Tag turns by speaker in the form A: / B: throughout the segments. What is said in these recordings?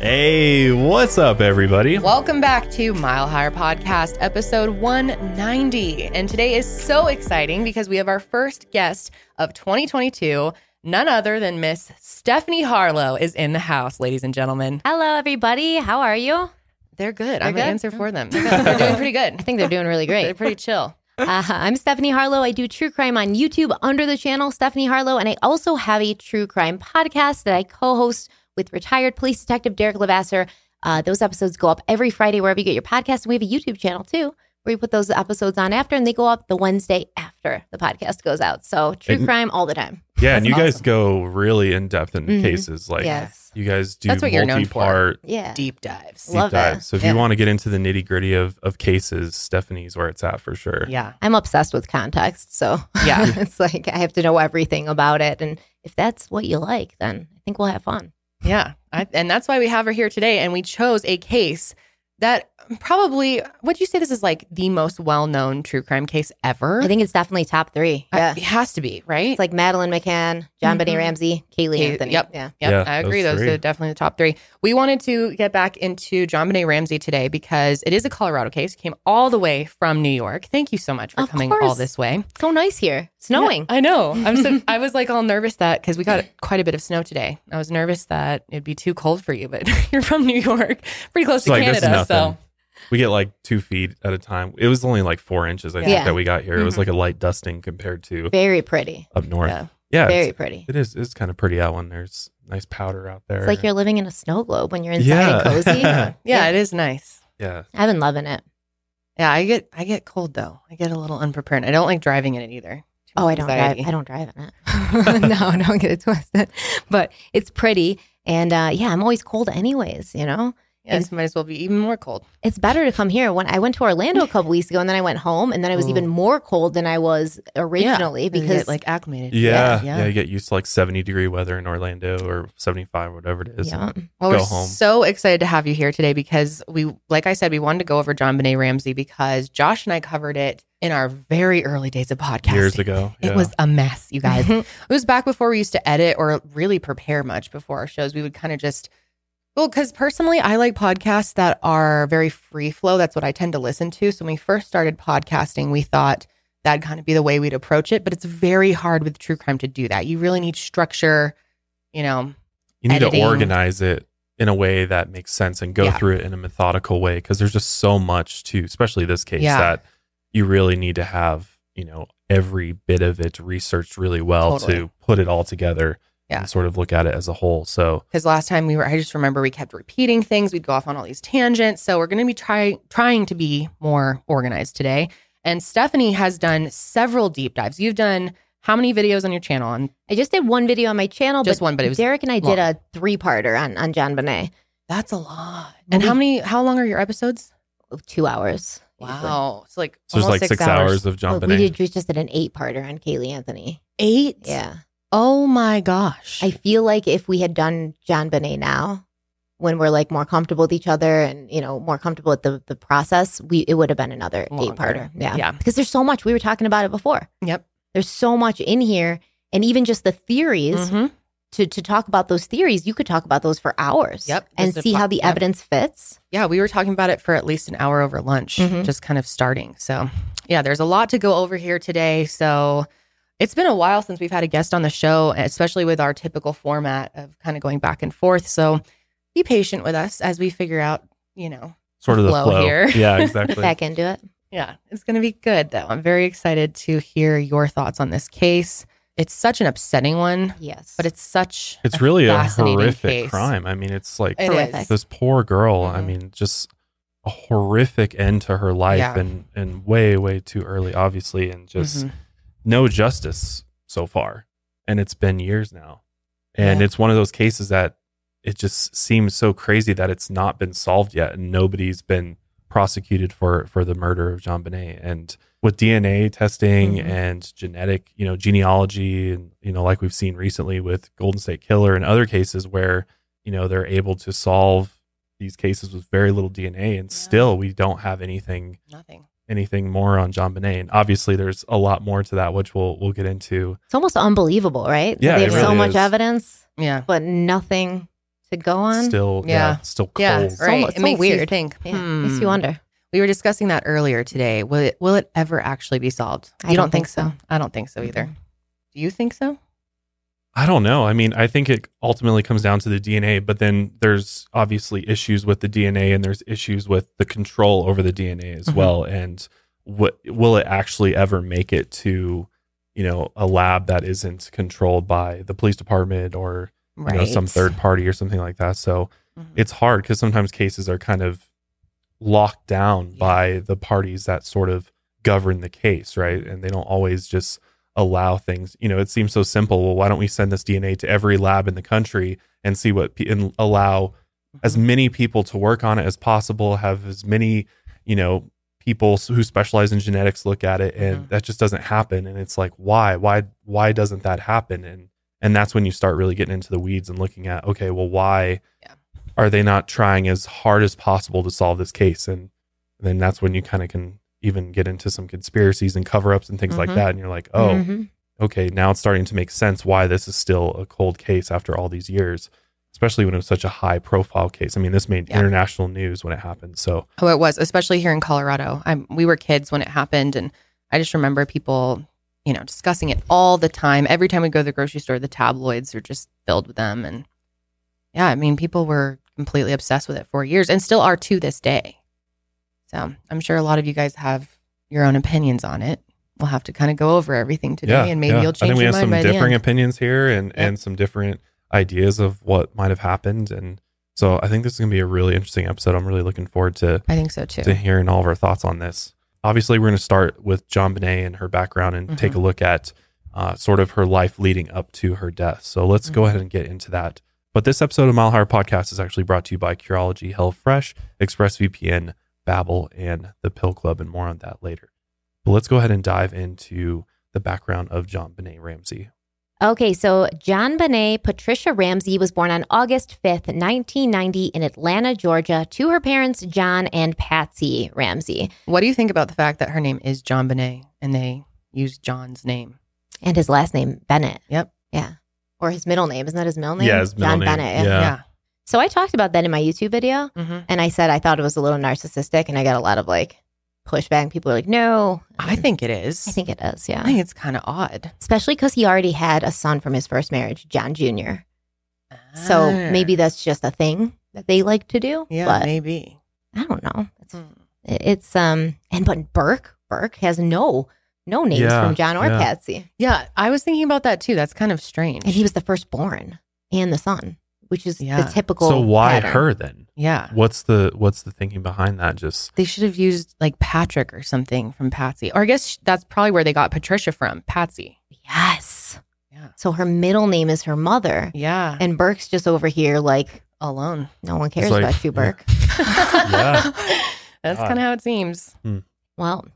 A: Hey, what's up, everybody?
B: Welcome back to Mile Higher Podcast, episode 190. And today is so exciting because we have our first guest of 2022. None other than Miss Stephanie Harlow is in the house, ladies and gentlemen.
C: Hello, everybody. How are you?
B: They're good. I'm
C: good?
B: gonna answer for them. They're doing pretty good.
C: I think they're doing really
B: They're
C: great.
B: pretty chill.
C: Uh, I'm Stephanie Harlow. I do true crime on YouTube under the channel Stephanie Harlow, and I also have a true crime podcast that I co-host with retired police detective Derek Lavasser. Uh, those episodes go up every Friday wherever you get your podcast, and we have a YouTube channel too where we put those episodes on after, and they go up the Wednesday after the podcast goes out. So true
A: And-
C: crime all the time.
A: Yeah, and you
B: That's
A: guys
B: awesome.
A: go
B: Mm-hmm.
A: really in depth in
C: Mhm.
A: cases. Like
C: yes.
A: you guys do
B: That's what you're known for.
A: multi-part
C: Yeah.
B: Deep dives.
A: deep
C: Love it.
A: dives. So if
B: Yeah.
A: you want to get into the nitty gritty of of cases, Stephanie's where it's at for sure.
B: Yeah.
C: I'm obsessed with context, so
B: Yeah.
C: it's like I have to know everything about it. And if that's what you like, then I think we'll have fun.
B: Yeah. I, and that's why we have her here today. And we chose a case that probably, would you say this is like the most well known true crime case ever?
C: I think it's definitely top three.
B: I-
C: Yeah.
B: it has to be, right?
C: It's like Madeline McCann, John Benny
B: Mhm.
C: Ramsey, Kaylee
B: Kay-
C: Anthony.
B: yep.
C: Yeah.
B: Yep,
A: Yeah,
B: I agree.
A: those
B: Those,
A: three.
B: are definitely the top three. We wanted to get back into John Benet Ramsey today because it is a Colorado case. It came all the way from New York. Thank you so much for
C: Of
B: coming all
C: course.
B: this way.
C: So nice here. Snowing.
B: I know. I'm so I was like all nervous that because we got quite a bit of snow today. I was nervous that it'd be too cold for you, but you're from New York, pretty close
A: It's
B: to
A: like this is
B: Canada. So
A: nothing. We get like two feet at a time. It was only like four inches, I think,
C: Yeah.
A: that we got here. It was
B: Mhm.
A: like a light dusting compared to
C: Very pretty.
A: up north.
B: Yeah.
A: Yeah,
C: Very
A: it's,
C: pretty.
A: it is. It's kind of pretty out when there's nice powder out there.
C: It's like you're living in a snow globe when you're inside and cozy.
A: Yeah.
B: yeah, it is nice.
A: yeah.
C: I've been loving it.
B: Yeah, I get I get cold though. I get a little unprepared. I don't like driving in it either. Too
C: Oh,
B: much
C: I don't
B: anxiety.
C: drive. I don't drive in it. no, don't get it twisted. But it's pretty. And uh, yeah, I'm always cold anyways, you know?
B: Yeah, this might as well be even more cold.
C: It's better to come here. When I went to Orlando a couple weeks ago and then I went home and then I was
B: Ooh.
C: even more cold than I was originally
B: And Mm. you
C: because
B: get, like acclimated.
A: Yeah, yeah,
B: yeah.
A: You get used to like 70 degree weather in Orlando or 75, whatever it is.
C: yeah.
A: Go
B: Well, we're
A: home.
B: so excited to have you here today because we, like I said, we wanted to go over John Benet Ramsey because Josh and I covered it in our very early days of podcasting.
A: Years ago.
B: It
A: yeah.
B: was a mess, you guys. it
C: guys.
B: was back before we used to edit or really prepare much before our shows. We would kind of just, well, because personally, I like podcasts that are very free flow. That's what I tend to listen to. So when we first started podcasting, we thought that'd kind of be the way we'd approach it. But it's very hard with true crime to do that. You really need structure, you know.
A: you need
B: editing.
A: to organize it in a way that makes sense and go
B: Yeah.
A: through it in a methodical way because there's just so much to, especially this case,
B: Yeah.
A: that you really need to have, you know, every bit of it researched really well
B: Totally.
A: to put it all together
B: Yeah.
A: and sort of look at it as a whole. So,
B: because last time we were i just remember we kept repeating things we'd go off on all these tangents so we're going to be try, trying to be more organized today and stephanie has done several deep dives you've done how many videos on your channel on
C: I just did one video on my channel,
B: just
C: but
B: one but it was
C: Derek and I did
B: long.
C: a three parter on, on John Bonet.
B: that's a lot and how many how long are your episodes
C: Two hours. usually.
B: wow it's like
A: so there's
B: almost
A: like six, hours. of John
C: Well, we
A: Bonet.
C: did we just did an eight parter on Kaylee Anthony.
B: eight
C: Yeah.
B: oh my gosh
C: I feel like if we had done John Bonet now, when we're like more comfortable with each other and you know, more comfortable with the, the process, we it would have been another
B: Longer.
C: eight parter. Yeah.
B: Yeah.
C: Because there's so much. We were talking about it before.
B: yep
C: There's so much in here. And even just the theories
B: Mhm.
C: to, to talk about those theories, you could talk about those for hours.
B: Yep.
C: And
B: Just a
C: see
B: pop-
C: how the
B: yep.
C: evidence fits.
B: yeah, we were talking about it for at least an hour over lunch,
C: Mhm.
B: just kind of starting. So, yeah, there's a lot to go over here today. So, it's been a while since we've had a guest on the show, especially with our typical format of kind of going back and forth. So, be patient with us as we figure out, you know,
A: sort of the
B: flow
A: flow.
B: here.
A: Yeah, exactly.
C: Back into it.
B: yeah, it's going to be good though. I'm very excited to hear your thoughts on this case. It's such an upsetting one,
C: Yes.
B: but it's such
A: It's really a
B: fascinating
A: horrific
B: case.
A: crime. I mean, it's like
B: It
C: Horrific.
B: is.
A: this poor girl. I
B: Mhm.
A: mean, just a horrific end to her life,
B: Yeah.
A: and and way way too early, obviously, and just
B: Mhm.
A: no justice so far. And it's been years now, and
B: Yeah.
A: it's one of those cases that it just seems so crazy that it's not been solved yet, and nobody's been prosecuted for for the murder of John Bonet. And with DNA testing
B: Mhm.
A: and genetic, you know, genealogy, and you know, like we've seen recently with Golden State Killer and other cases where you know they're able to solve these cases with very little DNA, and
B: Yeah.
A: still we don't have anything
B: nothing.
A: anything more on John Bonet. And obviously, there's a lot more to that, which we'll we'll get into.
C: It's almost unbelievable, right?
A: Yeah,
C: they
A: it
C: have so
A: really
C: much
A: is.
C: evidence,
B: Yeah.
C: but nothing to go on.
A: still, yeah,
B: Yeah.
A: still cold.
B: yeah, right.
C: So-
B: it
C: so
B: makes you
C: weird.
B: think.
C: yeah, makes you
B: hmm.
C: wonder.
B: We were discussing that earlier today. Will it will it ever actually be solved?
C: I
B: You
C: don't
B: don't, think,
C: think
B: so. I don't think so either. Do you think so?
A: I don't know. I mean, I think it ultimately comes down to the DNA, but then there's obviously issues with the DNA and there's issues with the control over the DNA as
B: Mhm.
A: well. And what will it actually ever make it to, you know, a lab that isn't controlled by the police department or you
B: Right.
A: know, some third party or something like that. So
B: Mhm.
A: it's hard because sometimes cases are kind of locked down
B: Yeah.
A: by the parties that sort of govern the case, right? And they don't always just allow things. You know, it seems so simple. Well, why don't we send this DNA to every lab in the country and see what pe- and allow as
B: Mm-hmm.
A: many people to work on it as possible, have as many, you know, people s- who specialize in genetics look at it and
B: Mhm.
A: that just doesn't happen and it's like why why why doesn't that happen and and that's when you start really getting into the weeds and looking at okay well why
B: Yeah.
A: are they not trying as hard as possible to solve this case and then that's when you kind of can even get into some conspiracies and cover-ups and things like
B: Mhm.
A: that and you're like oh
C: Mhm.
B: Mm-hmm.
A: okay, now it's starting to make sense why this is still a cold case after all these years, especially when it was such a high profile case. I mean, this made
B: Yeah.
A: international news when it happened. So,
B: Oh, it was, especially here in Colorado. i we were kids when it happened, and I just remember people, you know, discussing it all the time. Every time we go to the grocery store, the tabloids are just filled with them, and yeah, I mean, people were completely obsessed with it for years, and still are to this day. So I'm sure a lot of you guys have your own opinions on it. We'll have to kind of go over everything today, and maybe you'll
A: I think
B: change
A: we
B: your
A: have
B: mind
A: some
B: by the
A: differing
B: end.
A: opinions here and, and some different ideas of what might have happened. And so I think this is going to be a really interesting episode. I'm really looking forward to,
B: I think so too.
A: to hearing all of our thoughts on this. Obviously, we're going to start with John Bonet and her background and take a look at uh, sort of her life leading up to her death. So let's go ahead and get into that. But this episode of Mile Higher Podcast is actually brought to you by Curology, HelloFresh, ExpressVPN, Babbel, and the Pill Club, and more on that later. But let's go ahead and dive into the background of John Bonet Ramsey.
C: Okay, so John Bonet Patricia Ramsey was born on August 5th, 1990, in Atlanta, Georgia, to her parents, John and Patsy Ramsey,
B: What do you think about the fact that her name is John Bonet, and they use John's name?
C: and his last name, Bennett.
B: Yep.
C: Yeah. Or his middle name. Isn't that his middle name?
A: Yeah, his middle
C: John
A: name.
C: Bennett.
A: Yeah.
C: So I talked about that in my YouTube video,
B: yeah. Mm-hmm.
C: and I said I thought it was a little narcissistic, and I got a lot of like pushback. People were like, no.
B: I think it is.
C: I think it is, yeah.
B: I think it's kind of odd.
C: Especially because he already had a son from his first marriage, John Jr. So maybe that's just a thing that they like to do.
B: Ah. yeah,
C: but
B: maybe.
C: I don't know. It's,
B: Hmm.
C: it's um and but Burke Burke has no no names
A: Yeah,
C: from John or
A: yeah.
C: Patsy,
B: Yeah, I was thinking about that too. That's kind of strange.
C: and he was the firstborn and the son, which is
B: Yeah.
C: the typical.
A: so why
C: pattern.
A: her then?
B: yeah,
A: What's the what's the thinking behind that? Just
B: they should have used like Patrick or something from Patsy, or I guess sh- that's probably where they got Patricia from Patsy.
C: Yes.
B: Yeah.
C: So her middle name is her mother,
B: Yeah,
C: and Burke's just over here like
B: alone.
C: no one cares
A: like-
C: about you, Burke.
A: Yeah.
B: that's
A: God.
B: kind of how it seems.
C: Well,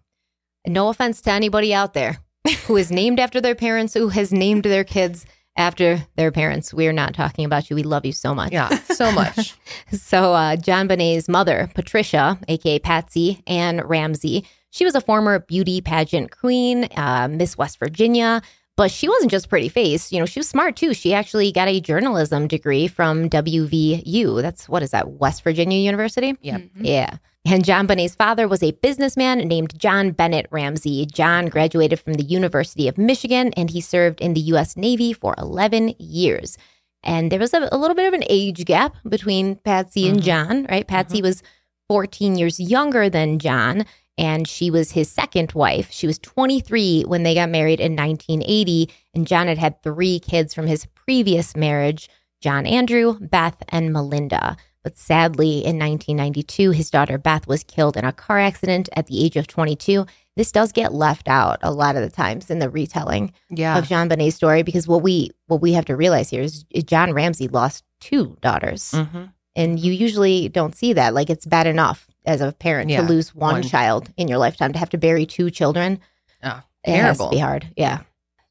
C: no offense to anybody out there who is named after their parents, who has named their kids after their parents. We are not talking about you. We love you so much.
B: Yeah, so much.
C: So, uh, John Bonet's mother, Patricia, aka Patsy Ann Ramsey, she was a former beauty pageant queen, uh, Miss West Virginia, but she wasn't just pretty face. You know, she was smart too. She actually got a journalism degree from WVU. That's what is that, West Virginia University?
B: Yep.
C: Mm-hmm. Yeah. And John Bonet's father was a businessman named John Bennett Ramsey. John graduated from the University of Michigan and he served in the U.S. Navy for 11 years. And there was a, a little bit of an age gap between Patsy and
B: Mhm.
C: John, right? Patsy was 14 years younger than John, and she was his second wife. She was 23 when they got married in 1980, and John had had three kids from his previous marriage John Andrew, Beth, and Melinda. But sadly, in 1992, his daughter Beth was killed in a car accident at the age of 22. This does get left out a lot of the times in the retelling
B: Yeah,
C: of John Bonet's story because what we what we have to realize here is, is John Ramsey lost two daughters,
B: hmm
C: and you usually don't see that. Like it's bad enough as a parent
B: Yeah,
C: to lose one,
B: one.
C: child in your lifetime to have to bury two children.
B: Oh,
C: it has to
B: terrible.
C: be hard. Yeah.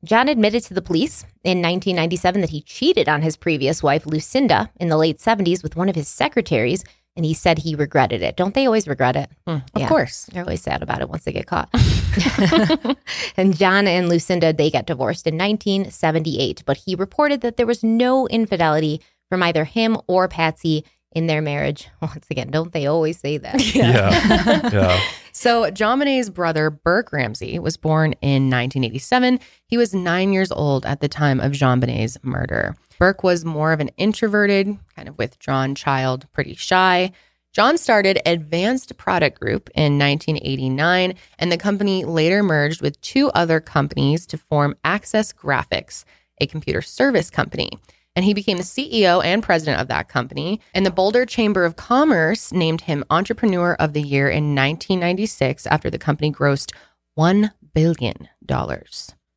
C: John admitted to the police in 1997 that he cheated on his previous wife Lucinda in the late 70s with one of his secretaries, and he said he regretted it. Don't they always regret it?
B: Mm. of
C: Yeah.
B: course.
C: They're always sad about it once they get caught. and John and Lucinda, they got divorced in 1978, but he reported that there was no infidelity from either him or Patsy in their marriage. Once again, don't they always say that?
A: Yeah. Yeah.
B: So, John Bonet's brother, Burke Ramsey, was born in 1987. He was nine years old at the time of Jean Bonet's murder. Burke was more of an introverted, kind of withdrawn child, pretty shy. John started Advanced Product Group in 1989, and the company later merged with two other companies to form Access Graphics, a computer service company and he became the CEO and president of that company. And the Boulder Chamber of Commerce named him Entrepreneur of the Year in 1996 after the company grossed $1 billion.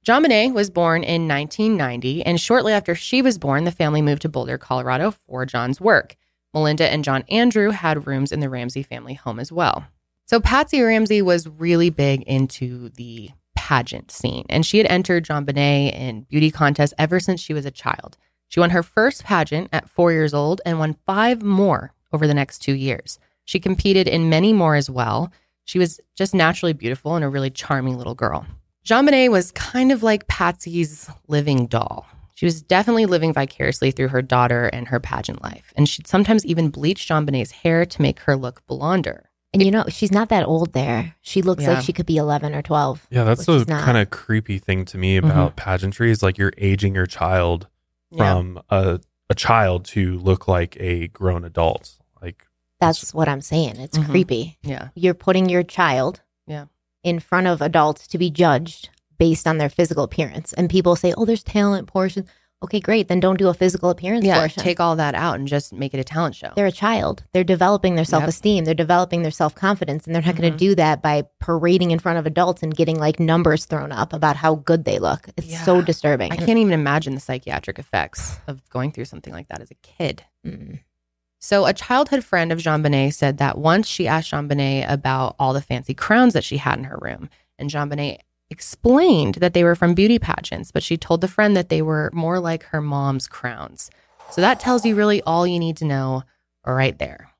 B: John Bonet was born in 1990, and shortly after she was born, the family moved to Boulder, Colorado for John's work. Melinda and John Andrew had rooms in the Ramsey family home as well. So Patsy Ramsey was really big into the pageant scene, and she had entered John Bonet in beauty contests ever since she was a child. She won her first pageant at four years old and won five more over the next two years. She competed in many more as well. She was just naturally beautiful and a really charming little girl. Jean Bonnet was kind of like Patsy's living doll. She was definitely living vicariously through her daughter and her pageant life. And she'd sometimes even bleach Jean Bonnet's hair to make her look blonder.
C: And you know, she's not that old there. She looks
B: Yeah.
C: like she could be 11 or 12.
A: Yeah, that's
C: Which
A: the
C: is not-
A: kind of creepy thing to me about pageantry is like you're aging your child from a, a child to look like a grown adult. Like
C: That's what I'm saying. It's
B: Mhm.
C: creepy.
B: Yeah.
C: You're putting your child
B: Yeah.
C: in front of adults to be judged based on their physical appearance. And people say, oh, there's talent portion. Okay, great. Then don't do a physical appearance
B: Yeah.
C: portion.
B: Take all that out and just make it a talent show.
C: they're a child. They're developing their self esteem. They're developing their self confidence. And they're not going
B: Mhm.
C: to do that by parading in front of adults and getting like numbers thrown up about how good they look. It's so
B: Yeah.
C: disturbing.
B: I can't even imagine the psychiatric effects of going through something like that as a kid.
C: Mm.
B: So, a childhood friend of Jean Bonnet said that once she asked Jean Bonnet about all the fancy crowns that she had in her room, and Jean Bonnet explained that they were from beauty pageants, but she told the friend that they were more like her mom's crowns. So, that tells you really all you need to know right there.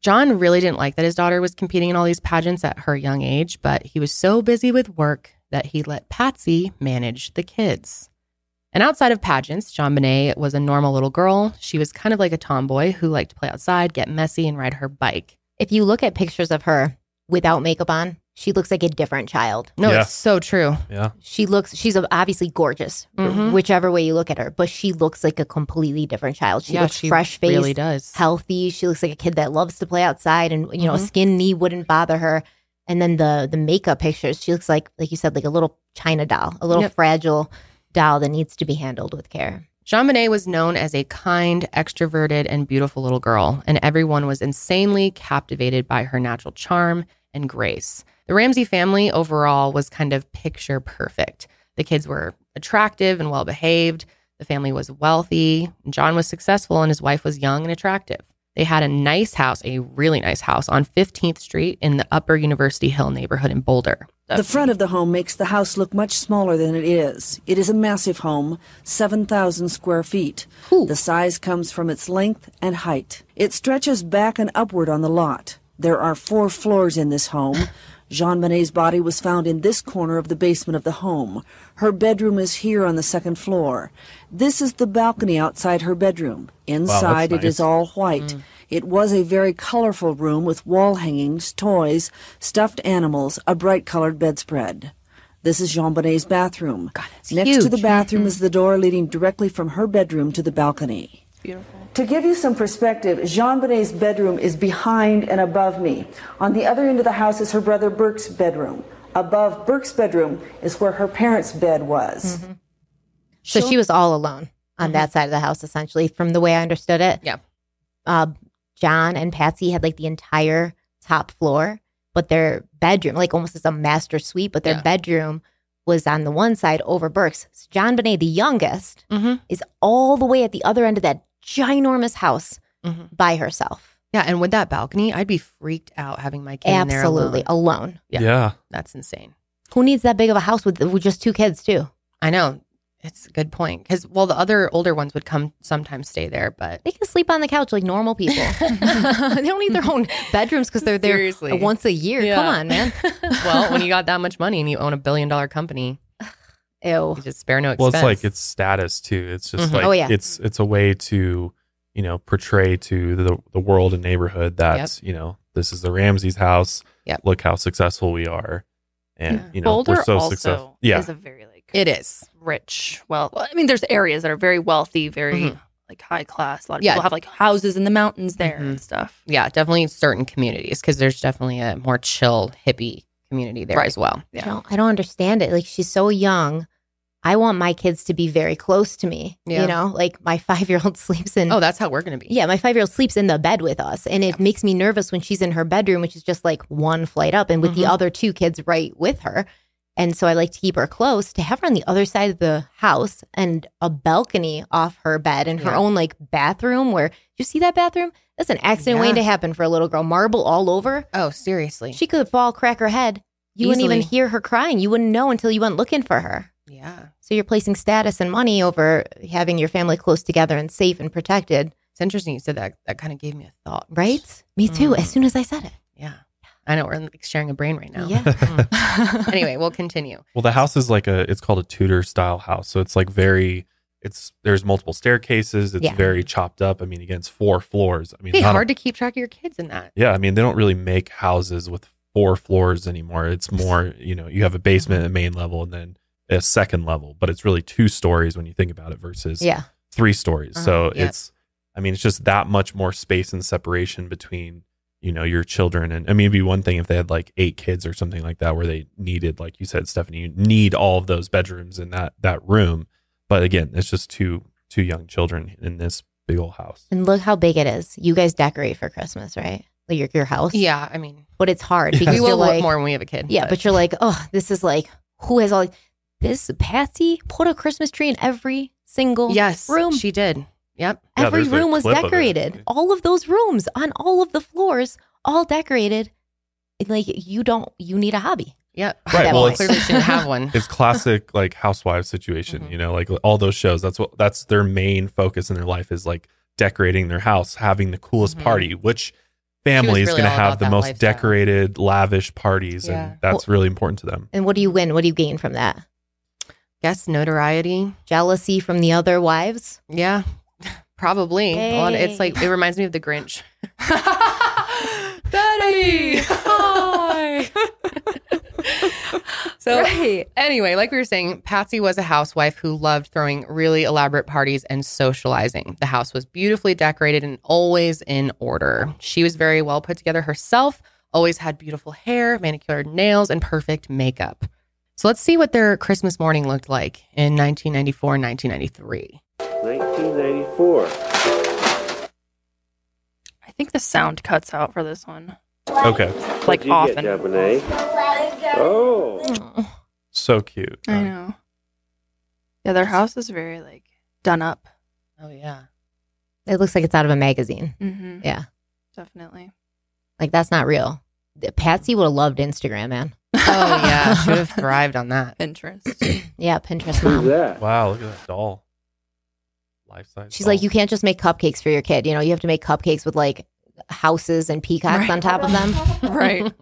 B: John really didn't like that his daughter was competing in all these pageants at her young age, but he was so busy with work that he let Patsy manage the kids. And outside of pageants, Jean Bonnet was a normal little girl. She was kind of like a tomboy who liked to play outside, get messy, and ride her bike.
C: If you look at pictures of her without makeup on, she looks like a different child.
B: No,
A: Yeah.
B: it's so true.
A: yeah.
C: She looks, she's obviously gorgeous,
B: Mhm.
C: whichever way you look at her, but she looks like a completely different child. She
B: yeah,
C: looks
B: she
C: fresh faced,
B: really does.
C: healthy. She looks like a kid that loves to play outside, and you know, a
B: Mhm.
C: skin knee wouldn't bother her. And then the the makeup pictures, she looks like like you said, like a little China doll, a little
B: Yep.
C: fragile doll that needs to be handled with care.
B: Jean Bonnet was known as a kind, extroverted, and beautiful little girl, and everyone was insanely captivated by her natural charm and grace. The Ramsey family overall was kind of picture perfect. The kids were attractive and well behaved. The family was wealthy. John was successful, and his wife was young and attractive. They had a nice house, a really nice house on 15th Street in the Upper University Hill neighborhood in Boulder.
D: The front of the home makes the house look much smaller than it is. It is a massive home, 7,000 square feet. The size comes from its length and height. It stretches back and upward on the lot. There are four floors in this home. Jean Monet's body was found in this corner of the basement of the home. Her bedroom is here on the second floor. This is the balcony outside her bedroom. Inside, it
A: nice.
D: is all all white. It was a very colorful room with wall hangings, toys, stuffed animals, a bright colored bedspread. This is Jean Bonnet's bathroom. Next to the bathroom is the door leading directly from her bedroom to the balcony. To give you some perspective, Jean Bonnet's bedroom is behind and above me. On the other end of the house is her brother Burke's bedroom. Above Burke's bedroom is where her parents' bed was.
C: So she was all alone on
B: Mm-hmm.
C: that side of the house, essentially, from the way I understood it.
B: Yeah.
C: Uh, John and Patsy had like the entire top floor, but their bedroom, like almost as a master suite, but their
B: Yeah.
C: bedroom was on the one side over Burke's. So John Bonet, the youngest,
B: Mhm.
C: is all the way at the other end of that ginormous house
B: Mhm.
C: by herself.
B: Yeah, and with that balcony, I'd be freaked out having my kid in there.
C: Absolutely
B: alone.
C: alone.
A: Yeah.
B: Yeah. Oh, That's insane.
C: Who needs that big of a house with, with just two kids, too?
B: I know. It's a good point. Because, well, the other older ones would come sometimes stay there, but
C: They can sleep on the couch like normal people. they don't need their own bedrooms because they're there
B: Seriously.
C: once a year.
B: Yeah.
C: Come on, man.
B: well, when you got that much money and you own a billion dollar company,
C: Ew.
B: you just spare no expense.
A: Well, it's like it's status too. It's just
B: Mhm.
A: like
C: Oh, yeah.
A: it's it's a way to you know, portray to the, the world and neighborhood that,
B: Yep.
A: you know, this is the Ramsey's house.
B: Yep.
A: Look how successful we are. And,
E: Yeah.
A: you know,
E: Boulder
A: we're so
E: also
A: successful. Yeah.
E: is a very like
B: It is.
E: rich. Well, well, I mean, there's areas that are very wealthy, very
B: Mhm.
E: like high class. A lot of
B: Yeah.
E: people have like houses in the mountains there and stuff.
B: Yeah, definitely certain communities because there's definitely a more chill hippie community there
E: Right.
B: as well.
E: Yeah.
C: I don't, I don't understand it. Like she's so young. I want my kids to be very close to me.
B: Yeah.
C: You know, like my five year old sleeps in.
B: Oh, that's how we're gonna be.
C: yeah, my five year old sleeps in the bed with us, and it makes me nervous when she's in her bedroom, which is just like one flight up, and with
B: Mhm.
C: the other two kids right with her. And so I like to keep her close to have her on the other side of the house and a balcony off her bed and her
B: Yeah.
C: own like bathroom. Where you see that bathroom? That's an accident waiting to happen for a little girl. Marble all over.
B: Oh, seriously.
C: She could fall, crack her head. You wouldn't even
B: Easily.
C: hear her crying. You wouldn't know until you went looking for her.
B: yeah.
C: So you're placing status and money over having your family close together and safe and protected,
B: It's interesting you said that. That kind of gave me a thought.
C: right? Me too.
B: Mm.
C: As soon as I said it,
B: Yeah. I know we're like sharing a brain right now.
C: yeah.
B: Mm. anyway, we'll continue.
A: Well, the house is like a, it's called a Tudor style house. So it's like very, it's, there's multiple staircases. It's
C: Yeah.
A: very chopped up. I mean, again, it's four floors. I mean,
B: It'd be
A: not a-
B: hard to keep track of your kids in that.
A: Yeah, I mean, they don't really make houses with four floors anymore. It's more, you know, you have a basement, a main level, and then a second level, but it's really two stories when you think about it versus
C: yeah,
A: three stories.
B: Uh-huh,
A: so
B: yep.
A: it's, I mean, it's just that much more space and separation between, you know, your children. And I mean, it'd be one thing if they had like eight kids or something like that, where they needed, like you said, Stephanie, you need all of those bedrooms in that that room. But again, it's just two two young children in this big old house.
C: and look how big it is. You guys decorate for Christmas, right? Like your your house.
B: Yeah. I mean,
C: but it's hard because
B: we will
C: you're
B: look
C: like,
B: more when we have a kid.
C: yeah, but you're like, oh, this is like who has all this? Patsy put a Christmas tree in every single
B: yes,
C: "Oh, room.
B: she did. Yep.
A: Yeah,
C: Every
A: there's a
C: room was
A: clip of it.
C: decorated. All of those rooms on all of the floors, all decorated. And, Like you don't, you need a hobby.
B: Yep.
A: Right,
B: Yeah,
A: well,
B: we
A: it's-
B: clearly shouldn't have one.
A: it's classic like housewives situation
B: Mhm.
A: you know like all those shows that's what that's their main focus in their life is like decorating their house having the coolest
B: Mhm.
A: party which family is
B: really
A: going to
B: all
A: have
B: about
A: the
B: that
A: most
B: lifestyle.
A: decorated lavish parties
B: Yeah.
A: and that's really important to them
C: And what do you win? What do you gain from that?
B: Guess notoriety.
C: Jealousy from the other wives?
B: Yeah. Probably. A lot of-
C: Hey.
B: it's like it reminds me of the Grinch.
E: Betty, hi.
B: So anyway, like we were saying, Patsy was a housewife who loved throwing really elaborate parties and socializing. The house was beautifully decorated and always in order. She was very well put together herself, always had beautiful hair, manicured nails, and perfect makeup. So let's see what their Christmas morning looked like in 1994 and 1993.
F: 1994.
E: I think the sound cuts out for this one,
A: okay
E: like
F: What'd you
E: often.
F: Get, Debonair? oh.
A: so cute
E: I
A: Uh,
E: know. Yeah, their house is very like done up.
B: Oh yeah.
C: It looks like it's out of a magazine.
E: Mm-hmm.
C: Yeah.
E: Definitely.
C: Like that's not real. Patsy would have loved Instagram, man.
B: Oh yeah, should have thrived on that.
E: Pinterest.
C: Yeah, Pinterest
F: Who's
C: mom.
F: that?
A: wow look at that doll life size
C: She's like, you can't just make cupcakes for your kid. You know, you have to make cupcakes with like houses and peacocks
E: Right.
C: on top of them.
E: right.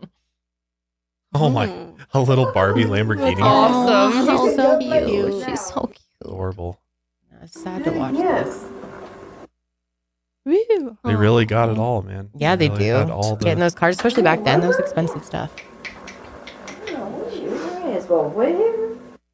A: oh my
B: Mm.
E: Ooh.
A: a little barbie lamborghini
E: That's Awesome.
C: Oh,
F: She's
C: she's so
F: so
C: cute.
F: cute.
C: She's so cute.
A: adorable
B: It's sad to watch this.
E: Woo.
A: they really got it all man
B: Yeah, they
A: really
B: do.
A: got all the-
B: Getting those cars, especially back then, that was expensive stuff.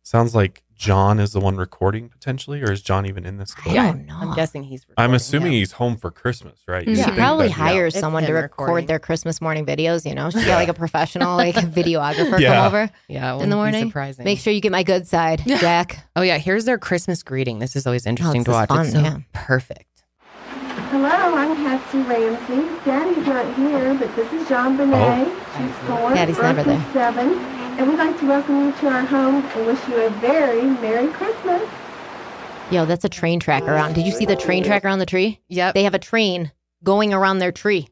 A: sounds like john is the one recording potentially or is john even in this clip?
C: I don't know.
B: I'm guessing he's.
A: I'm
B: recording,
A: assuming
B: yeah.
A: he's home for Christmas, right?
E: Yeah.
C: She
A: You'd think
C: probably
A: that-
C: hires
B: It's
C: someone to
B: him
C: record
B: recording.
C: their Christmas morning videos. You know, she got
A: Yeah.
C: like a professional, like videographer come
A: Yeah.
C: over.
B: Yeah,
C: in the
B: wouldn't be
C: morning.
B: Surprising.
C: Make sure you get my good side, Jack.
B: Oh yeah, here's their Christmas greeting. Oh, This is always interesting to
C: is
B: watch. it's so
C: fun, yeah.
B: perfect.
G: Hello, I'm Patsy Ramsey. Daddy's not here, but this is Jean Benet.
A: Oh.
G: She's four.
C: Daddy's never
G: Brooke is
C: there.
G: Seven, and we'd like to welcome you to our home and wish you a very merry Christmas.
C: Yo, that's a train track around. Did you see the train track around the tree?
B: Yep.
C: They have a train going around their tree.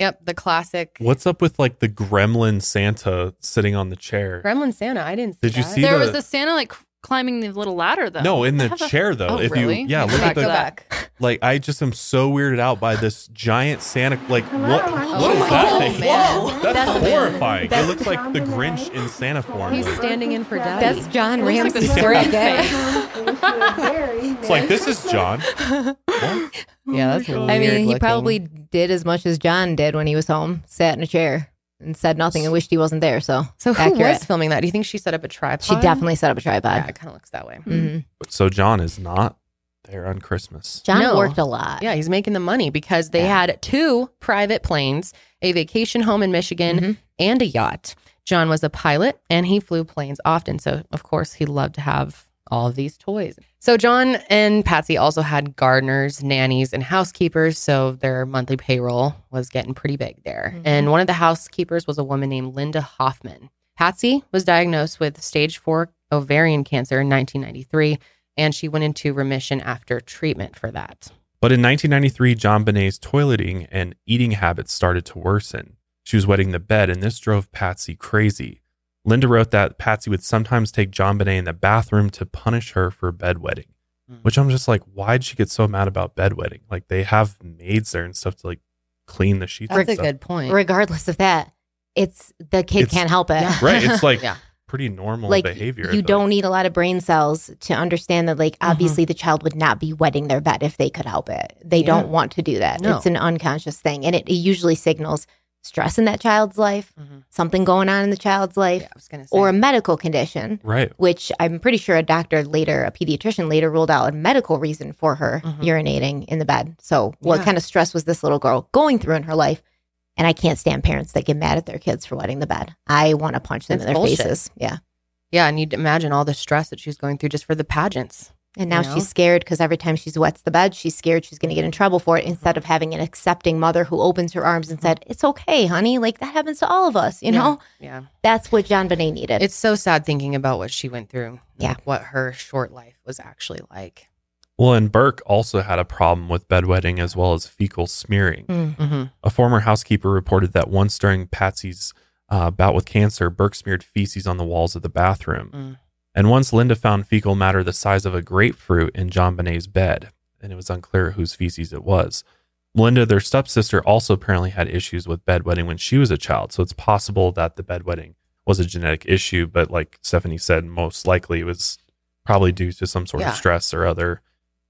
B: yep. The classic
A: What's up with like the gremlin Santa sitting on the chair?
B: Gremlin Santa. I didn't. See
A: Did you
B: that.
A: see
E: There
A: the
E: was the Santa like climbing the little ladder though.
A: No, in
E: They
A: the
E: have a-
A: chair though.
E: Oh,
A: if
E: really?
A: you yeah,
E: Go
A: look
E: back
A: at
E: to
A: the
E: that.
A: like I just am so weirded out by this giant Santa like
G: Hello,
A: what
G: I'm
A: what is
G: here.
A: that
G: Oh,
A: thing?
G: man.
A: Whoa,
C: That's-
A: That's horrifying. It
C: that's-
A: looks like the Grinch in Santa form.
B: He's
A: Like,
B: standing in for daddy.
C: That's John
E: Looks like the
C: Ramsey's
E: square
C: great
E: face.
C: day.
A: It's like this is John. What?
B: yeah, that's
A: Oh
B: weird.
C: I mean, he
B: looking.
C: probably did as much as John did when he was home, sat in a chair and said nothing and wished he wasn't there. So,
B: So who
C: accurate.
B: was filming that? Do you think she set up a tripod?
C: She definitely set up a
B: Yeah, it
C: tripod.
B: kind of looks that way.
C: hmm
A: So John is not there on Christmas.
C: John
B: No.
C: worked a lot.
B: Yeah, he's making the money because they
C: Yeah.
B: had two private planes, a vacation home in Michigan,
C: Mhm.
B: and a yacht. John was a pilot and he flew planes often. So, of course, he loved to have all of these toys. So, John and Patsy also had gardeners, nannies, and housekeepers. So, their monthly payroll was getting pretty big there.
C: Mhm.
B: And one of the housekeepers was a woman named Linda Hoffman. Patsy was diagnosed with stage four ovarian cancer in 1993, and she went into remission after treatment for that.
A: But in 1993, John Bonet's toileting and eating habits started to worsen. She was wetting the bed, and this drove Patsy crazy. Linda wrote that Patsy would sometimes take John Bonet in the bathroom to punish her for bedwetting,
B: Mm.
A: which I'm just like, why'd she get so mad about bedwetting? Like, they have maids there and stuff to like clean the sheets.
B: That's
A: and
B: a
A: stuff.
B: good point.
C: Regardless of that, it's the kid
A: It's-
C: can't help it.
B: Yeah.
A: Right. It's like
B: Yeah.
A: pretty normal
C: like
A: behavior.
C: you
A: though.
C: don't need a lot of brain cells to understand that like obviously the child would not be wetting their bed if they could help it they
B: Yeah.
C: don't want to do that
B: No.
C: it's an unconscious thing and it, it usually signals stress in that child's life
B: Mhm.
C: something going on in the child's life
B: Yeah, I was gonna say.
C: or a medical condition
A: Right.
C: which i'm pretty sure a doctor later a pediatrician later ruled out a medical reason for her
B: Mhm.
C: urinating in the bed so what
B: Yeah.
C: kind of stress was this little girl going through in her life and I can't stand parents that get mad at their kids for wetting the bed. I want to punch them
B: That's
C: in their
B: bullshit.
C: faces. Yeah.
B: yeah, and you'd imagine all the stress that she's going through just for the pageants.
C: And
B: you
C: now
B: know?
C: she's scared because every time she's wets the bed, she's scared she's going to get in trouble for it
B: Mm-hmm.
C: instead of having an accepting mother who opens her arms and said, It's okay, honey. Like that happens to all of us, you know?
B: Yeah,
C: That's what John Bonet needed.
B: it's so sad thinking about what she went through. and
C: Yeah.
B: what her short life was actually like.
A: Well, and Burke also had a problem with bedwetting as well as fecal smearing.
C: Hmm.
B: Mm-hmm.
A: A former housekeeper reported that once during Patsy's uh, bout with cancer, Burke smeared feces on the walls of the bathroom.
B: Mm.
A: And once Linda found fecal matter the size of a grapefruit in John Bonet's bed, and it was unclear whose feces it was. Linda, their stepsister, also apparently had issues with bedwetting when she was a child. So it's possible that the bedwetting was a genetic issue, but like Stephanie said, most likely it was probably due to some sort
B: Yeah.
A: of stress or other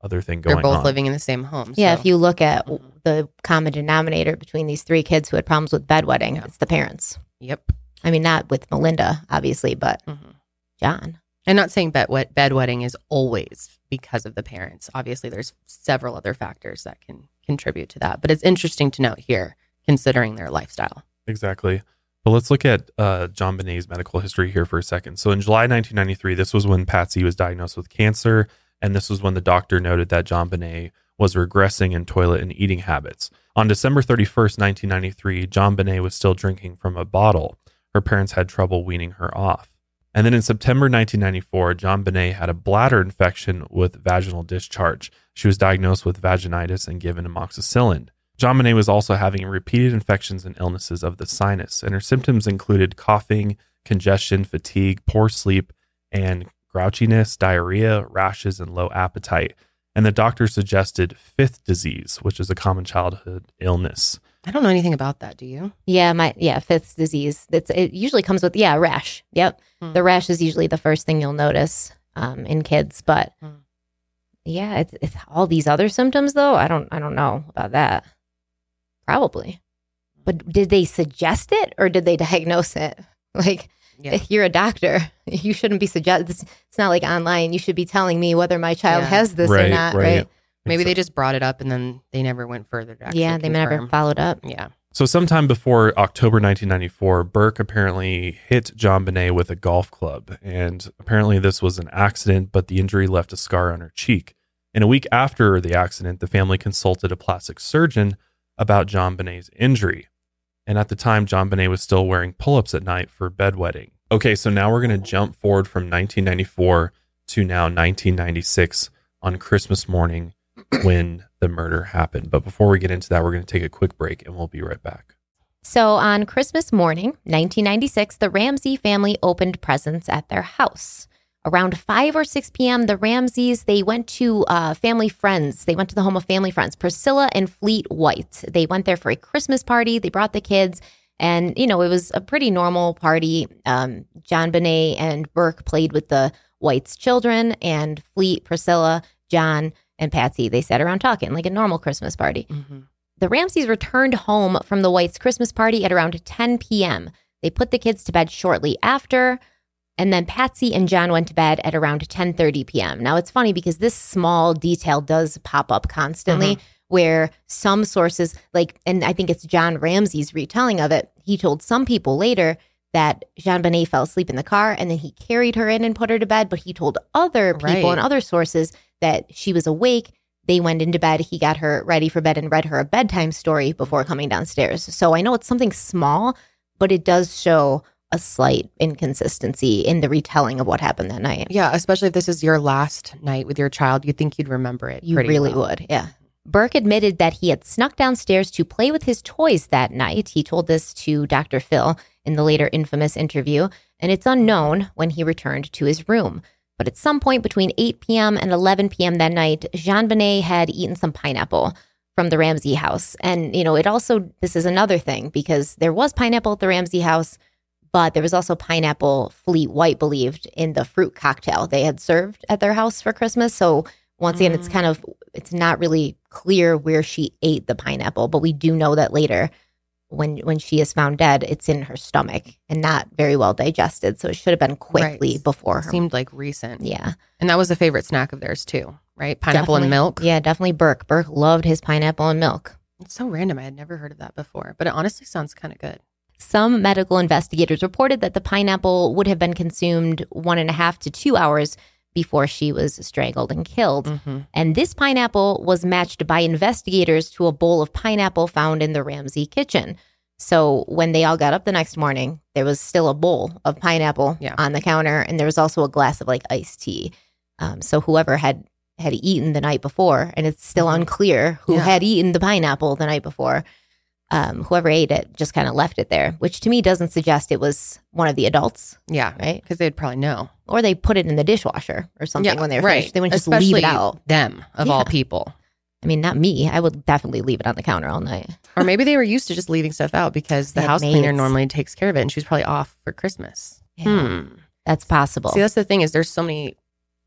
A: other thing going
B: They're both
A: on.
B: living in the same home.
C: yeah,
B: so-
C: if you look at w-
B: Mhm.
C: the common denominator between these three kids who had problems with bedwetting,
B: Yeah.
C: it's the parents.
B: Yep.
C: I mean, not with Melinda, obviously, but
B: Mhm.
C: John.
B: And not saying bed wet bedwetting is always because of the parents. Obviously, there's several other factors that can contribute to that. But it's interesting to note here, considering their lifestyle.
A: Exactly. But let's look at uh, John Bonet's medical history here for a second. So in July 1993, this was when Patsy was diagnosed with cancer, and this was when the doctor noted that John Bonet was regressing in toilet and eating habits. On December 31st, 1993, John Bonet was still drinking from a bottle. Her parents had trouble weaning her off. And then in September 1994, John Bonet had a bladder infection with vaginal discharge. She was diagnosed with vaginitis and given amoxicillin. John Bonet was also having repeated infections and illnesses of the sinus, and her symptoms included coughing, congestion, fatigue, poor sleep, and grouchiness, diarrhea, rashes, and low appetite. And the doctor suggested fifth disease, which is a common childhood illness.
B: I don't know anything about that. Do you?
C: Yeah, my yeah, fifth disease. That's it usually comes with yeah, rash. Yep.
B: Hmm.
C: The rash is usually the first thing you'll notice um, in kids, but
B: Hmm.
C: yeah, it's, it's all these other symptoms though. I don't I don't know about that. Probably. But did they suggest it or did they diagnose it? Like
B: Yeah.
C: you're a doctor. You shouldn't be suggest it's, it's not like online. You should be telling me whether my child
B: Yeah.
C: has this or
A: Right,
C: not,
A: right.
C: right?
B: Maybe they just brought it up and then they never went further. To actually
C: Yeah, they never
B: confirm.
C: followed up.
B: Yeah.
A: So, sometime before October 1994, Burke apparently hit John Bonet with a golf club. And apparently, this was an accident, but the injury left a scar on her cheek. And a week after the accident, the family consulted a plastic surgeon about John Bonet's injury. And at the time, John Bonet was still wearing pull ups at night for bedwetting. Okay, so now we're going to jump forward from 1994 to now 1996 on Christmas morning when the murder happened. But before we get into that, we're going to take a quick break and we'll be right back.
C: So on Christmas morning, 1996, the Ramsey family opened presents at their house. around 5 or 6 p.m., the Ramses, they went to uh, family friends. They went to the home of family friends, Priscilla and Fleet White. They went there for a Christmas party. They brought the kids. And, you know, it was a pretty normal party. Um, John Bonet and Burke played with the White's children and Fleet, Priscilla, John, and Patsy. They sat around talking like a normal Christmas party. The Ramses returned home from the Whites' Christmas party at around 10 p.m. They put the kids to bed shortly after, and then Patsy and John went to bed at around 10:30 p.m. Now it's funny because this small detail does pop up constantly where some sources like and I think it's John Ramsey's retelling of it, he told some people later that Jean Bonnet fell asleep in the car and then he carried her in and put her to bed, but he told other people
B: Right.
C: and other sources that she was awake they went into bed. He got her ready for bed and read her a bedtime story before coming downstairs. So I know it's something small, but it does show a slight inconsistency in the retelling of what happened that night.
B: Yeah, especially if this is your last night with your child, you'd think you'd remember it.
C: You
B: pretty
C: really
B: well.
C: would. Yeah. Burke admitted that he had snuck downstairs to play with his toys that night. He told this to Dr. Phil in the later infamous interview, and it's unknown when he returned to his room. But at some point between 8 p.m. and 11 p.m. that night, Jean Bonnet had eaten some pineapple from the Ramsey house. And, you know, it also, this is another thing because there was pineapple at the Ramsey house, but there was also pineapple Fleet White believed in the fruit cocktail they had served at their house for Christmas. So once again,
B: Mm.
C: it's kind of, it's not really clear where she ate the pineapple, but we do know that later when when she is found dead, it's in her stomach and not very well digested. So it should have been quickly
B: Right.
C: before her.
B: Seemed like recent.
C: yeah.
B: And that was a favorite snack of theirs too, right? Pineapple and
C: Definitely.
B: milk.
C: Yeah, definitely Burke. Burke loved his pineapple and milk.
B: It's so random. I had never heard of that before, but it honestly sounds kind of good.
C: Some medical investigators reported that the pineapple would have been consumed one and a half to two hours before she was strangled and killed. And this pineapple was matched by investigators to a bowl of pineapple found in the Ramsey kitchen. So when they all got up the next morning, there was still a bowl of pineapple
B: Yeah.
C: on the counter, and there was also a glass of like iced tea. Um, so whoever had had eaten the night before, and it's still
B: Mhm.
C: unclear who
B: Yeah.
C: had eaten the pineapple the night before. Um, whoever ate it just kind of left it there, which to me doesn't suggest it was one of the adults,
B: Yeah,
C: right?
B: because they'd probably know
C: Or they put it in the dishwasher or something when they were finished. They wouldn't just leave it
B: Especially
C: out.
B: Them of
C: Yeah.
B: all people,
C: I mean, not me. I would definitely leave it on the counter all night.
B: or maybe they were used to just leaving stuff out because
C: They
B: the
C: had
B: house cleaner
C: maids.
B: normally takes care of it, and she was probably off for Christmas.
C: Yeah,
B: Hmm.
C: That's possible.
B: See, that's the thing is there's so many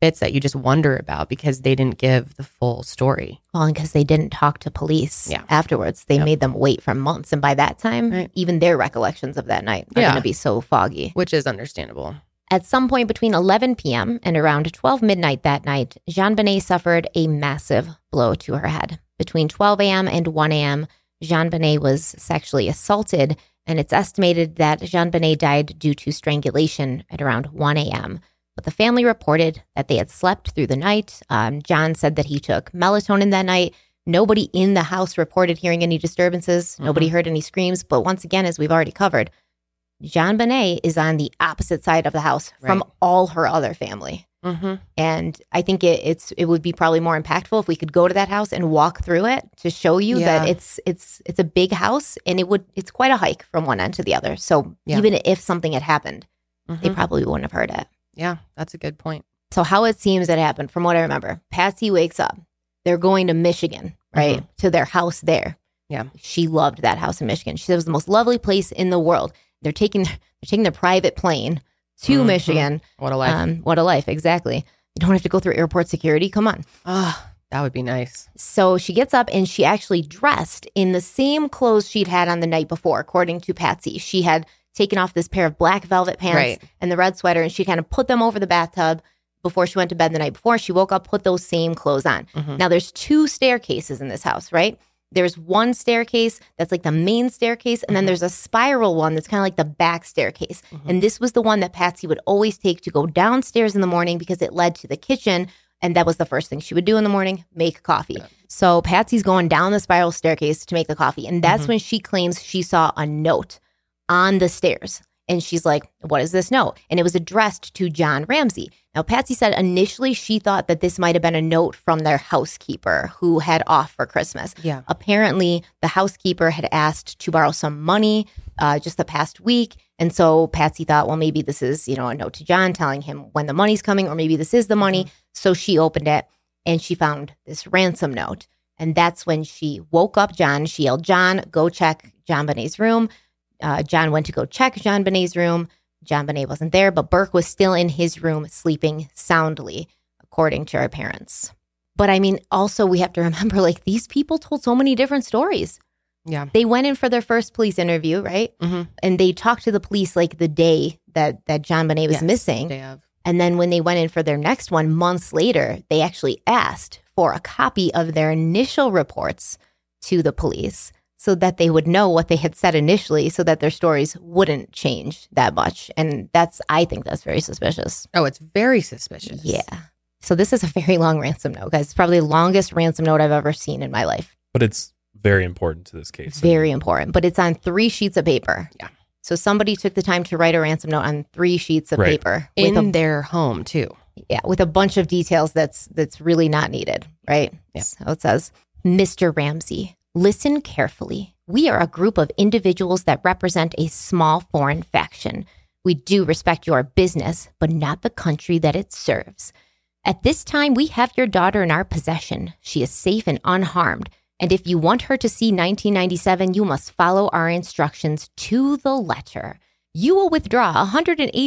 B: bits that you just wonder about because they didn't give the full story.
C: Well, and because they didn't talk to police
B: Yeah.
C: afterwards, they
B: Yep.
C: made them wait for months. And by that time,
B: Right.
C: even their recollections of that night are
B: Yeah.
C: going to be so foggy.
B: Which is understandable.
C: At some point between 11 p.m. and around 12 midnight that night, Jean Bonnet suffered a massive blow to her head. Between 12 a.m. and 1 a.m., Jean Bonnet was sexually assaulted, and it's estimated that Jean Bonnet died due to strangulation at around 1 a.m. But the family reported that they had slept through the night. Um, John said that he took melatonin that night. Nobody in the house reported hearing any disturbances. Nobody heard any screams. But once again, as we've already covered, Jean Bonnet is on the opposite side of the house from
B: Right.
C: all her other family.
B: Mm-hmm.
C: And I think it, it's it would be probably more impactful if we could go to that house and walk through it to show you that
B: Yeah.
C: it's it's it's a big house and it would it's quite a hike from one end to the other. So
B: Yeah.
C: even if something had happened,
B: mm-hmm.
C: they probably wouldn't have heard it.
B: Yeah, that's a good point.
C: So how it seems it happened, from what I remember, Patsy wakes up. They're going to Michigan, right? To their house there.
B: Mm-hmm. Yeah.
C: She loved that house in Michigan. She said it was the most lovely place in the world. They're taking they're taking their private plane to
B: Mhm.
C: Michigan.
B: What a life.
C: Um, what a life, exactly. You don't have to go through airport security. Come on.
B: Ah, that would be nice.
C: So she gets up and she actually dressed in the same clothes she'd had on the night before, according to Patsy. She had taken off this pair of black velvet pants
B: Right.
C: and the red sweater and she kind of put them over the bathtub before she went to bed the night before. She woke up, put those same clothes on.
B: Mhm.
C: Now there's two staircases in this house, right? There's one staircase that's like the main staircase, and then
B: Mhm.
C: there's a spiral one that's kind of like the back staircase.
B: Mhm.
C: And this was the one that Patsy would always take to go downstairs in the morning because it led to the kitchen. And that was the first thing she would do in the morning make coffee. So Patsy's going down the spiral staircase to make the coffee. And that's
B: Mhm.
C: when she claims she saw a note on the stairs. And she's like, What is this note? And it was addressed to John Ramsey. Now, Patsy said initially she thought that this might have been a note from their housekeeper who had off for Christmas.
B: Yeah.
C: Apparently, the housekeeper had asked to borrow some money uh, just the past week. And so Patsy thought, well, maybe this is, you know, a note to John telling him when the money's coming, or maybe this is the money. So she opened it and she found this ransom note. And that's when she woke up John. She yelled, John, go check John Bonet's room. Uh, John went to go check John Bonet's room. John Bonet wasn't there, but Burke was still in his room sleeping soundly, according to her parents. But I mean, also, we have to remember like these people told so many different stories.
B: Yeah.
C: They went in for their first police interview, right?
B: Mhm.
C: And they talked to the police like the day that, that John Bonet was
B: Yes.
C: missing.
B: Day of.
C: And then when they went in for their next one months later, they actually asked for a copy of their initial reports to the police so that they would know what they had said initially so that their stories wouldn't change that much. And that's, I think that's very suspicious.
B: Oh, it's very suspicious.
C: Yeah. So this is a very long ransom note, guys. It's probably the longest ransom note I've ever seen in my life.
A: but it's very important to this case.
C: Very important, but it's on three sheets of paper.
B: Yeah.
C: So somebody took the time to write a ransom note on three sheets of
A: Right.
C: paper
B: In
C: a
B: their home too.
C: yeah, with a bunch of details that's that's really not needed, right?
B: Yeah.
C: So it says, Mr. Ramsey, listen carefully. We are a group of individuals that represent a small foreign faction. We do respect your business, but not the country that it serves. At this time, we have your daughter in our possession. She is safe and unharmed. And if you want her to see 1997, you must follow our instructions to the letter. You will withdraw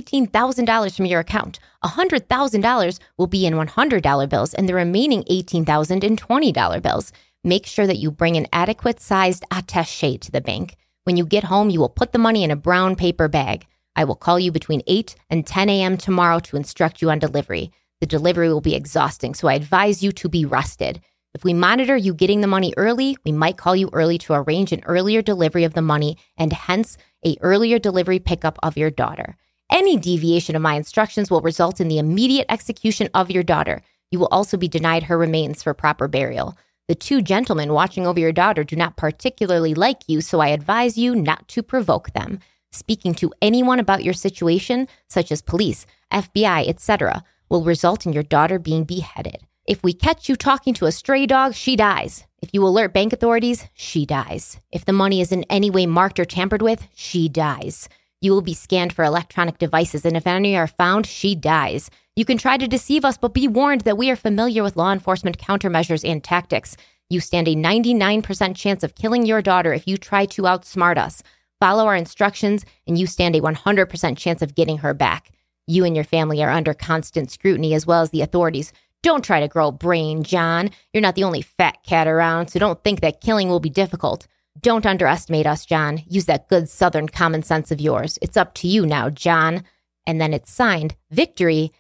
C: $118,000 from your account. $100,000 will be in $100 bills and the remaining $18,000 in $20 bills. Make sure that you bring an adequate sized attache to the bank. When you get home, you will put the money in a brown paper bag. I will call you between 8 and 10 a.m. tomorrow to instruct you on delivery. The delivery will be exhausting, so I advise you to be rested. If we monitor you getting the money early, we might call you early to arrange an earlier delivery of the money and hence a earlier delivery pickup of your daughter. Any deviation of my instructions will result in the immediate execution of your daughter. You will also be denied her remains for proper burial. The two gentlemen watching over your daughter do not particularly like you, so I advise you not to provoke them. Speaking to anyone about your situation, such as police, FBI, etc., will result in your daughter being beheaded. If we catch you talking to a stray dog, she dies. If you alert bank authorities, she dies. If the money is in any way marked or tampered with, she dies. You will be scanned for electronic devices, and if any are found, she dies. You can try to deceive us, but be warned that we are familiar with law enforcement countermeasures and tactics. You stand a 99% chance of killing your daughter if you try to outsmart us. Follow our instructions, and you stand a 100% chance of getting her back. You and your family are under constant scrutiny as well as the authorities. Don't try to grow a brain, John. You're not the only fat cat around, so don't think that killing will be difficult. Don't underestimate us, John. Use that good southern common sense of yours. It's up to you now, John. And then it's signed Victory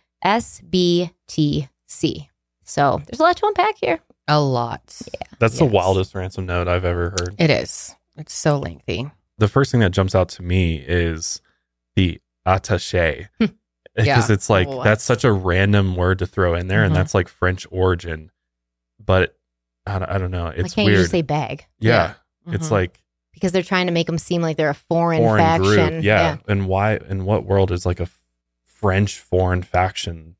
C: SBTC. So there's a lot to unpack here.
B: A lot.
A: That's the
B: Yes.
A: wildest ransom note I've ever heard.
B: It is. It's so lengthy.
A: The first thing that jumps out to me is the attaché.
C: Hmm. Oh,
A: Because it's like
B: What?
A: that's such a random word to throw in there and
C: Mm-hmm.
B: Mhm.
A: that's like French origin. But I don't, I don't know.
C: Why
A: It's
C: can't
A: weird.
C: you just say bag?
A: yeah. It's
B: Mhm.
A: like
C: Because they're trying to make them seem like they're a foreign,
A: foreign
C: faction.
A: group. Yeah. And why in what world is like a French foreign faction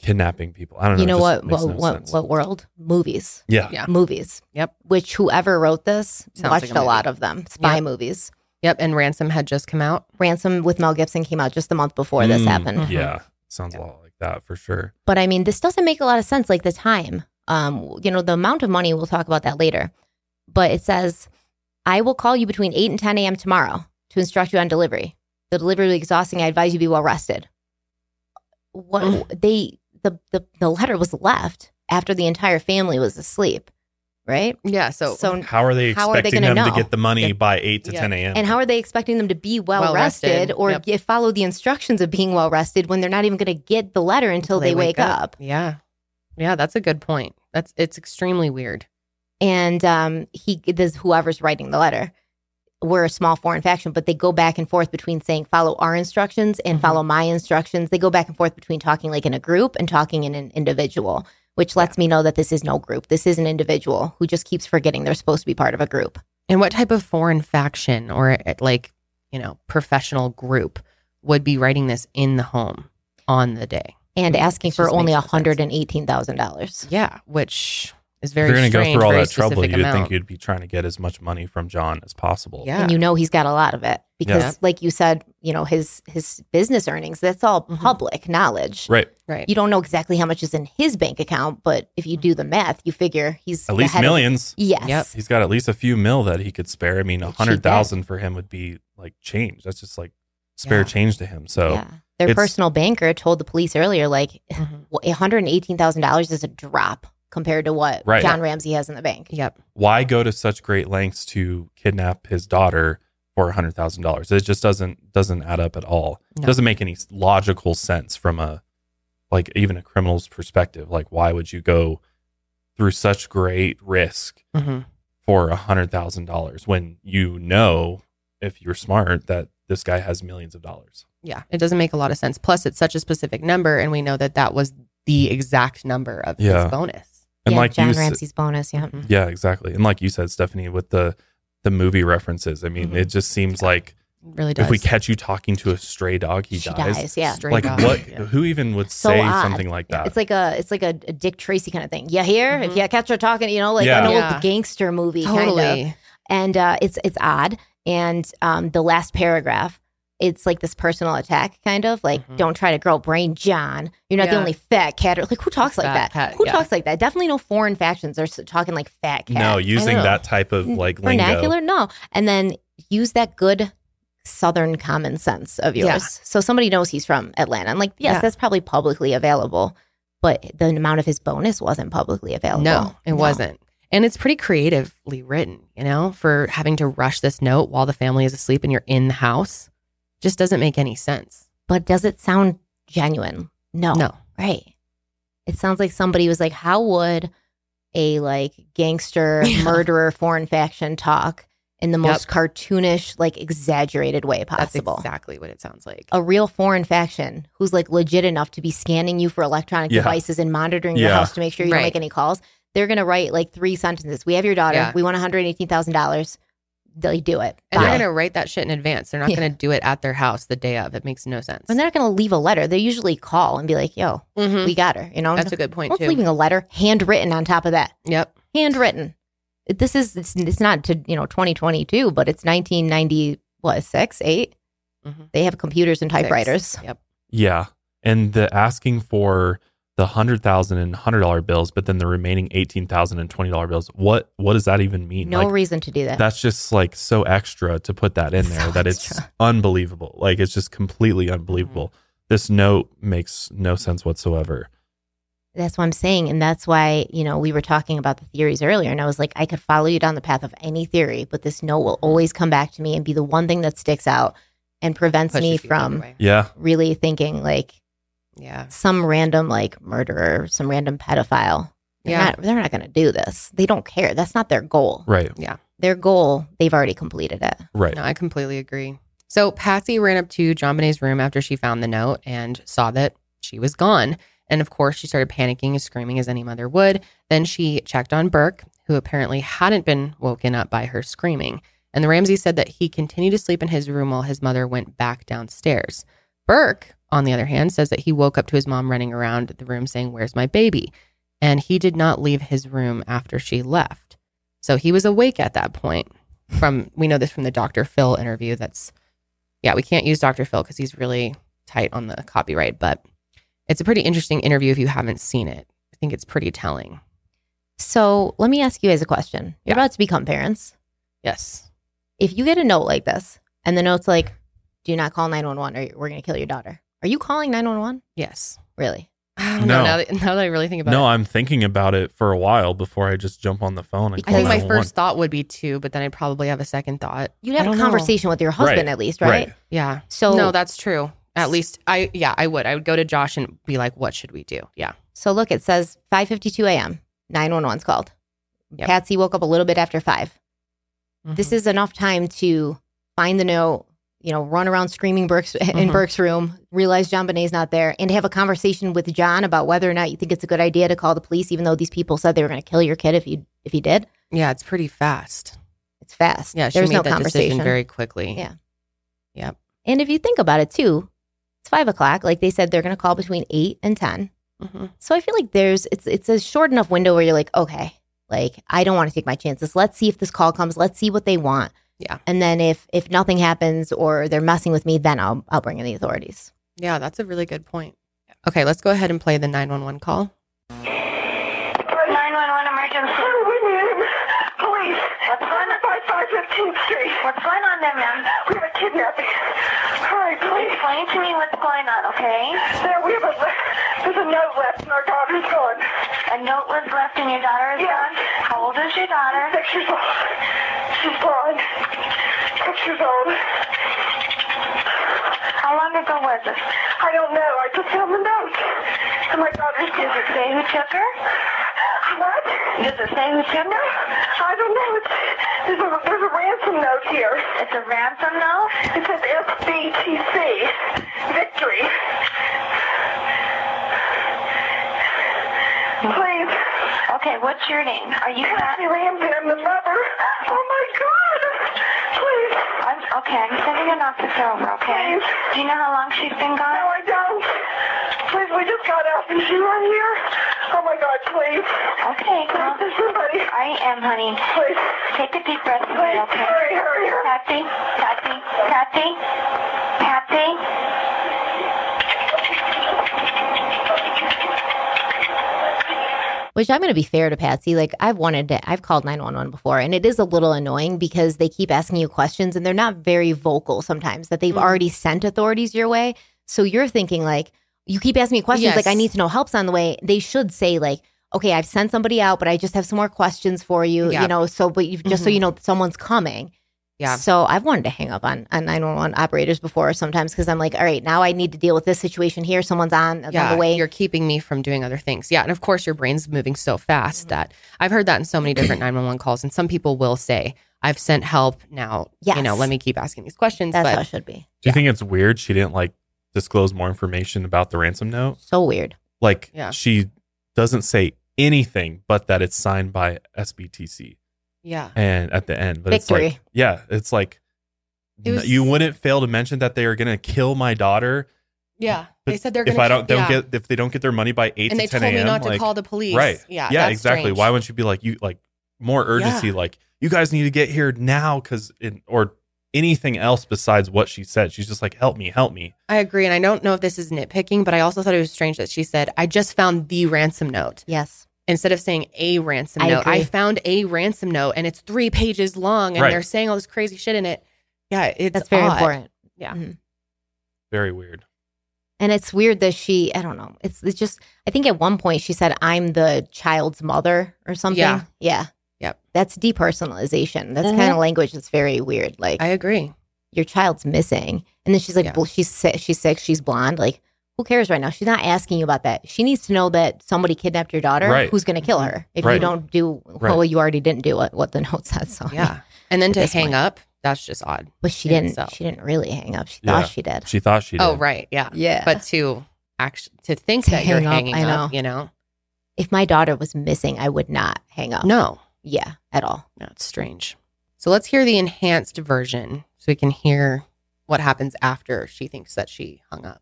A: kidnapping people? I don't know.
C: You know
A: It
C: what?
A: just makes
C: What,
A: no
C: what,
A: sense.
C: what world? Movies.
A: Yeah.
B: Yeah.
C: Movies.
B: Yep.
C: Which whoever wrote this
B: Sounds like
C: watched
B: a
C: a, lot
B: movie.
C: of them. Spy
B: Yep.
C: movies.
B: Yep. And Ransom had just come out.
C: Ransom with Mel Gibson came out just the month before this
A: Mm,
C: happened.
B: Mhm.
A: Yeah. Sounds a lot like that for sure.
C: But I mean, this doesn't make a lot of sense. Like the time, um, you know, the amount of money. We'll talk about that later. But it says, "I will call you between eight and ten a.m. tomorrow to instruct you on delivery. The delivery will be exhausting. I advise you be well rested." What they the the the letter was left after the entire family was asleep, right?
B: Yeah. So,
C: so
A: How are they
C: How
A: expecting
C: are they gonna
A: them to
C: know?
A: get the money
B: Yeah.
A: by 8 to
B: Yeah.
A: 10 a.m.?
C: And how are they expecting them to be well,
B: Well
C: rested,
B: rested,
C: or
B: yep.
C: get- follow the instructions of being well rested when they're not even going to get the letter until, they, wake, up.
B: Yeah. Yeah. That's a good point. That's it's extremely weird.
C: And um, he, this whoever's writing the letter, we're a small foreign faction, but they go back and forth between saying follow our instructions and
B: Mhm.
C: follow my instructions. They go back and forth between talking like in a group and talking in an individual, which lets me know that this is no group. This is an individual who just keeps forgetting they're supposed to be part of a group.
B: And what type of foreign faction or uh, like, you know, professional group would be writing this in the home on the day?
C: And asking
B: Mm-hmm. It
C: for
B: just
C: only
B: makes no sense.
C: $118,000.
B: Yeah, which is
A: If
B: very
A: you're going to go
B: strange
A: through all
B: very
A: that trouble,
B: specific
A: you'd think
B: amount.
A: you'd be trying to get as much money from John as possible.
B: Yeah.
C: and you know he's got a lot of it because
A: Yeah.
C: like you said you know his his business earnings that's all
B: Mhm.
C: public knowledge
A: Right.
B: right.
C: you don't know exactly how much is in his bank account but if you do the math you figure he's
A: At
C: the
A: least
C: head of-
A: millions.
C: yes
B: Yep.
A: He's got at least a few mil that he could spare. I mean, a
C: Which he
A: hundred thousand for him would be like change. That's just like spare
B: Yeah.
A: change to him. So
C: yeah their
A: it's-
C: personal banker told the police earlier like
B: Mhm.
C: well, $118,000 is a drop compared to what
A: Right.
C: John Ramsey has in the bank
B: Yep.
A: why go to such great lengths to kidnap his daughter for a hundred thousand dollars? It just doesn't doesn't add up at all.
B: No.
A: It doesn't make any logical sense from a like even a criminal's perspective. Like why would you go through such great risk
B: hmm
A: for a hundred thousand dollars when you know if you're smart that this guy has millions of dollars?
B: Yeah. It doesn't make a lot of sense. Plus, it's such a specific number, and we know that that was the exact number of
A: Yeah.
B: his bonus.
A: And
C: yeah,
A: like
C: John
A: you said-
C: Ramsey's bonus yeah
B: Mhm.
A: Yeah, exactly. And like you said, Stephanie, with the the movie references, I
C: Mm-hmm.
A: mean,
B: Mhm.
A: it just seems like
B: Really does.
A: if we catch you talking to a stray dog, he
C: she
A: dies.
C: yeah
B: Straight
A: Like
B: up.
A: what?
B: Yeah.
A: Who even would
C: So
A: say
C: odd.
A: something like that?
C: It's like a it's like a, a Dick Tracy kind of thing. You hear? If
B: Mhm.
C: you catch her talking, you know, like an
A: Yeah.
C: old
B: Yeah.
C: gangster movie
B: totally.
C: kind of. And uh, it's it's odd. And um, the last paragraph, it's like this personal attack kind of like
B: Mhm.
C: don't try to grow brain John. You're not the
B: Yeah.
C: only fat cat. Or, like who talks like
B: Fat
C: that?
B: cat,
C: who
B: yeah.
C: talks like that? Definitely no foreign factions are s- talking like fat cat. Mm-hmm.
A: no,
B: I
A: using
B: know.
A: that type of like lingo.
C: vernacular. No. And then use that good southern common sense of yours.
B: Yeah.
C: So somebody knows he's from Atlanta. I'm like, yes,
B: Yeah.
C: that's probably publicly available, but the amount of his bonus wasn't publicly available.
B: No, it wasn't. And it's pretty creatively written, you know, for having to rush this note while the family is asleep and you're in the house. Just doesn't make any sense.
C: But does it sound genuine? No.
B: No.
C: Right. It sounds like somebody was like, how would a like gangster
B: Yeah.
C: murderer foreign faction talk in the
B: Yep.
C: most cartoonish, like exaggerated way possible? Oh,
B: That's exactly what it sounds like.
C: a real foreign faction who's like legit enough to be scanning you for electronic
A: Yeah.
C: devices and monitoring your
A: Yeah.
C: house to make sure you don't
B: Right.
C: make any calls, they're gonna write like three sentences. We have your daughter.
B: Yeah.
C: We want one hundred eighteen thousand dollars. They do it.
B: and
C: Bye.
B: they're going to write that shit in advance. They're not
C: Yeah.
B: going to do it at their house the day of. It makes no sense.
C: And they're not gonna leave a letter. They usually call and be like, "Yo,
B: Mhm.
C: we got her." You know,
B: That's a good point,
C: Someone's
B: too.
C: leaving a letter, handwritten on top of that,
B: Yep.
C: handwritten. This is it's, it's not to you know twenty twenty two, but it's nineteen ninety what six eight.
B: Mhm.
C: They have computers and
B: Six.
C: typewriters.
B: Yep.
A: Yeah, and the asking for the hundred thousand and hundred dollar bills, but then the remaining eighteen thousand and twenty dollar bills. What what does that even mean?
C: No
A: like,
C: reason to do that.
A: that's just like so extra to put that in there
C: So
A: that it's
C: extra.
A: unbelievable. Like it's just completely unbelievable.
B: Mm-hmm.
A: This note makes no sense whatsoever.
C: That's what I'm saying. And that's why, you know, we were talking about the theories earlier. And I was like, I could follow you down the path of any theory, but this note will always come back to me and be the one thing that sticks out and prevents
B: Pushes
C: me
B: you the other
C: from
B: way.
A: Yeah.
C: really thinking like
B: Yeah.
C: some random like murderer, some random pedophile. They're
B: Yeah.
C: not, they're not going to do this. They don't care. That's not their goal.
A: Right.
C: Their goal, they've already completed it.
A: Right.
B: No, I completely agree. So Patsy ran up to John Bonet's room after she found the note and saw that she was gone. And of course, she started panicking and screaming as any mother would. Then she checked on Burke, who apparently hadn't been woken up by her screaming. And the Ramsey said that he continued to sleep in his room while his mother went back downstairs. Burke, on the other hand, says that he woke up to his mom running around the room saying, Where's my baby? And he did not leave his room after she left. So he was awake at that point. From we know this from the Dr. Phil interview. That's yeah, we can't use Dr. Phil because he's really tight on the copyright, but it's a pretty interesting interview if you haven't seen it. I think it's pretty telling.
C: So let me ask you guys a question. You're
B: Yeah.
C: about to become parents.
B: Yes.
C: if you get a note like this and the note's like, do not call 911 or we're going to kill your daughter, are you calling 911?
B: Yes.
C: Really?
B: I don't know,
A: No.
B: now, that, now that I really think about
A: No,
B: it.
A: I'm thinking about it for a while before I just jump on the phone and
C: I
B: I
A: call
B: think my
A: 911.
B: first thought would be two, but then I'd probably have a second thought.
C: You'd
B: I
C: have a
B: don't know.
C: conversation with your husband
A: Right.
C: at least, right?
B: Yeah.
C: So,
B: no, that's true. At least I yeah, I would. I would go to Josh and be like, what should we do? Yeah.
C: so look, it says 5.52 a.m., 911's called.
B: Yep.
C: Patsy woke up a little bit after 5. This
B: Mhm.
C: is enough time to find the note, you know, run around screaming Burke's, in
B: Mhm.
C: Burke's room, realize John Bonet's not there, and have a conversation with John about whether or not you think it's a good idea to call the police, even though these people said they were going to kill your kid if you if he did.
B: Yeah, it's pretty fast.
C: It's fast.
B: Yeah, she
C: There's
B: made
C: no
B: that
C: conversation.
B: decision very quickly.
C: Yeah.
B: Yep.
C: And if you think about it too, it's five o'clock. Like they said, they're going to call between eight and ten.
B: Mhm.
C: So I feel like there's it's it's a short enough window where you're like, okay, Like, I don't want to take my chances. Let's see if this call comes. Let's see what they want.
B: Yeah.
C: And then if if nothing happens or they're messing with me, then I'll I'll bring in the authorities.
B: Yeah, that's a really good point. Okay, let's go ahead and play the 911 call.
H: 911 emergency. Police. What's going on? 5515th Street. What's going on there, ma'am? We have a kidnapping. Hurry, please. Explain to me what's going on, okay? There, we have a, there's a note left and our daughter's gone. A note was left and your daughter is gone? How old is your daughter? Six years old. She's gone. Six years old. How long ago was this? I don't know. I just found the note. And my daughter's Does it say who took her? What? Does it say who took her? I don't know. It's, there's, a, there's a ransom note here. It's a ransom note? It says SBTC. Victory. Please. Okay, what's your name? Are you Kathy Ramsey? I'm the mother. Oh my God. Please. I'm, okay, I'm sending an officer over, okay? Please. Do you know how long she's been gone? No, I don't. Please, we just got out and she right here. Oh my God, please. Okay, calm. There's somebody. I am, honey. Please. Take a deep breath. Please, okay? hurry, hurry, hurry. Kathy, Kathy, Kathy, Kathy.
C: Which I'm going to be fair to Patsy. Like I've wanted to, I've called 911 before, and it is a little annoying because they keep asking you questions and they're not very vocal sometimes that they've
B: Mhm.
C: already sent authorities your way. So you're thinking like, you keep asking me questions
B: Yes.
C: like I need to know help's on the way. They should say like, okay, I've sent somebody out, but I just have some more questions for you.
B: Yeah.
C: You know, so but you, just so
B: Mhm.
C: you know, someone's coming.
B: Yeah.
C: So I've wanted to hang up on, on 911 operators before sometimes because I'm like, all right, now I need to deal with this situation here. Someone's on, it's on the way.
B: You're keeping me from doing other things. Yeah. And of course, your brain's moving so fast that I've heard that in so many different 911 calls. And some people will say, I've sent help now. You know,
C: Yes.
B: let me keep asking these questions.
C: That's how it
B: but
C: should be.
A: Do you think it's weird she didn't like disclose more information about the ransom note?
C: So weird.
A: Like
B: Yeah.
A: she doesn't say anything but that it's signed by SBTC
B: yeah.
A: and at the end. But it's like
C: Victory.
A: yeah, it's like
B: It was-
A: you wouldn't fail to mention that they are gonna kill my daughter
B: Yeah.
A: But
B: They said they're going
A: if
B: to
A: I don't, don't get if they don't get their money by eight
B: And
A: to
B: they
A: ten
B: told me
A: a.m.
B: not to
A: like-
B: call the police.
A: Right.
B: Yeah.
A: yeah,
B: that's
A: exactly.
B: strange.
A: Why wouldn't you be like you like more urgency? Like you guys need to get here now because or anything else besides what she said. She's just like, help me, help me.
B: I agree. And I don't know if this is nitpicking, but I also thought it was strange that she said, I just found the ransom note
C: Yes.
B: instead of saying a ransom
C: I
B: note. I
C: agree.
B: found a ransom note and it's three pages long and
A: Right.
B: they're saying all this crazy shit in it. Yeah. It's
C: That's very
B: odd.
C: important.
B: Yeah.
C: Mhm.
A: Very weird.
C: And it's weird that she, I don't know. It's, it's just, I think at one point she said, I'm the child's mother or something.
B: Yeah.
C: Yeah.
B: Yep.
C: That's depersonalization. That's kind of language that's very weird. Like,
B: I agree.
C: your child's missing. And then she's like,
B: Yeah.
C: well, she's sick, she's sick, she's blonde. Like, who cares right now? She's not asking you about that. She needs to know that somebody kidnapped your daughter.
A: Right.
C: Who's going to kill her if
A: Right.
C: you don't do? Well, you already didn't do what, what the note said. So
B: Yeah. And then
C: At
B: to
C: this
B: hang
C: point.
B: up, that's just odd.
C: but she
B: In
C: didn't.
B: itself.
C: She didn't really hang up. She
A: Yeah.
C: thought she did.
A: She thought she. Did.
B: Oh, right. Yeah.
C: Yeah.
B: But to actually to think
C: To
B: that you're
C: hang up,
B: hanging
C: I
B: up,
C: know.
B: you know?
C: if my daughter was missing, I would not hang up.
B: No.
C: Yeah. At all.
B: No, it's strange. So let's hear the enhanced version so we can hear what happens after she thinks that she hung up.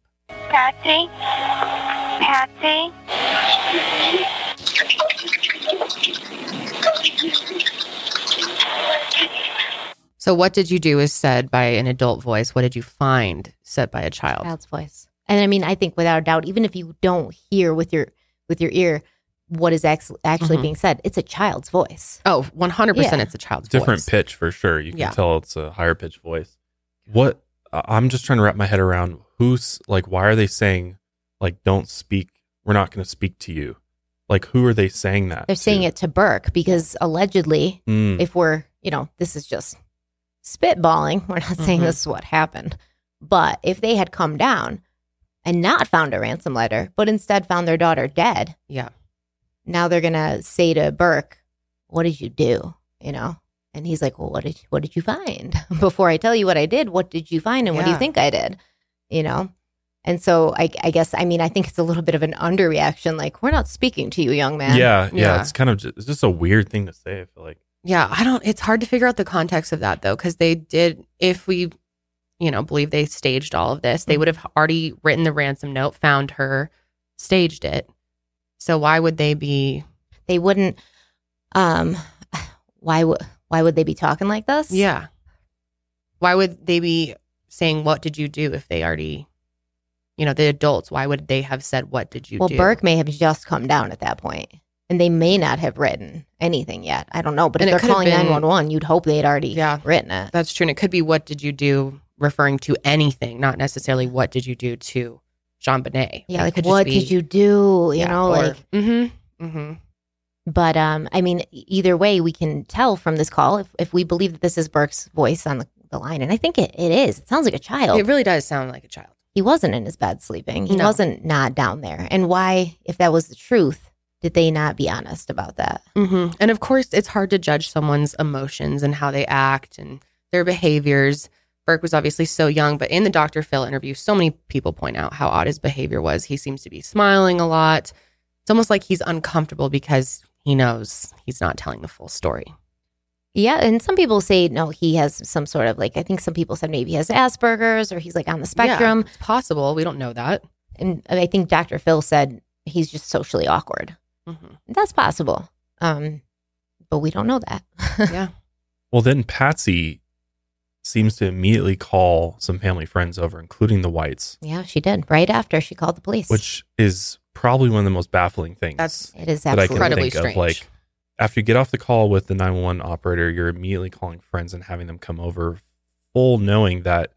H: Patsy? Patsy?
B: So, what did you do is said by an adult voice. What did you find said by a child?
C: Child's voice. And I mean, I think without a doubt, even if you don't hear with your with your ear what is ex- actually
B: Mhm.
C: being said, it's a child's voice.
B: Oh, 100%
C: Yeah.
B: it's a child's
A: different
B: voice.
A: pitch for sure. You can
B: Yeah.
A: tell it's a higher pitch voice. What I- I'm just trying to wrap my head around who's like, why are they saying like, don't speak? We're not going to speak to you. Like, who are they saying that?
C: They're saying it to Burke because allegedly
A: Mm,
C: if we're, you know, this is just spitballing. We're not saying
B: Mhm.
C: this is what happened. But if they had come down and not found a ransom letter, but instead found their daughter dead,
B: Yeah.
C: now they're gonna say to Burke, "What did you do?" You know, and he's like, "Well, what did what did you find?" Before I tell you what I did, what did you find, and what do you
B: Yeah.
C: think I did? You know. And so I, I guess I mean I think it's a little bit of an underreaction. Like we're not speaking to you, young man.
A: yeah, yeah,
B: Yeah.
A: It's kind of just, it's just a weird thing to say. I feel like.
B: Yeah, I don't. It's hard to figure out the context of that though, because they did. If we, you know, believe they staged all of this, they would have already written the ransom note, found her, staged it. So why would they be?
C: they wouldn't Um, why would why would they be talking like this?
B: Yeah. Why would they be saying what did you do if they already you know, the adults, why would they have said what did you
C: well,
B: do?
C: Burke may have just come down at that point, and they may not have written anything yet. I don't know, but
B: And it
C: if
B: could
C: they're
B: have
C: calling
B: been-
C: nine one one, you'd hope they'd already
B: Yeah.
C: written it.
B: That's true. And it could be what did you do referring to anything, not necessarily what did you do to Jean Bonnet.
C: Yeah, like what did you do? You know, like
B: mm-hmm. Mm-hmm.
C: But um, I mean, e- either way, we can tell from this call if, if we believe that this is Burke's voice on the, the line, and I think it, it is. It sounds like a child.
B: It really does sound like a child.
C: he wasn't in his bed sleeping. He
B: No.
C: wasn't not down there. And why, if that was the truth, did they not be honest about that?
B: hmm And of course, it's hard to judge someone's emotions and how they act and their behaviors. Burke was obviously so young, but in the Dr. Phil interview, so many people point out how odd his behavior was. He seems to be smiling a lot. It's almost like he's uncomfortable because he knows he's not telling the full story.
C: Yeah, and some people say no, he has some sort of like I think some people said maybe he has Asperger's or he's like on the spectrum.
B: Yeah, it's possible. We don't know that.
C: And I think Dr. Phil said he's just socially awkward.
B: Mhm.
C: That's possible. Um, but we don't know that.
B: Yeah.
A: Well, then Patsy seems to immediately call some family friends over, including the Whites,
C: yeah, she did. Right after she called the police.
A: which is probably one of the most baffling things
B: That's
C: it is
A: that I
C: absolutely
A: can
B: incredibly
A: think
B: strange.
A: of. Like after you get off the call with the 911 operator, you're immediately calling friends and having them come over, full knowing that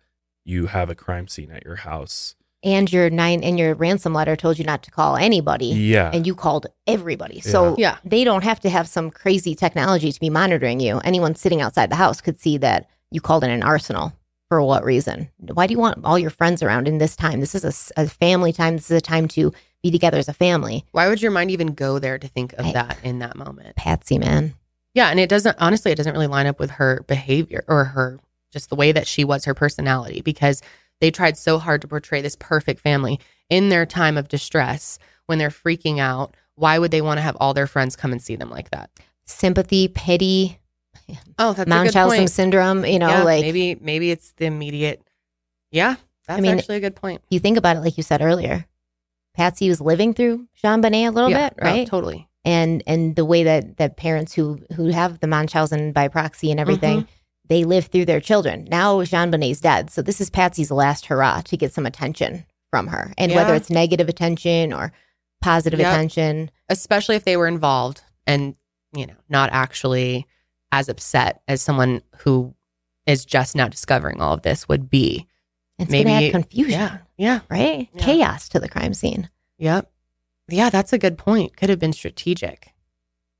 A: you have a crime scene at your house.
C: and your nine and your ransom letter told you not to call anybody.
A: Yeah.
C: and you called everybody. So
B: Yeah.
C: they don't have to have some crazy technology to be monitoring you. Anyone sitting outside the house could see that you called in an arsenal. For what reason? Why do you want all your friends around in this time? This is a s- a, family time. This is a time to be together as a family.
B: Why would your mind even go there to think of
C: Right.
B: that in that moment?
C: Patsy, man.
B: Yeah, and it doesn't honestly it doesn't really line up with her behavior or her just the way that she was her personality because they tried so hard to portray this perfect family in their time of distress when they're freaking out. Why would they want to have all their friends come and see them like that?
C: Sympathy, pity,
B: Oh, that's a good
C: Munchausen
B: point.
C: syndrome. You know,
B: Yeah,
C: like
B: maybe maybe it's the immediate. Yeah, that's
C: mean,
B: actually a good point.
C: you think about it, like you said earlier. Patsy was living through Jean Bonnet a little
B: Yeah,
C: bit,
B: oh,
C: right?
B: totally.
C: and and the way that that parents who who have the Munchausen by proxy and everything,
B: Mm-hmm.
C: they live through their children. Now Jean Bonnet's dead, so this is Patsy's last hurrah to get some attention from her, and whether
B: Yeah.
C: it's negative attention or positive
B: Yep.
C: attention,
B: Especially if they were involved and you know not actually as upset as someone who is just now discovering all of this would be.
C: it's gonna
B: Maybe-
C: add confusion,
B: Yeah. Yeah.
C: right?
B: Yeah.
C: Chaos to the crime scene.
B: Yep. Yeah, that's a good point. Could have been strategic.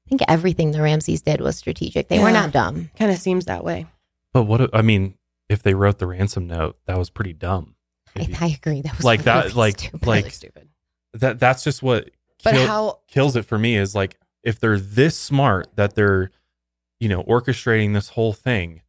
C: I think everything the Ramses did was strategic. They were
B: Yeah.
C: not dumb.
B: Kind of seems that way.
A: But what if- I mean, if they wrote the ransom note, that was pretty dumb.
C: I,
A: If you-
C: I agree. That was
A: Like that-
C: really
A: like-
C: stupid.
A: like-
B: really stupid.
A: that that's just what
B: But
A: kill-
B: how?
A: kills it for me is like if they're this smart that they're you know orchestrating this whole thing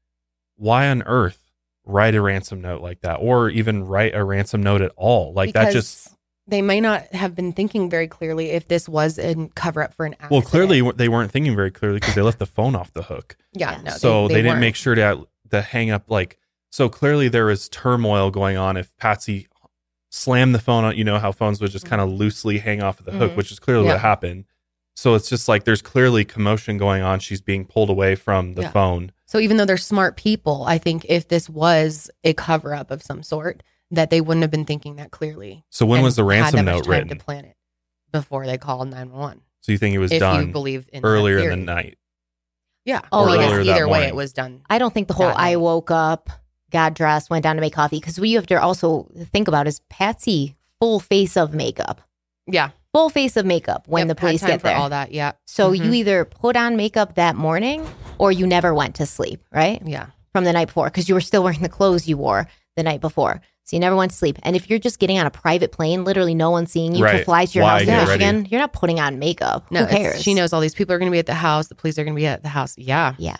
A: why on earth write a ransom note like that or even write a ransom note at all like that just
B: because They may not have been thinking very clearly if this was a cover up for an accident.
A: well clearly they weren't thinking very clearly because they left the phone off the hook
B: yeah.
C: Yeah.
B: No,
A: so they, didn't
B: weren't.
A: make sure to to hang up like so clearly there was turmoil going on if patsy slammed the phone on you know how phones would just kind of loosely hang off of the hook
C: Mhm.
A: which is clearly
B: Mm-hmm. Yeah.
A: what happened so it's just like there's clearly commotion going on she's being pulled away from the
B: Yeah.
A: phone
B: So even though they're smart people, I think if this was a cover up of some sort, that they wouldn't have been thinking that clearly.
A: so when
B: and
A: was the
B: had that
A: ransom
B: much
A: note
B: time
A: written
B: to plan it before they called nine one one?
A: so you think it was
B: If you
A: done
B: believe in that
A: earlier in
B: theory.
A: the night
B: Yeah.
C: Oh,
B: well, I
C: yeah.
B: guess
A: Earlier that
B: either way,
A: morning.
B: it was done.
C: I don't think the whole
B: That
C: I
B: night.
C: woke up, got dressed, went down to make coffee. Because what you have to also think about is Patsy full face of makeup,
B: Yeah.
C: full face of makeup when
B: Yep,
C: the
B: had
C: police
B: time
C: get
B: for
C: there.
B: all that. Yeah.
C: so
B: Mhm.
C: you either put on makeup that morning or you never went to sleep, right?
B: Yeah.
C: From the night before because you were still wearing the clothes you wore the night before. So you never went to sleep. And if you're just getting on a private plane, literally no one seeing you to
A: Right.
C: fly to your
A: Why
C: house in
B: get
A: ready?
C: Michigan, you're not putting on makeup.
B: No,
C: Who
B: it's-
C: cares?
B: She knows all these people are going to be at the house. The police are going to be at the house. Yeah,
C: Yeah.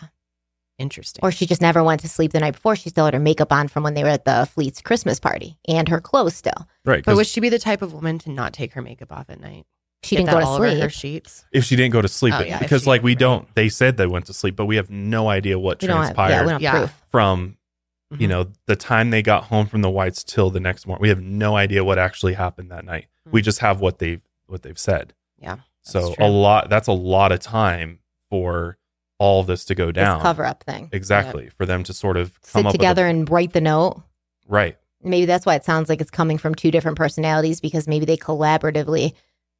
B: interesting.
C: Or she just never went to sleep the night before. She still had her makeup on from when they were at the Fleet's Christmas party and her clothes still.
A: right
B: but
A: 'cause
B: would she be the type of woman to not take her makeup off at night?
C: She
B: Get
C: didn't
B: that
C: go to
B: all
C: sleep.
B: Over her sheets.
A: if she didn't go to sleep
B: Oh,
A: it-
B: yeah, if
A: because
B: she-
A: like we
B: right.
A: don't they said they went to sleep but we have no idea what
C: we don't have,
A: transpired
C: yeah, we don't
B: Yeah.
C: have proof.
A: from you
B: Mhm.
A: know the time they got home from the whites till the next morning we have no idea what actually happened that night we just have what they've what they've said
B: Mm-hmm. Yeah, that's
A: so a
B: true.
A: lot that's a lot of time for all this to go down.
C: This cover up thing.
A: Exactly. For them to sort of come
C: Sit
A: up
C: together and write the note.
A: With a, right.
C: Maybe that's why it sounds like it's coming from two different personalities because maybe they collaboratively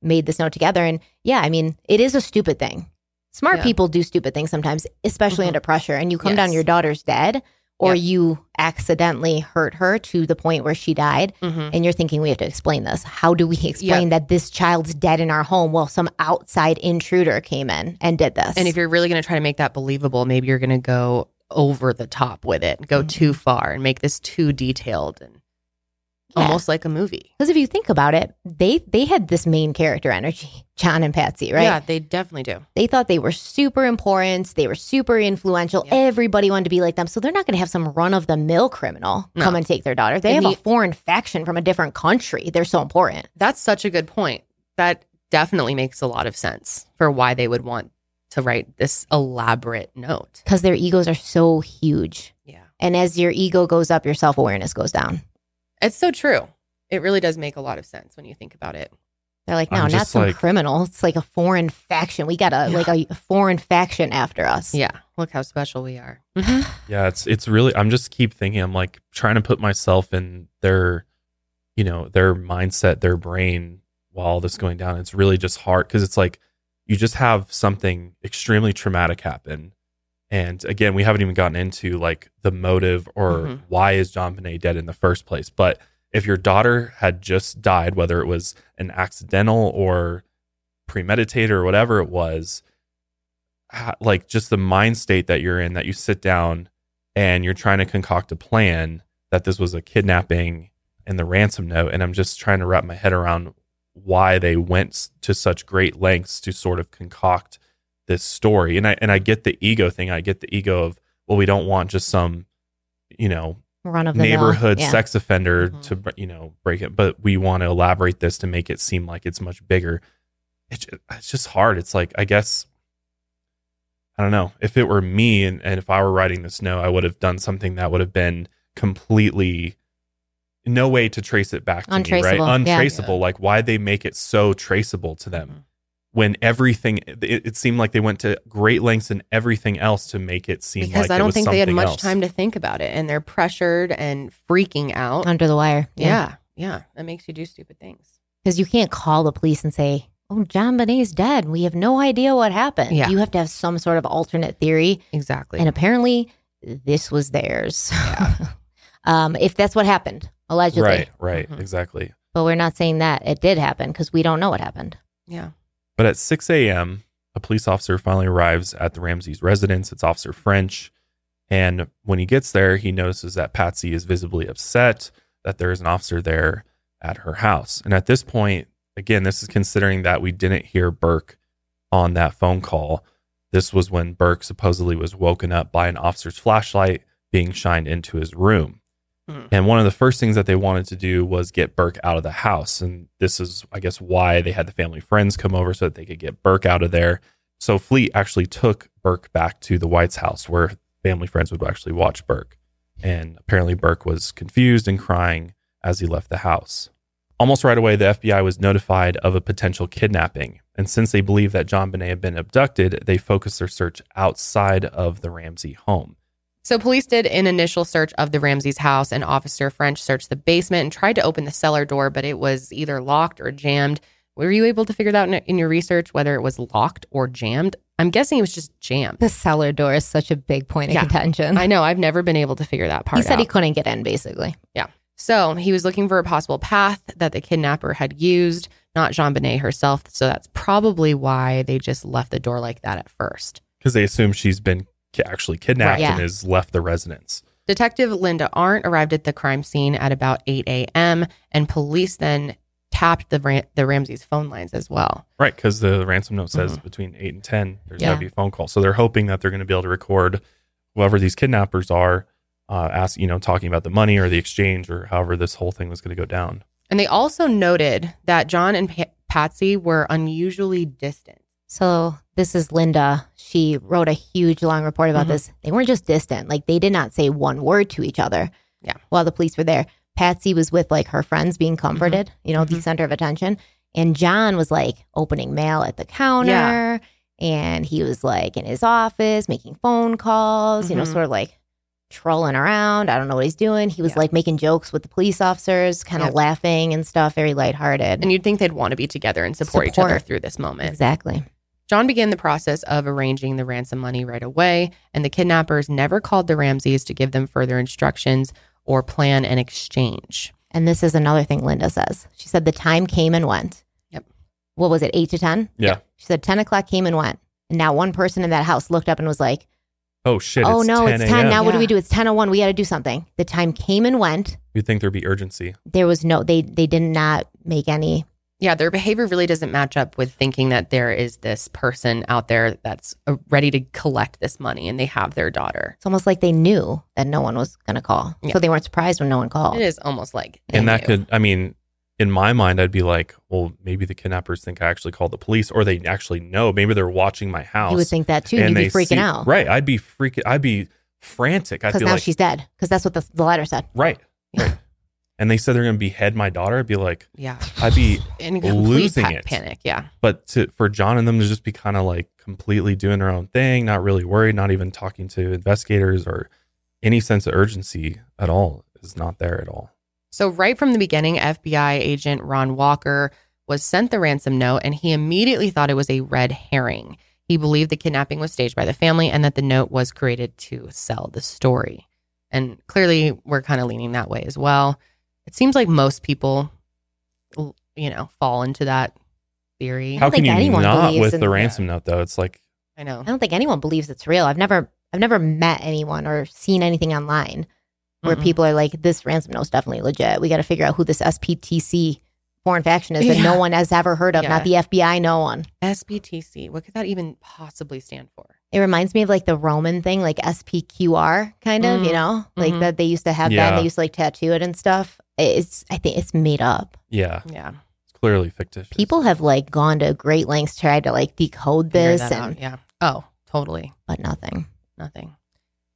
C: made this note together. And yeah, I mean, it is a stupid thing. Smart
B: Yeah.
C: people do stupid things sometimes, especially
B: Mhm.
C: under pressure. And you come down,
B: Yes.
C: your daughter's dead, or
B: Yeah.
C: you accidentally hurt her to the point where she died.
B: Mm-hmm.
C: and you're thinking we have to explain this. How do we explain that this child's dead in our home? Well, some outside intruder came in and did this.
B: And if you're really going to try to make that believable, maybe you're going to go over the top with it,
C: Mm-hmm.
B: go too far and make this too detailed and almost like a movie.
C: because if you think about it, they they had this main character energy, John and Patsy, right?
B: Yeah, they definitely do.
C: They thought they were super important, they were super influential.
B: Yeah.
C: Everybody wanted to be like them, so they're not going to have some run of the mill criminal
B: No.
C: come and take their daughter. They
B: And
C: have
B: the-
C: a foreign faction from a different country. They're so important.
B: That's such a good point. That definitely makes a lot of sense for why they would want to write this elaborate note.
C: because their egos are so huge.
B: Yeah.
C: And as your ego goes up, your self awareness goes down.
B: It's so true. It really does make a lot of sense when you think about it.
C: They're like, no,
A: I'm
C: not
A: just
C: some
A: like-
C: criminal. It's like a foreign faction. We got a
B: Yeah.
C: like a foreign faction after us.
B: Yeah. Look how special we are.
C: Mm-hmm.
A: Yeah, it's it's really I'm just keep thinking I'm like trying to put myself in their you know, their mindset, their brain while all this going down. It's really just hard cuz it's like you just have something extremely traumatic happen. And again, we haven't even gotten into like the motive or
B: Mhm.
A: why is John Bonet dead in the first place. But if your daughter had just died, whether it was an accidental or premeditated or whatever it was, ha- like just the mind state that you're in that you sit down and you're trying to concoct a plan that this was a kidnapping and the ransom note and i'm just trying to wrap my head around why they went s- to such great lengths to sort of concoct this story and i and i get the ego thing i get the ego of well we don't want just some you know
C: Run of the mill.
A: neighborhood
C: Yeah.
A: sex offender
B: Mhm.
A: to br- you know break it but we want to elaborate this to make it seem like it's much bigger it, ju- it's just hard it's like i guess i don't know if it were me and, and if i were writing this no i would have done something that would have been completely no way to trace it back to me
C: Untraceable,
A: right
C: yeah.
A: untraceable like why they make it so traceable to them
B: Mm-hmm.
A: when everything it, it seemed like they went to great lengths in everything else to make it seem
B: Because
A: like
B: I
A: it
B: don't
A: was
B: think they had
A: something
B: much
A: else.
B: time to think about it and they're pressured and freaking out.
C: under the wire.
B: Uh, yeah. Yeah. That makes you do stupid things.
C: Because you can't call the police and say, Oh, John Bonet's dead. We have no idea what happened.
B: Yeah.
C: You have to have some sort of alternate theory.
B: Exactly.
C: And apparently this was theirs. um, if that's what happened, allegedly.
A: right right
B: Mhm.
A: exactly
C: But we're not saying that it did happen because we don't know what happened.
B: yeah.
A: But at 6 a.m., a police officer finally arrives at the Ramsey's residence. It's Officer French. And when he gets there, he notices that Patsy is visibly upset that there is an officer there at her house. And at this point, again, this is considering that we didn't hear Burke on that phone call. This was when Burke supposedly was woken up by an officer's flashlight being shined into his room.
B: Hmm.
A: And one of the first things that they wanted to do was get Burke out of the house. And this is, I guess, why they had the family friends come over so that they could get Burke out of there. So Fleet actually took Burke back to the White's house where family friends would actually watch Burke. And apparently, Burke was confused and crying as he left the house. Almost right away, the FBI was notified of a potential kidnapping. And since they believed that John Bonet had been abducted, they focused their search outside of the Ramsey home.
B: So police did an initial search of the Ramsey's house and Officer French searched the basement and tried to open the cellar door, but it was either locked or jammed. Were you able to figure it out in, in your research whether it was locked or jammed? I'm guessing it was just jammed.
C: The cellar door is such a big point of
B: Yeah.
C: contention.
B: I know I've never been able to figure that part
C: he said
B: out.
C: he couldn't get in, basically.
B: So he was looking for a possible path that the kidnapper had used, not Jean Bonnet herself. So that's probably why they just left the door like that at first.
A: because they assume she's been ki- actually kidnapped
C: Right.
A: and
C: Yeah.
A: has left the residence.
B: Detective Linda Arndt arrived at the crime scene at about 8 a.m., and police then tapped the, Ram- the Ramsey's phone lines as well.
A: Right, because the ransom note says between eight and ten, there's
B: Yeah.
A: going to be a phone call. So they're hoping that they're going to be able to record whoever these kidnappers are, uh, ask you know talking about the money or the exchange or however this whole thing was going to go down.
B: And they also noted that John and pa- Patsy were unusually distant.
C: So this is Linda. She wrote a huge long report about
B: Mhm.
C: this. They weren't just distant; like they did not say one word to each other.
B: Yeah. Mm-hmm.
C: While the police were there, Patsy was with like her friends, being comforted. You know, the
B: Mhm.
C: center of attention. And John was like opening mail at the counter And he was like in his office making phone calls, you know,
B: Mhm.
C: sort of like trolling around. I don't know what he's doing. He was
B: Yeah.
C: like making jokes with the police officers, kind of
B: Yep.
C: laughing and stuff, very lighthearted.
B: And you'd think they'd want to be together and support, each
C: Support.
B: other through this moment.
C: exactly.
B: John began the process of arranging the ransom money right away, and the kidnappers never called the Ramses to give them further instructions or plan an exchange.
C: And this is another thing Linda says. She said the time came and went.
B: Yep.
C: What was it, eight to 10?
A: Yeah.
C: She said 10 o'clock came and went. And now one person in that house looked up and was like,
A: Oh shit!
C: oh no, it's 10. Now what do
B: Yeah.
C: we do? It's 10.01. We got to do something. The time came and went.
A: You'd think there'd be urgency.
C: There was no, they, they did not make any.
B: Yeah, their behavior really doesn't match up with thinking that there is this person out there that's uh, ready to collect this money and they have their daughter.
C: It's almost like they knew that no one was going to call.
B: Yeah.
C: So they weren't surprised when no one called.
B: It is almost like
A: Oh. and
B: they
A: that
B: knew.
A: could, I mean, in my mind, I'd be like, well, maybe the kidnappers think I actually called the police, or they actually know. Maybe they're watching my house.
C: You would think that too.
A: and
C: You'd
A: they
C: be freaking
A: see-
C: out.
A: Right? I'd be freaking. I'd be frantic. I'd
C: Because
A: be
C: now
A: like,
C: she's dead. Because that's what the, the letter said.
A: right, right. and they said they're going to behead my daughter. I'd be like,
B: yeah,
A: I'd be.
B: and complete
A: Losing
B: pa-
A: it.
B: panic. Yeah,
A: But to, for John and them to just be kind of like completely doing their own thing, not really worried, not even talking to investigators or any sense of urgency at all is not there at all.
B: So, right from the beginning, FBI agent Ron Walker was sent the ransom note and he immediately thought it was a red herring. He believed the kidnapping was staged by the family and that the note was created to sell the story. And clearly, we're kind of leaning that way as well. It seems like most people, l- you know, fall into that theory.
A: How can
C: think
A: you
C: anyone
A: not
C: believes
A: with
C: in
A: the
C: that.
A: ransom note though? It's like
B: I know.
C: I don't think anyone believes it's real. I've never I've never met anyone or seen anything online where
B: Mm-mm.
C: people are like, this ransom note's definitely legit. We got to figure out who this SPTC foreign faction is that
B: Yeah.
C: no one has ever heard of, not the FBI, no one.
B: SBTC, what could that even possibly stand for?
C: It reminds me of like the Roman thing, like SPQR, kind of,
B: Mm.
C: you know, like
B: Mhm.
C: that they used to have that.
A: Yeah.
C: And they used to like tattoo it and stuff. It's I think it's made up.
A: yeah,
B: Yeah.
A: it's clearly fictitious.
C: People have like gone to great lengths to try to like decode
B: figure
C: this,
B: that
C: and,
B: out. Yeah. Oh, totally.
C: but nothing.
B: Nothing.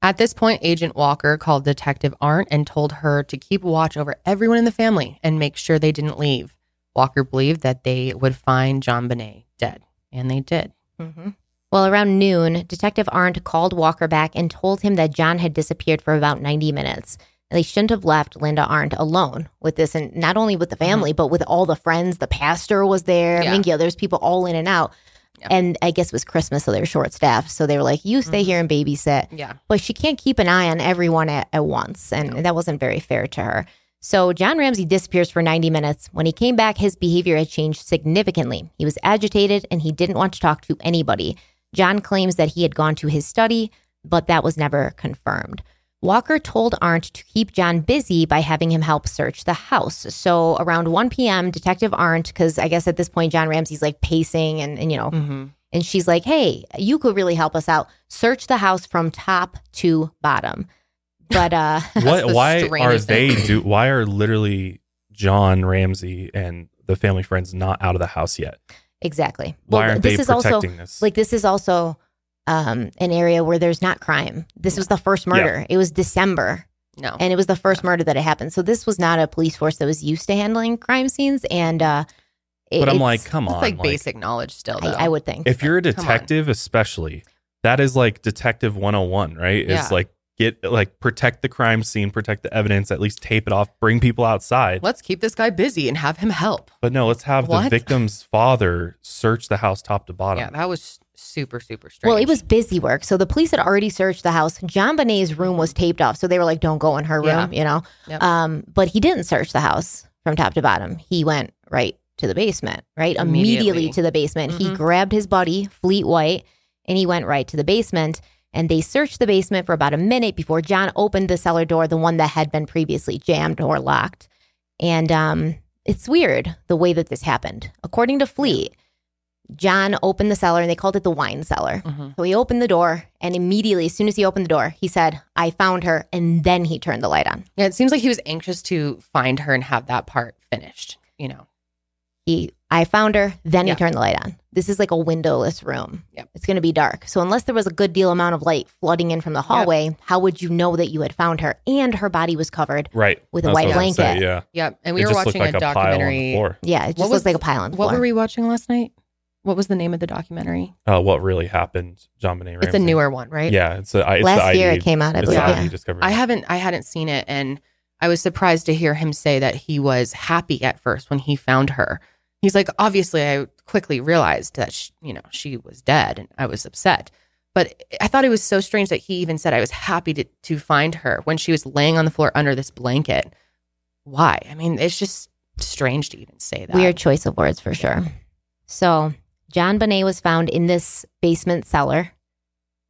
B: At this point, Agent Walker called Detective Arndt and told her to keep watch over everyone in the family and make sure they didn't leave. Walker believed that they would find John Bonet dead, and they did.
C: Mm-hmm. Well, around noon, Detective Arndt called Walker back and told him that John had disappeared for about 90 minutes. They shouldn't have left Linda Arndt alone with this, and not only with the family, but with all the friends. The pastor was there,
B: Mm-hmm. Yeah.
C: Mingyo, there's people all in and out.
B: Yeah.
C: And I guess it was Christmas, so they were short staffed. So they were like, you stay
B: Mhm.
C: here and babysit
B: Yeah.
C: but she can't keep an eye on everyone at, at once. And that wasn't very fair to her. So John Ramsey disappears for 90 minutes. When he came back, his behavior had changed significantly. He was agitated and he didn't want to talk to anybody. John claims that he had gone to his study, but that was never confirmed. Walker told Arndt to keep John busy by having him help search the house. So around 1 p.m., Detective Arndt, because I guess at this point, John Ramsey's like pacing and, and you know,
B: Mm-hmm.
C: and she's like, "Hey, you could really help us out. Search the house from top to bottom." But uh
A: what?
B: the
A: Why are
B: strangest
A: they
B: thing.
A: do? Why are literally John Ramsey and the family friends not out of the house yet?
C: exactly.
A: Why aren't
C: this
A: they
C: is also
A: protecting this?
C: like this is also um an area where there's not crime. This was the first murder. It was December
B: No.
C: and it was the first murder that had happened. So this was not a police force that was used to handling crime scenes and uh it-
A: but I'm
C: it's-
A: like, come
B: That's
A: on,
B: like basic knowledge still, though.
C: I, I would think.
A: If you're a
B: Come on.
A: detective, especially, that is like detective 101, right?
B: Yeah.
A: It's like get like protect the crime scene, protect the evidence, at least tape it off, bring people outside.
B: Let's keep this guy busy and have him help.
A: But no, let's have the
B: What?
A: victim's father search the house top to bottom.
B: Yeah, that was super, super strange.
C: Well, it was busy work. So the police had already searched the house. John Bonet's room was taped off. So they were like, don't go in her room,
B: Yeah.
C: you know?
B: Yep.
C: Um, but he didn't search the house from top to bottom. He went right to the basement, right? Immediately,
B: Immediately.
C: to the basement. He
B: Mhm.
C: grabbed his buddy, Fleet White, and he went right to the basement. And they searched the basement for about a minute before John opened the cellar door, the one that had been previously jammed or locked. And um, it's weird the way that this happened. According to Fleet, John opened the cellar and they called it the wine cellar.
B: Mhm.
C: So he opened the door, and immediately, as soon as he opened the door, he said, I found her. And then he turned the light on.
B: Yeah, it seems like he was anxious to find her and have that part finished. You know,
C: He, I found her. Then
B: Yeah.
C: he turned the light on. This is like a windowless room.
B: Yep.
C: It's going to be dark. So, unless there was a good deal amount of light flooding in from the hallway, how would you know that you had found her? And her body was covered.
A: Right.
C: With a
A: That's
C: white
A: what I was gonna
C: blanket.
A: Say, yeah.
B: yeah. And we
A: It
B: were
A: just looked
B: watching
A: like
B: a
A: pile on the
B: documentary.
A: floor.
C: Yeah, it just
B: was
C: looks like a pile on the
B: What
C: floor.
B: were we watching last night? What was the name of the documentary?
A: Uh, what really happened, John Benet Ramsey.
B: It's a newer one, right?
A: Yeah, it's a, I- it's
C: Last
A: the
C: year
A: ID,
C: it came out, I
A: it's
C: believe.
A: the
B: yeah.
A: ID
C: Yeah.
A: discovery.
B: I haven't I hadn't seen it and I was surprised to hear him say that he was happy at first when he found her. He's like obviously I quickly realized that she, you know she was dead and I was upset. But I thought it was so strange that he even said I was happy to to find her when she was laying on the floor under this blanket. Why? I mean, it's just strange to even say that.
C: Weird choice of words for sure. So John Bonet was found in this basement cellar,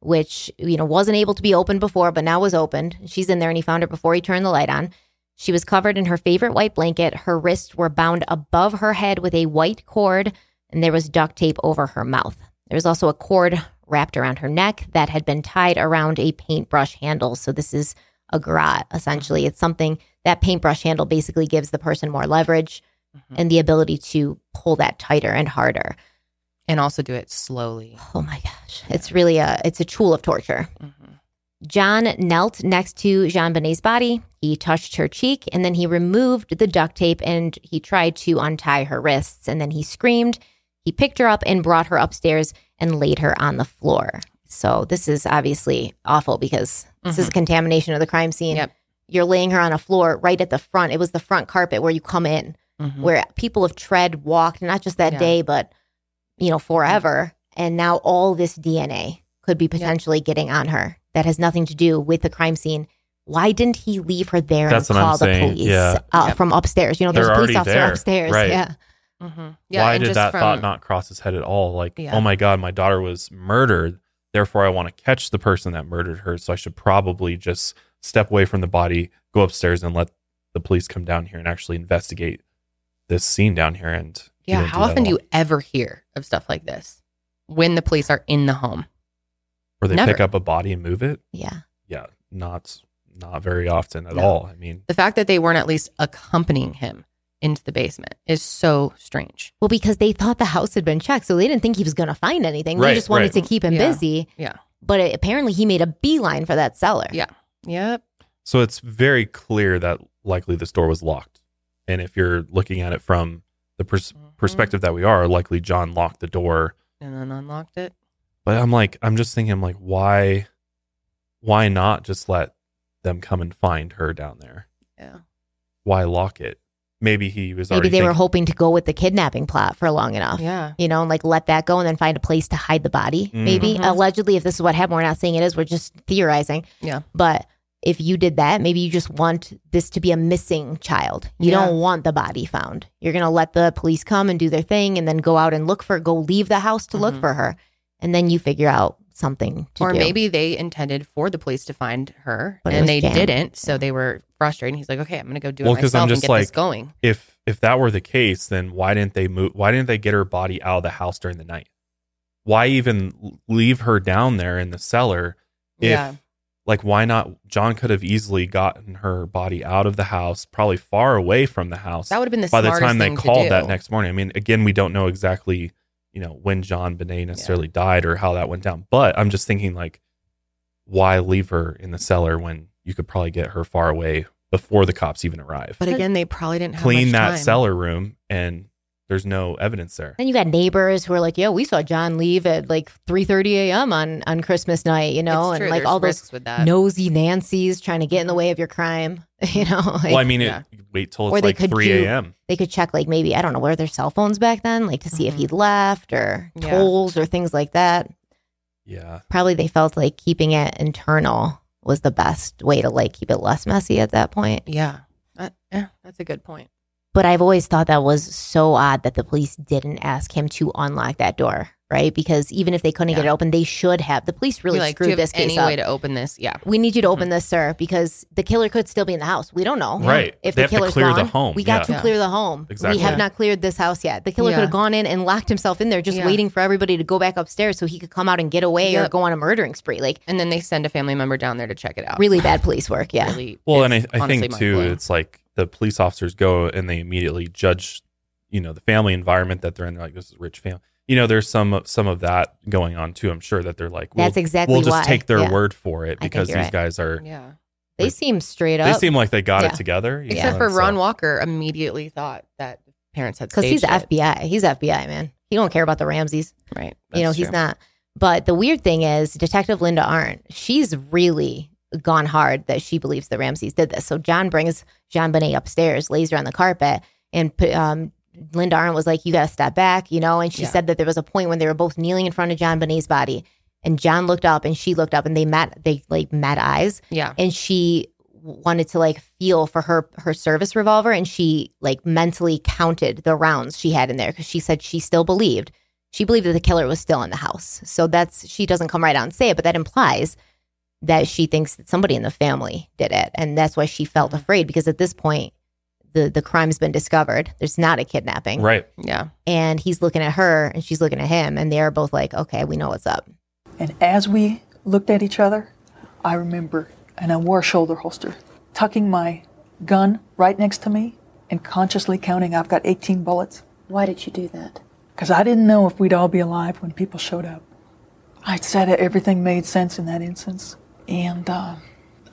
C: which you know wasn't able to be opened before, but now was opened. She's in there, and he found her before he turned the light on. She was covered in her favorite white blanket. Her wrists were bound above her head with a white cord, and there was duct tape over her mouth. There was also a cord wrapped around her neck that had been tied around a paintbrush handle. So this is a garrote, essentially. It's something that paintbrush handle basically gives the person more leverage
B: Mhm.
C: and the ability to pull that tighter and harder.
B: And also do it slowly.
C: Oh my gosh. Mm-hmm. It's really a it's a tool of torture.
B: Mhm.
C: John knelt next to Jean Benet's body. He touched her cheek and then he removed the duct tape and he tried to untie her wrists and then he screamed. He picked her up and brought her upstairs and laid her on the floor. So this is obviously awful because this is a contamination of the crime scene.
B: Yep.
C: You're laying her on a floor right at the front. It was the front carpet where you come in
A: Mm-hmm.
B: Mhm.
C: where people have tread walked not just that
B: Yeah.
C: day but you
A: Mm-hmm.
C: know forever and now all this dna could be potentially getting on her that has nothing to do with the crime scene why didn't he leave her there
A: That's
C: and
A: what I'm
C: call the
A: saying,
C: police
A: yeah.
C: uh,
B: Yep.
C: from upstairs you know
A: They're
C: there's a police
A: already
C: officer
A: there,
C: upstairs
A: right.
C: yeah
B: Mhm. Yeah,
A: Why
B: and
A: did
B: just
A: that
B: from-
A: thought not cross his head at all? Like,
B: Yeah.
A: oh my God, my daughter was murdered. Therefore, I want to catch the person that murdered her. So I should probably just step away from the body, go upstairs, and let the police come down here and actually investigate this scene down here. And he
B: Yeah,
A: didn't
B: how
A: that at
B: often do
A: all.
B: you ever hear of stuff like this? When the police are in the home.
A: or they
B: never-
A: pick up a body and move it?
C: yeah
A: Yeah, not not very often at
B: No.
A: all. I mean,
B: The fact that they weren't at least accompanying him into the basement is so strange.
C: well because they thought the house had been checked so they didn't think he was going to find anything they
A: Right,
C: just wanted
A: right.
C: to keep him
B: Yeah.
C: busy
B: Yeah.
C: but it, apparently he made a beeline for that cellar
B: Yeah. Yep.
A: So it's very clear that likely this door was locked. And if you're looking at it from the pers-
B: Mm-hmm.
A: perspective that we are, likely John locked the door.
B: And then unlocked it.
A: But I'm like, I'm just thinking, I'm like, why, why not just let them come and find her down there?
B: Yeah.
A: Why lock it? Maybe he was
C: maybe
A: already
C: they were
A: thinking-
C: hoping to go with the kidnapping plot for long enough
B: Yeah.
C: you know, and like let that go and then find a place to hide the body.
A: Mm-hmm.
C: Maybe
B: Mhm.
C: allegedly, if this is what happened, we're not saying it is. We're just theorizing.
B: Yeah.
C: But if you did that, maybe you just want this to be a missing child. You
B: Yeah.
C: don't want the body found. You're gonna let the police come and do their thing, and then go out and look for. Go leave the house to look
B: Mhm.
C: for her, and then you figure out something. To
B: Or
C: do.
B: maybe they intended for the police to find her
C: But it
B: and
C: was
B: they
C: jammed.
B: didn't. So they were frustrated. And he's like, okay, I'm going to go do
A: Well,
B: it
A: 'cause I'm
B: myself and
A: just
B: get this
A: like-
B: going.
A: if if that were the case, then why didn't they move? Why didn't they get her body out of the house during the night? Why even leave her down there in the cellar if
B: yeah.
A: like why not john could have easily gotten her body out of the house probably far away from the house
B: That would have been the
A: by the
B: smartest
A: time they
B: thing to
A: called
B: do.
A: that next morning i mean again we don't know exactly you know when john benet necessarily died or how that went down but i'm just thinking like why leave her in the cellar when you could probably get her far away before the cops even arrive
B: But again, they probably didn't have
A: clean
B: much
A: that
B: time.
A: cellar room and there's no evidence there
C: Then you got neighbors who are like, "Yo, we saw John leave at like 3:30 a.m. on on Christmas night," you know,
B: It's
C: and
B: true,
C: like
B: there's
C: all those
B: risks with that.
C: nosy Nancy's trying to get in the way of your crime. You know, like,
A: well i mean
B: yeah.
A: it, wait till
C: Or
A: it's
C: they
A: like
C: could
A: 3
C: do-
A: a.m
C: they could check like maybe I don't know where their cell phones back then, like to see if
B: Mhm.
C: he'd left or
B: Yeah.
C: tolls or things like that.
A: yeah
C: Probably they felt like keeping it internal was the best way to like keep it less messy at that point.
B: Yeah. That- yeah. That's a good point.
C: But I've always thought that was so odd that the police didn't ask him to unlock that door, right? Because even if they couldn't get it
B: Yeah.
C: open, they should have. The police really
B: Be like, do
C: screwed
B: you have
C: this case
B: any
C: up.
B: way to open this? Yeah.
C: we need you to
B: Mm-hmm.
C: open this, sir, because the killer could still be in the house. We don't know.
A: Right.
C: If
A: They
C: the
A: have to
C: killer's
A: clear the
C: gone,
A: home.
C: we got
A: Yeah.
C: to
B: Yeah.
C: clear the home.
A: Exactly.
C: We have
B: Yeah.
C: not cleared this house yet. The killer
B: Yeah.
C: could have gone in and locked himself in there, just
B: Yeah.
C: waiting for everybody to go back upstairs so he could come out and get away or
B: Yep.
C: go on a murdering spree. Like
B: And then they send a family member down there to check it out.
C: really bad police work. Yeah.
B: Really,
A: Well, and
B: it's
A: I, I
B: honestly
A: think too,
B: mind-blowing.
A: it's like the police officers go and they immediately judge, you know, the family environment that they're in. They're like, this is a rich family. You know, there's some some of that going on too. I'm sure that they're like,
C: That's exactly
A: we'll just
C: why.
A: take their
C: Yeah.
A: word for it
C: I think
A: because these
C: you're right.
A: guys are.
B: yeah.
C: They seem straight
A: They
C: up.
A: seem like they got
C: Yeah.
A: it together. you
B: Except
A: know,
B: for
A: so-
B: Ron Walker immediately thought that the parents had
C: Because he's
B: staged it.
C: FBI. He's FBI, man. He don't care about the Ramses.
B: Right.
C: you know,
B: That's
C: he's
B: true.
C: not. But the weird thing is, Detective Linda Arndt, she's really gone hard that she believes the Ramses did this. So John brings Jean Bonnet upstairs, lays her on the carpet, and put, um, Linda Arndt was like, You got to step back, you know? And she
B: Yeah.
C: said that there was a point when they were both kneeling in front of John Bonet's body. And John looked up and she looked up and they met, they like met eyes
B: Yeah.
C: and she wanted to like feel for her her service revolver and she like mentally counted the rounds she had in there because she said she still believed she believed that the killer was still in the house so that's she doesn't come right out and say it but that implies that she thinks that somebody in the family did it and that's why she felt afraid because at this point the the crime's been discovered there's not a kidnapping
A: Right.
B: Yeah.
C: and he's looking at her and she's looking at him and they're both like okay we know what's up
I: And as we looked at each other, I remember, and I wore a shoulder holster, tucking my gun right next to me and consciously counting I've got 18 bullets
J: Why did you do that?
I: because I didn't know if we'd all be alive when people showed up. I said that everything made sense in that instance, and uh,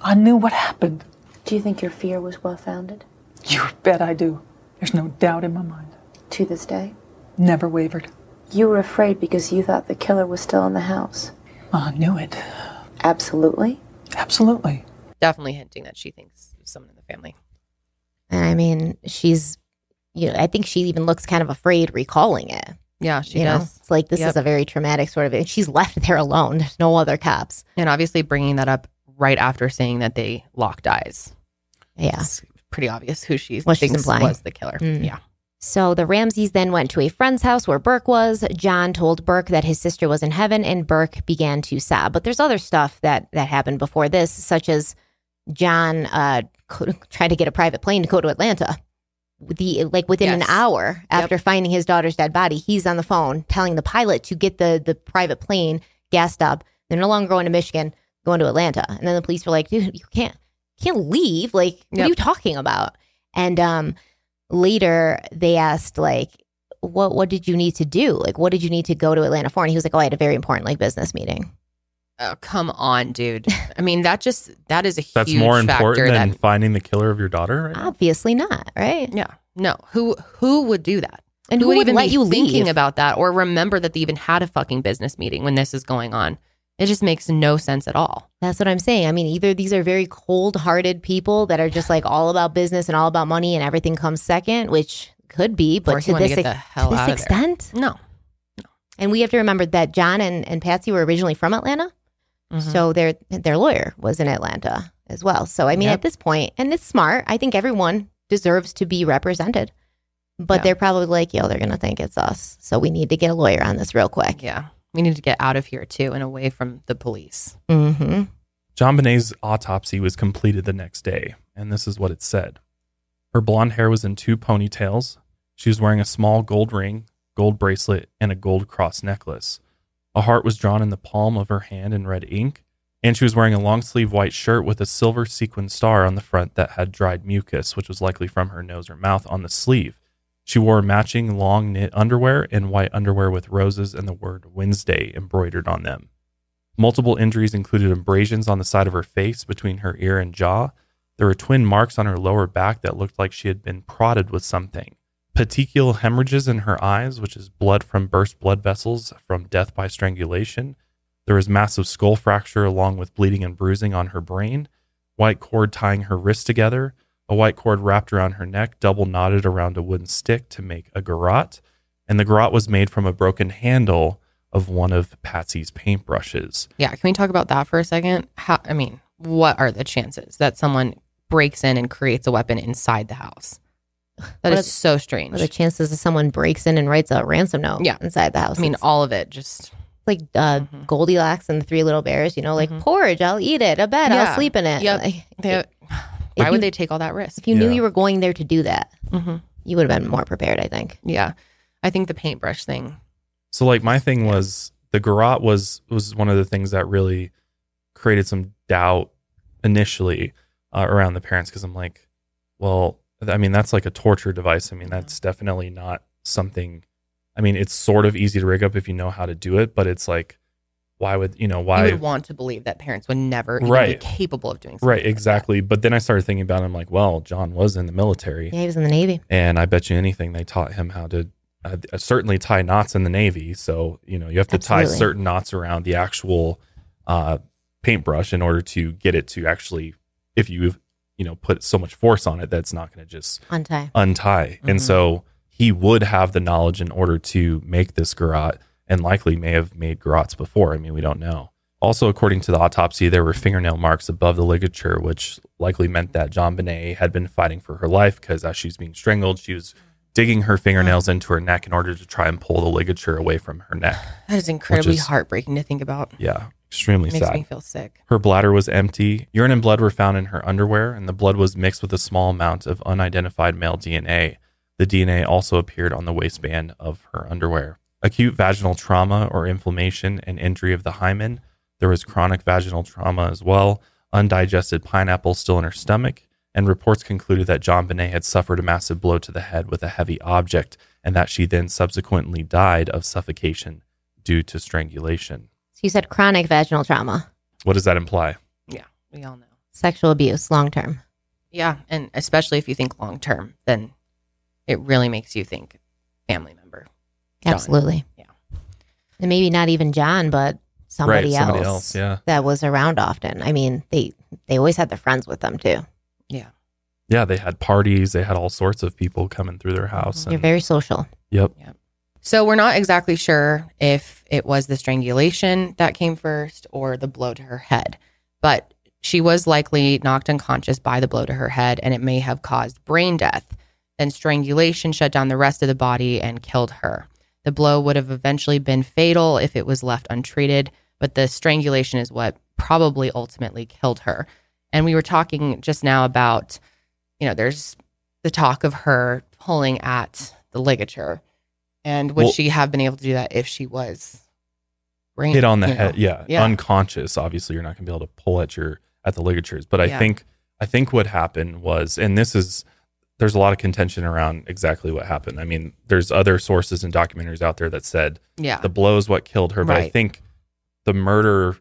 I: I knew what happened.
J: Do you think your fear was well founded?
I: You bet I do. There's no doubt in my mind.
J: To this day?
I: Never wavered.
J: You were afraid because you thought the killer was still in the house.
I: I knew it.
J: Absolutely.
I: Absolutely.
B: Definitely hinting that she thinks it's someone in the family.
C: and i mean she's you know i think she even looks kind of afraid recalling it
B: Yeah, she
C: you know,
B: does.
C: it's like this
B: Yep.
C: is a very traumatic sort of. And she's left there alone. There's no other cops.
B: And obviously bringing that up right after saying that they locked eyes.
C: Yeah.
B: It's pretty obvious who she
C: What she's
B: thinks
C: implying.
B: was the killer.
C: Mm.
B: Yeah.
C: So the Ramses then went to a friend's house where Burke was. John told Burke that his sister was in heaven, and Burke began to sob. But there's other stuff that that happened before this, such as John uh, co- tried to get a private plane to go to Atlanta. The like within an
B: Yes.
C: hour
B: Yep.
C: after finding his daughter's dead body, he's on the phone telling the pilot to get the the private plane gassed up. They're no longer going to Michigan, going to Atlanta. And then the police were like, "Dude, you can't can't leave. Like, what
B: Yep.
C: are you talking about?" And um, later they asked like what what did you need to do like what did you need to go to atlanta for and he was like oh i had a very important like business meeting
B: Oh, come on, dude. I mean, that just that is a huge
A: That's more important
B: factor
A: than
B: that
A: finding the killer of your daughter. Right? now?
C: obviously not right
B: yeah. No, who who would do that?
C: and who, would
B: even
C: let
B: be
C: you
B: thinking
C: leave
B: about that or remember that they even had a fucking business meeting when this is going on? It just makes no sense at all.
C: that's what i'm saying i mean either these are very cold-hearted people that are just like all about business and all about money and everything comes second which could be
B: Or
C: but
B: he
C: to
B: wanted
C: this,
B: to get
C: ex-
B: the hell
C: to
B: out
C: this
B: of there.
C: extent
B: No.
C: and we have to remember that john and, and patsy were originally from atlanta
B: Mhm.
C: So their their lawyer was in Atlanta as well. So I mean,
B: Yep.
C: at this point, and it's smart. I think everyone deserves to be represented, but
B: Yeah.
C: they're probably like, "Yo, they're gonna think it's us." So we need to get a lawyer on this real quick.
B: yeah. We need to get out of here too and away from the police. Mm-hmm.
C: hmm
A: John Bonet's autopsy was completed the next day, and this is what it said. Her blonde hair was in two ponytails. She was wearing a small gold ring, gold bracelet, and a gold cross necklace. A heart was drawn in the palm of her hand in red ink, and she was wearing a long sleeve white shirt with a silver sequin star on the front that had dried mucus, which was likely from her nose or mouth, on the sleeve. She wore matching long knit underwear and white underwear with roses and the word Wednesday embroidered on them. Multiple injuries included abrasions on the side of her face between her ear and jaw. There were twin marks on her lower back that looked like she had been prodded with something. Petechial hemorrhages in her eyes, which is blood from burst blood vessels from death by strangulation. There was massive skull fracture along with bleeding and bruising on her brain. White cord tying her wrists together. A white cord wrapped around her neck, double knotted around a wooden stick to make a garrote. And the garrote was made from a broken handle of one of Patsy's paintbrushes.
B: Yeah, can we talk about that for a second? How I mean, what are the chances that someone breaks in and creates a weapon inside the house? That
C: What
B: is
C: are-
B: so strange.
C: What are the chances that someone breaks in and writes a ransom note
B: Yeah.
C: inside the house?
B: I mean,
C: It's
B: all of it just
C: like uh,
B: Mhm.
C: Goldilocks and the Three Little Bears. You know, like
B: Mhm.
C: porridge. I'll eat it. A bed.
B: Yeah.
C: I'll sleep in it.
B: Yep.
C: Like,
B: they,
C: if
B: why would
C: you-
B: they take all that risk?
C: if you knew
A: Yeah.
C: you were going there to do that,
B: Mm-hmm.
C: you would have been more prepared. I think.
B: Yeah, I think the paintbrush thing.
A: So like my thing was the garrote was was one of the things that really created some doubt initially uh, around the parents because I'm like, well, th- I mean that's like a torture device. I mean that's definitely not something. I mean it's sort of easy to rig up if you know how to do it, but it's like, why would you know why?
B: you would want to believe that parents would never even
A: Right.
B: be capable of doing something
A: right,
B: like that.
A: exactly. But then I started thinking about it. I'm like, well, John was in the military,
C: Yeah, he was in the Navy.
A: and I bet you anything they taught him how to uh, certainly tie knots in the Navy. So, you know, you have to tie
C: Absolutely.
A: certain knots around the actual uh, paintbrush in order to get it to actually, if you've, you know, put so much force on it, that's not going to just
C: Untie.
A: untie. And
C: Mhm.
B: Mm-hmm.
A: so he would have the knowledge in order to make this garrote and likely may have made garrotes before. I mean, we don't know. Also, according to the autopsy, there were fingernail marks above the ligature, which likely meant that John Binet had been fighting for her life because as she was being strangled, she was digging her fingernails into her neck in order to try and pull the ligature away from her neck.
B: That is incredibly
A: is-
B: heartbreaking to think about.
A: Yeah, extremely
B: Makes
A: sad.
B: me feel sick.
A: Her bladder was empty. Urine and blood were found in her underwear, and the blood was mixed with a small amount of unidentified male DNA. The DNA also appeared on the waistband of her underwear. Acute vaginal trauma or inflammation and injury of the hymen. There was chronic vaginal trauma as well, undigested pineapple still in her stomach, and reports concluded that John Binet had suffered a massive blow to the head with a heavy object and that she then subsequently died of suffocation due to strangulation.
C: So you said chronic vaginal trauma,
A: What does that imply?
B: Yeah, we all know.
C: sexual abuse, long term.
B: Yeah, and especially if you think long term, then it really makes you think family member. John.
C: Absolutely.
B: Yeah.
C: And maybe not even John, but somebody,
A: Right,
C: else,
A: somebody else, yeah.
C: that was around often. I mean, they they always had their friends with them too.
B: Yeah.
A: yeah, they had parties. They had all sorts of people coming through their house.
C: They're very social.
A: yep.
B: So we're not exactly sure if it was the strangulation that came first or the blow to her head, but she was likely knocked unconscious by the blow to her head and it may have caused brain death. Then strangulation shut down the rest of the body and killed her. The blow would have eventually been fatal if it was left untreated, but the strangulation is what probably ultimately killed her. And we were talking just now about, you know, there's the talk of her pulling at the ligature. And would
A: Well-
B: she have been able to do that if she was brain-
A: Hit on the
B: you know?
A: head. Yeah.
B: Yeah.
A: Unconscious. Obviously, you're not going to be able to pull at your at the ligatures. But I
B: Yeah.
A: think I think what happened was, and this is there's a lot of contention around exactly what happened. I mean, there's other sources and documentaries out there that said
B: Yeah.
A: the blow is what killed her. But I
B: Right.
A: think the murder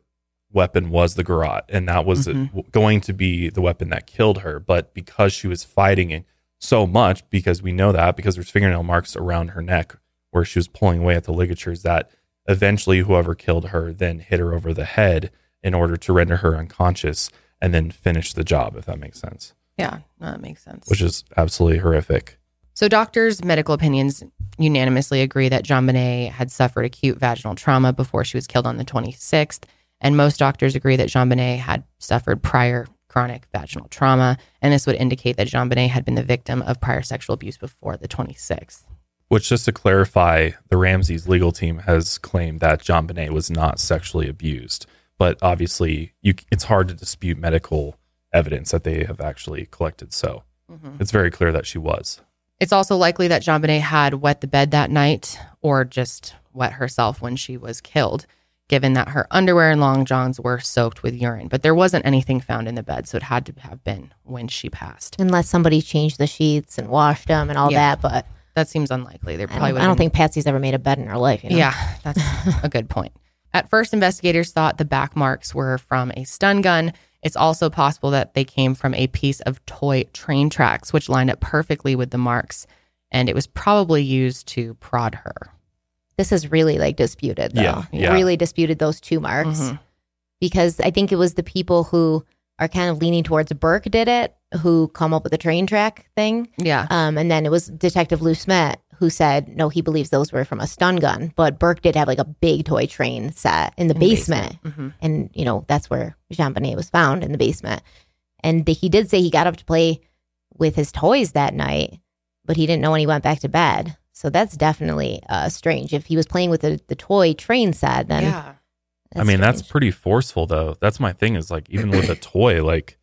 A: weapon was the garrote, and that was
B: Mhm.
A: w- going to be the weapon that killed her. But because she was fighting it so much, because we know that, because there's fingernail marks around her neck where she was pulling away at the ligatures, that eventually whoever killed her then hit her over the head in order to render her unconscious and then finish the job, if that makes sense,
B: Yeah, no, that makes sense.
A: which is absolutely horrific.
B: So doctors' medical opinions unanimously agree that Jean Bonnet had suffered acute vaginal trauma before she was killed on the 26th, and most doctors agree that Jean Bonnet had suffered prior chronic vaginal trauma, and this would indicate that Jean Bonnet had been the victim of prior sexual abuse before the 26th.
A: Which, just to clarify, the Ramses legal team has claimed that John Bonet was not sexually abused, but obviously, you, it's hard to dispute medical evidence that they have actually collected. So it's very clear that she was.
B: It's also likely that Jean Bonnet had wet the bed that night or just wet herself when she was killed, given that her underwear and long johns were soaked with urine. But there wasn't anything found in the bed, so it had to have been when she passed.
C: Unless somebody changed the sheets and washed them and all
B: Yeah.
C: that, but
B: That seems unlikely.
C: I
B: There probably
C: don't,
B: would
C: I don't think Patsy's ever made a bed in her life. You know?
B: Yeah, that's a good point. At first, investigators thought the back marks were from a stun gun. It's also possible that they came from a piece of toy train tracks, which lined up perfectly with the marks, and it was probably used to prod her.
C: this is really like disputed though.
A: Yeah, yeah. Mm-hmm.
C: Really disputed those two marks
B: Mhm.
C: because I think it was the people who are kind of leaning towards Burke did it who come up with the train track thing.
B: Yeah.
C: Um, and then it was Detective Lou Smet who said no, he believes those were from a stun gun, but Burke did have like a big toy train set in the, basement.
B: Mhm.
C: and you know that's where Jean Bonnet was found in the basement. And the, he did say he got up to play with his toys that night, but he didn't know when he went back to bed. So that's definitely uh, strange. If he was playing with the, the toy train set, then
B: Yeah.
A: I mean, that's
C: strange.
A: pretty forceful, though. That's my thing is like, even with a toy, like,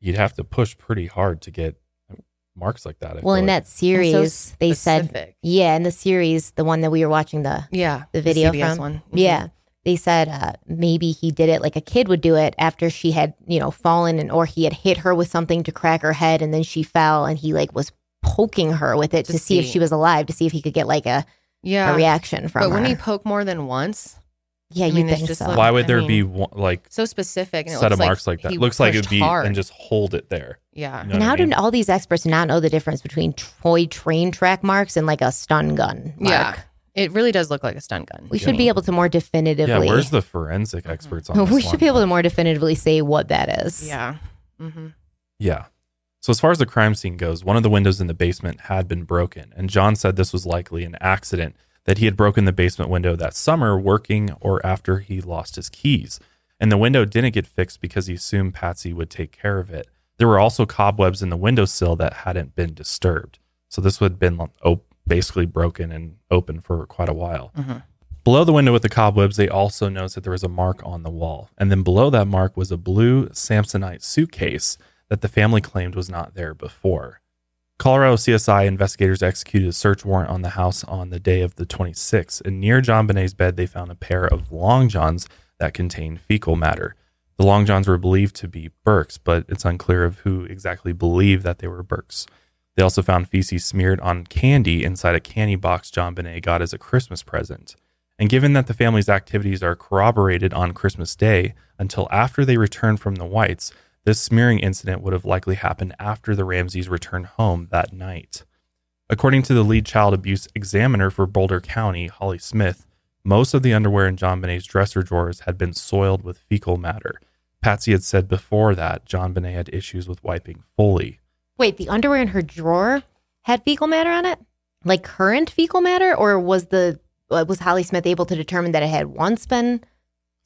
A: you'd have to push pretty hard to get marks like that. I
C: well
A: feel
C: in
A: like.
C: that series. they said,
B: specific.
C: yeah, in the series, the one that we were watching the
B: yeah,
C: the video
B: CBS
C: from-
B: one. Mhm.
C: Yeah. They said uh, maybe he did it like a kid would do it after she had, you know, fallen and or he had hit her with something to crack her head and then she fell and he like was poking her with it to,
B: To
C: see if
B: see.
C: she was alive to see if he could get like a,
B: yeah.
C: a reaction from
B: but
C: her.
B: when you poke more than once,
C: Yeah,
B: I
C: you
B: mean, it's
C: think
B: just
C: so?
B: like-
A: Why would
B: I
A: there be
B: mean,
A: one, like
B: so specific and it
A: set of
B: looks like
A: marks like
B: he
A: that? Looks like it'd
B: pushed
A: be
B: hard.
A: and just hold it there.
B: Yeah.
A: You know
C: and
A: what I
C: how
A: mean?
C: did all these experts not know the difference between toy train track marks and like a stun gun mark?
B: Yeah. It really does look like a stun gun.
C: We should be able to more definitively.
A: Yeah, where's the forensic experts on this
C: we should
A: one?
C: be able to more definitively say what that is.
B: Yeah. Mm-hmm.
A: Yeah. So as far as the crime scene goes, one of the windows in the basement had been broken, and John said this was likely an accident that he had broken the basement window that summer working or after he lost his keys. And the window didn't get fixed because he assumed Patsy would take care of it. There were also cobwebs in the windowsill that hadn't been disturbed. So this would have been op- basically broken and open for quite a while. Below the window with the cobwebs, they also noticed that there was a mark on the wall. And then below that mark was a blue Samsonite suitcase that the family claimed was not there before. Colorado CSI investigators executed a search warrant on the house on the day of the 26th, and near John Bonet's bed, they found a pair of long johns that contained fecal matter. The long johns were believed to be Burke's, but it's unclear of who exactly believed that they were Burke's. They also found feces smeared on candy inside a candy box John Bonet got as a Christmas present. And given that the family's activities are corroborated on Christmas Day until after they return from the Whites, this smearing incident would have likely happened after the Ramseys returned home that night. According to the lead child abuse examiner for Boulder County, Holly Smith, most of the underwear in John Bonet's dresser drawers had been soiled with fecal matter. Patsy had said before that John Bonet had issues with wiping fully.
C: Wait, the underwear in her drawer had fecal matter on it, like current fecal matter, or was the uh, was Holly Smith able to determine that it had once been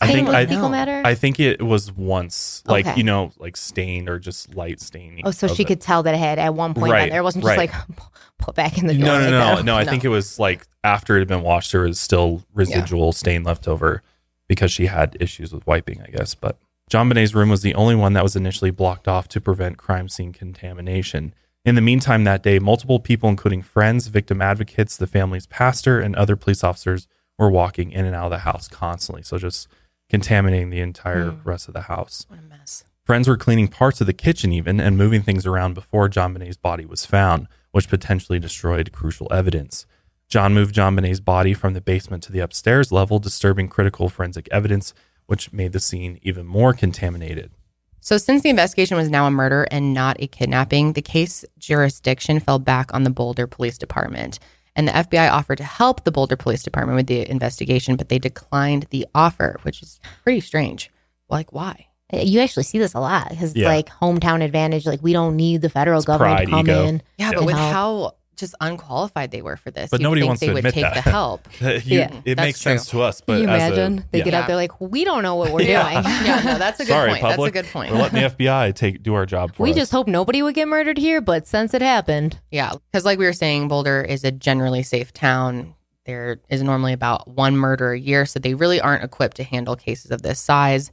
C: stained with fecal matter?
A: I think it was once, like
C: Okay.
A: you know, like stained or just light staining.
C: oh, so
A: of
C: she
A: it.
C: could tell that it had at one point
A: Right,
C: been there. It wasn't
A: right.
C: just like put back in the drawer.
A: No, no,
C: like
A: no,
C: that.
A: no. I think it was like after it had been washed, there was still residual stain left over because she had issues with wiping, I guess. But John Bonet's room was the only one that was initially blocked off to prevent crime scene contamination. In the meantime, that day, multiple people, including friends, victim advocates, the family's pastor, and other police officers, were walking in and out of the house constantly. So just contaminating the entire
C: Hmm.
A: rest of the house.
B: What a mess.
A: Friends were cleaning parts of the kitchen even and moving things around before John Bonet's body was found, which potentially destroyed crucial evidence. John moved John Bonet's body from the basement to the upstairs level, disturbing critical forensic evidence, which made the scene even more contaminated.
B: So, since the investigation was now a murder and not a kidnapping, the case jurisdiction fell back on the Boulder Police Department. And the FBI offered to help the Boulder Police Department with the investigation, but they declined the offer, which is pretty strange. Like, why?
C: Uh, You actually see this a lot because
B: Yeah.
C: like hometown advantage. Like we don't need the federal government
A: pride,
C: to come
A: ego.
C: in.
B: Yeah, but
C: and
B: with
C: help.
B: how just unqualified they were for this,
A: But
B: you'd
A: nobody
B: think
A: wants
B: they
A: to
B: would
A: admit
B: take
A: that.
B: the help.
A: Uh, You-
C: Yeah.
A: it
B: That's
A: makes sense to us, but
C: Can you
A: as a-
C: imagine? they get
A: yeah.
C: out there like, we don't know what we're
B: Yeah.
C: doing.
B: Yeah, no, that's a good
A: Sorry,
B: point.
A: public.
B: That's a good point.
A: We're letting the FBI take do our job for
C: we
A: us.
C: just hope nobody would get murdered here, but since it happened,
B: Yeah, because like we were saying, Boulder is a generally safe town. There is normally about one murder a year, so they really aren't equipped to handle cases of this size.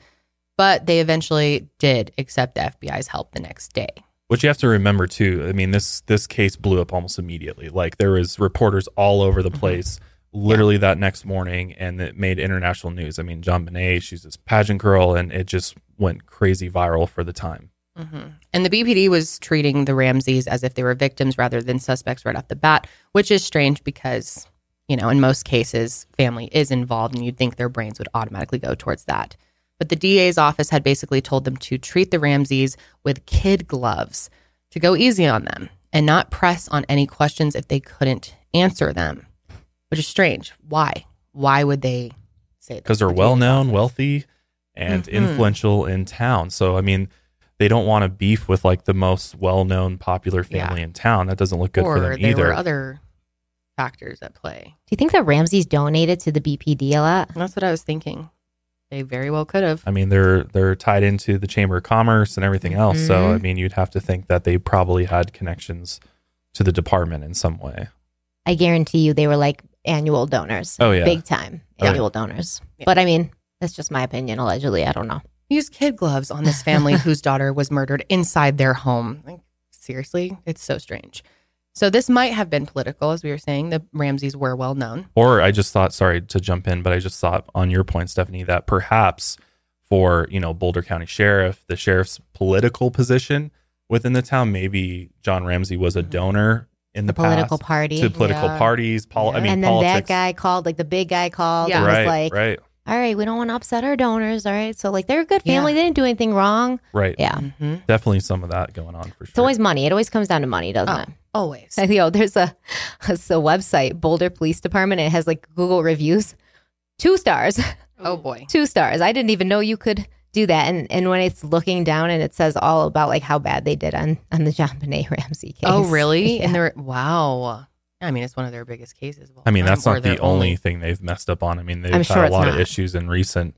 B: But they eventually did accept the FBI's help the next day.
A: What you have to remember too, I mean this this case blew up almost immediately. Like there was reporters all over
B: Mm-hmm.
A: the place literally that next morning and it made international news. I mean John Bonet, she's this pageant girl and it just went crazy viral for the time.
B: Mm-hmm. And the BPD was treating the Ramses as if they were victims rather than suspects right off the bat, which is strange because, you know, in most cases, family is involved and you'd think their brains would automatically go towards that. But the DA's office had basically told them to treat the Ramses with kid gloves, to go easy on them and not press on any questions if they couldn't answer them, which is strange. Why? Why would they say that?
A: Because they're well known, wealthy, and
B: Mhm.
A: influential in town. So I mean they don't want to beef with like the most well known popular
B: Yeah.
A: family in town. That doesn't look good
B: or
A: for them
B: there
A: either.
B: were other factors at play.
C: do you think that Ramsey's donated to the BPD a lot?
B: That's what I was thinking. They very well could have.
A: I mean, they're they're tied into the Chamber of Commerce and everything else. So
C: Mm-hmm.
B: Mhm.
A: I mean, you'd have to think that they probably had connections to the department in some way.
C: I guarantee you they were like annual donors.
A: Oh, yeah.
C: Big time
A: Oh, yeah.
C: annual donors. But I mean, that's just my opinion, allegedly. I don't know.
B: Use kid gloves on this family whose daughter was murdered inside their home. Like, seriously, it's so strange. So this might have been political, as we were saying. The Ramses were well known.
A: Or I just thought, sorry to jump in, but I just thought on your point, Stephanie, that perhaps for you know Boulder County Sheriff, the sheriff's political position within the town, maybe John Ramsey was a donor in the,
C: The political
A: past
C: party.
A: to political
B: Yeah.
A: parties. Pol- I mean,
C: and then
A: politics.
C: that guy called, like the big guy called.
B: Yeah.
C: and
A: right,
C: was like,
A: right.
C: all right, we don't want to upset our donors. All right. So, like, they're a good family. They didn't do anything wrong.
A: Right.
C: Yeah.
B: Mm-hmm.
A: Definitely some of that going on for sure.
C: It's always money. It always comes down to money,
A: Oh.
C: doesn't it?
B: Always.
C: I, yo, there's a, it's a website, Boulder Police Department. It has like Google reviews, two stars.
B: Oh boy.
C: two stars. I didn't even know you could do that. And and when it's looking down and it says all about like how bad they did on on the John Benet Ramsey case.
B: Oh, really?
C: Yeah.
B: And they're wow. I mean, it's one of their biggest cases. Of all
A: I mean,
B: time,
A: that's
B: or
A: not the
B: their
A: only thing they've messed up on. I mean, they've
C: I'm
A: had
C: sure
A: a
C: it's
A: lot of
C: not.
A: issues in recent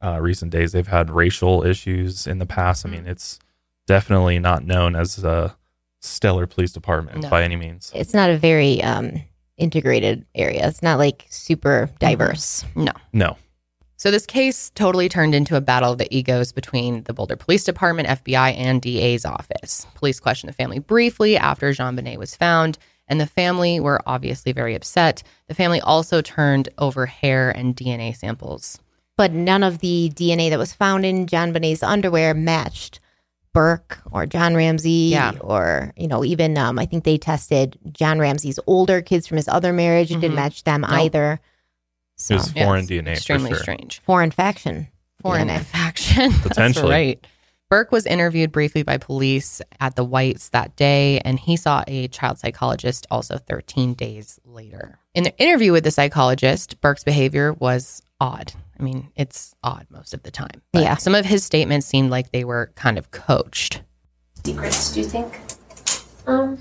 A: uh, recent days. They've had racial issues in the past.
C: Mm-hmm.
A: I mean, it's definitely not known as a stellar police department
C: No.
A: by any means.
C: It's not a very um integrated area. It's not like super diverse.
B: No.
A: No.
B: So this case totally turned into a battle of the egos between the Boulder Police Department, FBI, and DA's office. Police questioned the family briefly after Jean Bonnet was found, and the family were obviously very upset. The family also turned over hair and DNA samples.
C: But none of the DNA that was found in John Benet's underwear matched Burke or John Ramsey
B: Yeah.
C: or you know even um I think they tested John Ramsey's older kids from his other marriage. It
B: Mhm.
C: didn't match them
B: Nope.
C: either.
A: It was
B: Yeah,
A: foreign
B: it's
A: DNA
B: Extremely
A: for sure.
B: strange.
C: Foreign faction.
B: Foreign
C: DNA.
B: faction.
A: Potentially.
B: That's right. Burke was interviewed briefly by police at the Whites that day, and he saw a child psychologist also 13 days later. In the interview with the psychologist, Burke's behavior was odd. I mean, it's odd most of the time. But
C: Yeah.
B: Some of his statements seemed like they were kind of coached.
J: Secrets, do you think?
K: Um,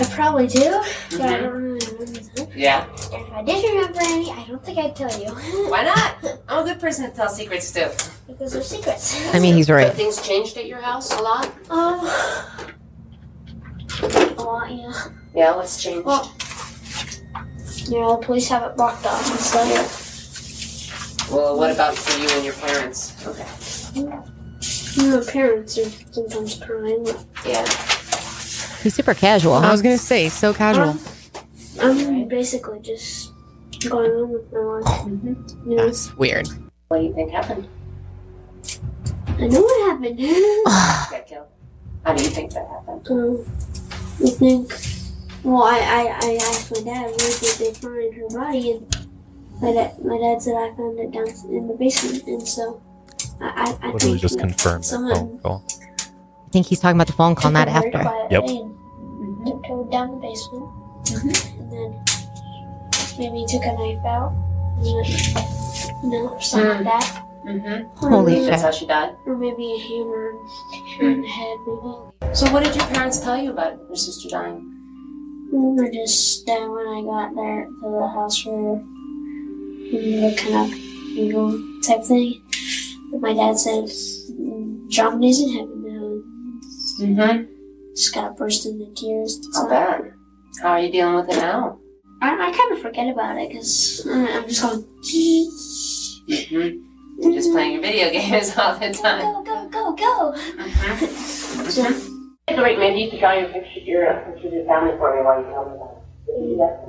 K: I probably do, but I don't really remember them.
L: Mm-hmm. Yeah.
K: And if I did remember any, I don't think I'd tell you.
L: Why not? I'm a good person to tell secrets to.
K: because they're secrets.
C: I mean, he's right.
L: Have things changed at your house a lot?
K: Um, a lot, yeah.
L: Yeah, what's changed?
K: Well, you know, the police have it blocked off and stuff.
L: Well, what about for you and your parents? Okay.
K: You know, parents are sometimes crying. but
L: Yeah.
C: He's super casual.
B: I was going to say, so casual.
K: I'm basically just going on with my life. You know,
B: That's weird.
L: What do you think happened?
K: I know what happened.
L: Got killed. How do you think that happened?
K: um, I think. Well, I, I, I asked my dad where did they find her body, and my dad my dad said I found it down in the basement, and so I I, I
A: Literally
K: think
A: just
K: that
A: confirmed that
K: someone
A: phone call.
C: I think he's talking about the phone call, not
K: took her
C: after.
K: by the
A: Yep.
K: vein, Tiptoed down the basement, and then maybe he took a knife out, and then, you know, something like that,
L: Mm-hmm.
K: Holy
L: That's
K: shit.
L: how she died.
K: or maybe a hammer in the head, maybe.
L: Hmm. So what did your parents tell you about your sister dying?
K: Remember just that when I got there to the house where we were kind of you know, type thing. But my dad said, "Mm, John is in heaven now. Mm-hmm. Just got burst into tears.
L: How bad? How are you dealing with it now?
K: I, I kind of forget about it because I'm just going, "Gee,
L: Mm-hmm. You're just playing your video games all the time.
K: go, go, go, go.
L: So wait, maybe you could draw your picture, your uh, picture of your family for me while you tell me that.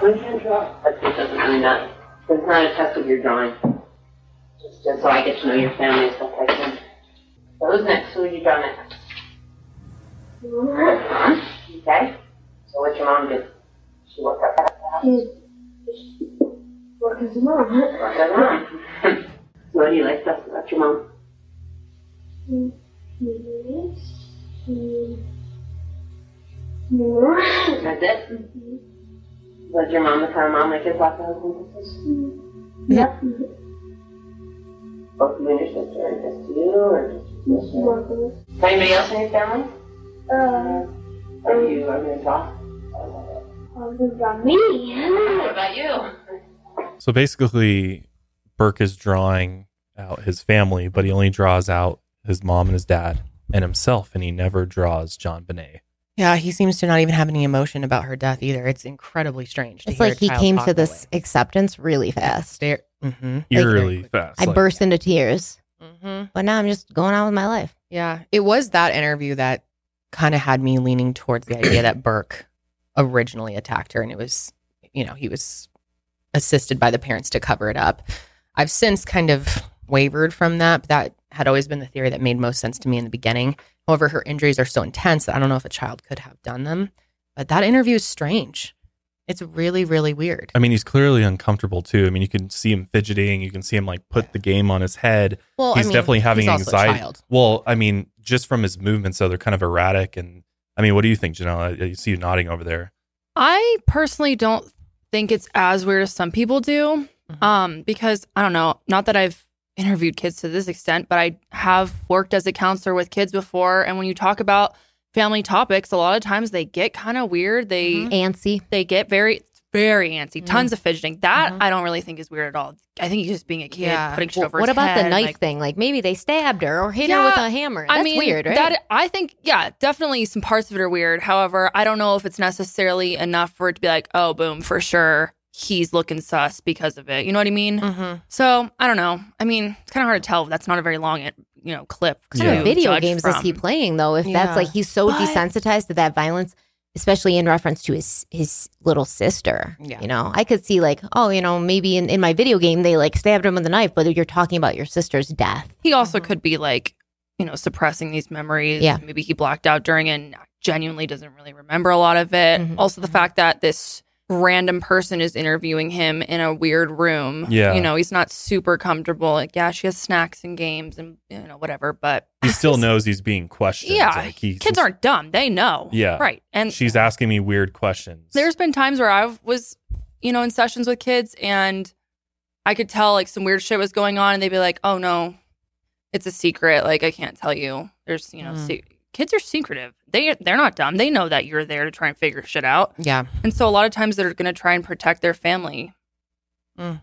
L: Could you do that for me? Please can draw. That's it, doesn't really matter. It's not a test of your drawing. Just, just so I get to know your family and stuff like that. So who's next? Who would you draw next? Your mom? Okay. So what'd your mom do? She worked up at the house.
K: Work as a mom.
L: Worked at the mom. So what do you like best about your mom? That's it?
K: Mm-hmm.
L: Was your mom the kind of mom that gives lots of husbands and sisters?
K: Mm-hmm. Yep.
L: Both you and your sister, or just you, or just your sister? Anybody else in your family?
K: Uh,
L: Are you, are you in law?
K: about me.
L: What about you?
A: So basically, Burke is drawing out his family, but he only draws out his mom and his dad and himself, and he never draws John Benet.
B: Yeah, he seems to not even have any emotion about her death either. It's incredibly strange. to
C: It's
B: hear
C: like
B: a
C: he
B: child
C: came
B: talk
C: to
B: that
C: this acceptance really fast.
B: way. Mhm.
A: Eerily fast.
C: I
A: like-
C: burst into tears,
B: Mhm.
C: but now I'm just going on with my life.
B: Yeah, it was that interview that kind of had me leaning towards the idea that Burke originally attacked her, and it was, you know, he was assisted by the parents to cover it up. I've since kind of wavered from that. But that had always been the theory that made most sense to me in the beginning. However, her injuries are so intense that I don't know if a child could have done them. But that interview is strange. It's really, really weird.
A: I mean, he's clearly uncomfortable too. I mean, you can see him fidgeting. You can see him like put the game on his head.
B: Well, I
A: he's
B: mean,
A: definitely having
B: he's also a
A: anxiety.
B: child.
A: Well, I mean, just from his movements, though, they're kind of erratic. And I mean, what do you think, Janelle? I, I see you nodding over there.
E: I personally don't think it's as weird as some people do.
C: Mm-hmm.
E: Um, because I don't know, not that I've interviewed kids to this extent, but I have worked as a counselor with kids before. And when you talk about family topics, a lot of times they get kind of weird. They
C: Mm-hmm. antsy.
E: They get very very antsy.
C: Mhm.
E: Tons of fidgeting. That
C: Mm-hmm.
E: I don't really think is weird at all. I think he's just being a kid putting shit
C: Well,
E: over
C: what
E: his
C: about the
E: head,
C: knife
E: like-
C: thing? Like maybe they stabbed her or hit her with
E: Yeah,
C: a hammer.
E: I
C: That's
E: mean,
C: weird, right?
E: That I think, yeah, definitely some parts of it are weird. However, I don't know if it's necessarily enough for it to be like, oh, boom, for sure, he's looking sus because of it. You know what I mean?
C: Mm. Mm-hmm.
E: So I don't know. I mean, it's kind of hard to tell. That's not a very long, you know, clip.
C: What kind
E: to
C: of video
E: judge
C: games is
E: from.
C: he playing though? If
E: Yeah.
C: that's like he's so
E: But-
C: desensitized to that violence, especially in reference to his his little sister.
B: Yeah.
C: You know, I could see like, oh, you know, maybe in, in my video game they like stabbed him with a knife, but you're talking about your sister's death.
E: He also could be like, you know, suppressing these memories.
C: Yeah.
E: Maybe he blacked out during and genuinely doesn't really remember a lot of it. Also, the fact that this random person is interviewing him in a weird room.
A: Yeah.
E: You know, he's not super comfortable. Like, yeah, she has snacks and games and, you know, whatever. But
A: He still knows he's being questioned.
E: yeah,
A: Like, he's
E: kids aren't dumb. They know.
A: Yeah.
E: Right. And
A: she's asking me weird questions.
E: there's been times where I was, you know, in sessions with kids and I could tell like some weird shit was going on and they'd be like, oh no, it's a secret. Like I can't tell you. There's, you know,
B: Mm.
E: se- kids are secretive. They, they're not dumb. They know that you're there to try and figure shit out.
B: Yeah.
E: And so a lot of times they're going to try and protect their family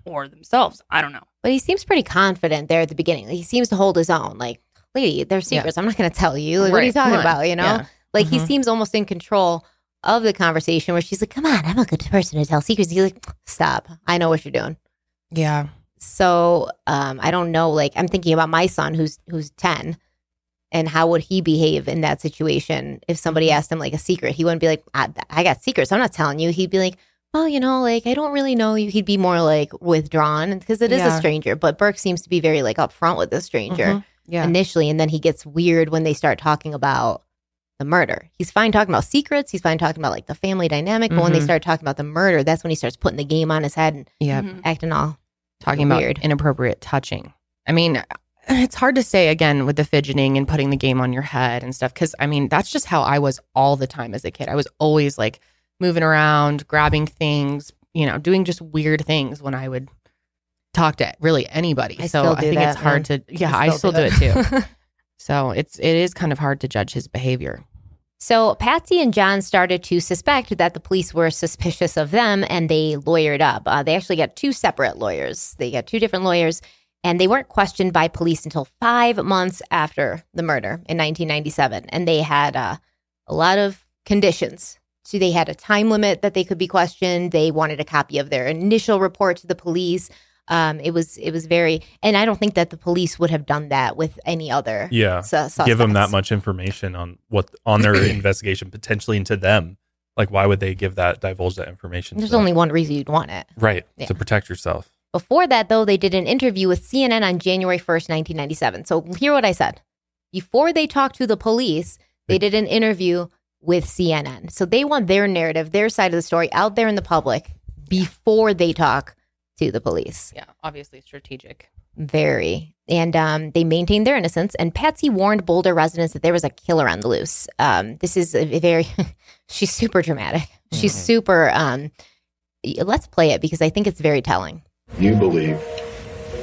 E: or themselves. I don't know.
C: But he seems pretty confident there at the beginning. Like, he seems to hold his own. Like, lady, they're secrets. I'm not going to tell you. Like, What are you
B: Right, come
C: talking
B: on.
C: about? You know,
B: Yeah.
C: like he
B: Mhm.
C: seems almost in control of the conversation. Where she's like, "Come on, I'm a good person to tell secrets." He's like, "Stop. I know what you're doing."
B: Yeah.
C: So um, I don't know. Like I'm thinking about my son who's who's ten, and how would he behave in that situation if somebody
B: Mm-hmm.
C: asked him like a secret? He wouldn't be like, "I, I got secrets. I'm not telling you." He'd be like, "Well, you know, like I don't really know you." He'd be more like withdrawn because it is
B: Yeah.
C: a stranger. But Burke seems to be very like upfront with the stranger
B: Mhm. Yeah.
C: initially, and then he gets weird when they start talking about the murder. He's fine talking about secrets. He's fine talking about like the family dynamic. But when they
B: Mhm.
C: start talking about the murder, that's when he starts putting the game on his head and
B: Yeah.
E: Mm-hmm.
C: acting all
B: talking
C: Weird.
B: about inappropriate touching. I mean, it's hard to say again with the fidgeting and putting the game on your head and stuff. Cause I mean, that's just how I was all the time as a kid. I was always like moving around, grabbing things, you know, doing just weird things when I would talk to really anybody.
C: I
B: so
C: still
B: I
C: do
B: think
C: that,
B: it's hard
C: man.
B: to, yeah,
C: I
B: I
C: still
B: still,
C: do
B: do it,
C: that.
B: too. so it's, it is kind of hard to judge his behavior.
C: So Patsy and John started to suspect that the police were suspicious of them and they lawyered up. Uh, they actually got two separate lawyers. They got two different lawyers and they weren't questioned by police until five months after the murder in 1997. And they had uh, a lot of conditions. So they had a time limit that they could be questioned. They wanted a copy of their initial report to the police. Um, it was it was very, and I don't think that the police would have done that with any other
A: yeah
C: su-
A: give them that
C: suspects.
A: much information on what on their investigation potentially into them like why would they give that divulge that information to
C: There's
A: them?
C: only one reason you'd want it.
A: right
C: Yeah.
A: to protect yourself
C: Before that, though, they did an interview with CNN on January 1st, 1997. So hear what I said. Before they talked to the police, they did an interview with CNN. So they want their narrative, their side of the story out there in the public before they talk to the police.
B: Yeah. Obviously strategic.
C: Very. And um, they maintained their innocence. And Patsy warned Boulder residents that there was a killer on the loose. Um, this is a very, she's super dramatic. She's super, um, y- let's play it because I think it's very telling.
M: You believe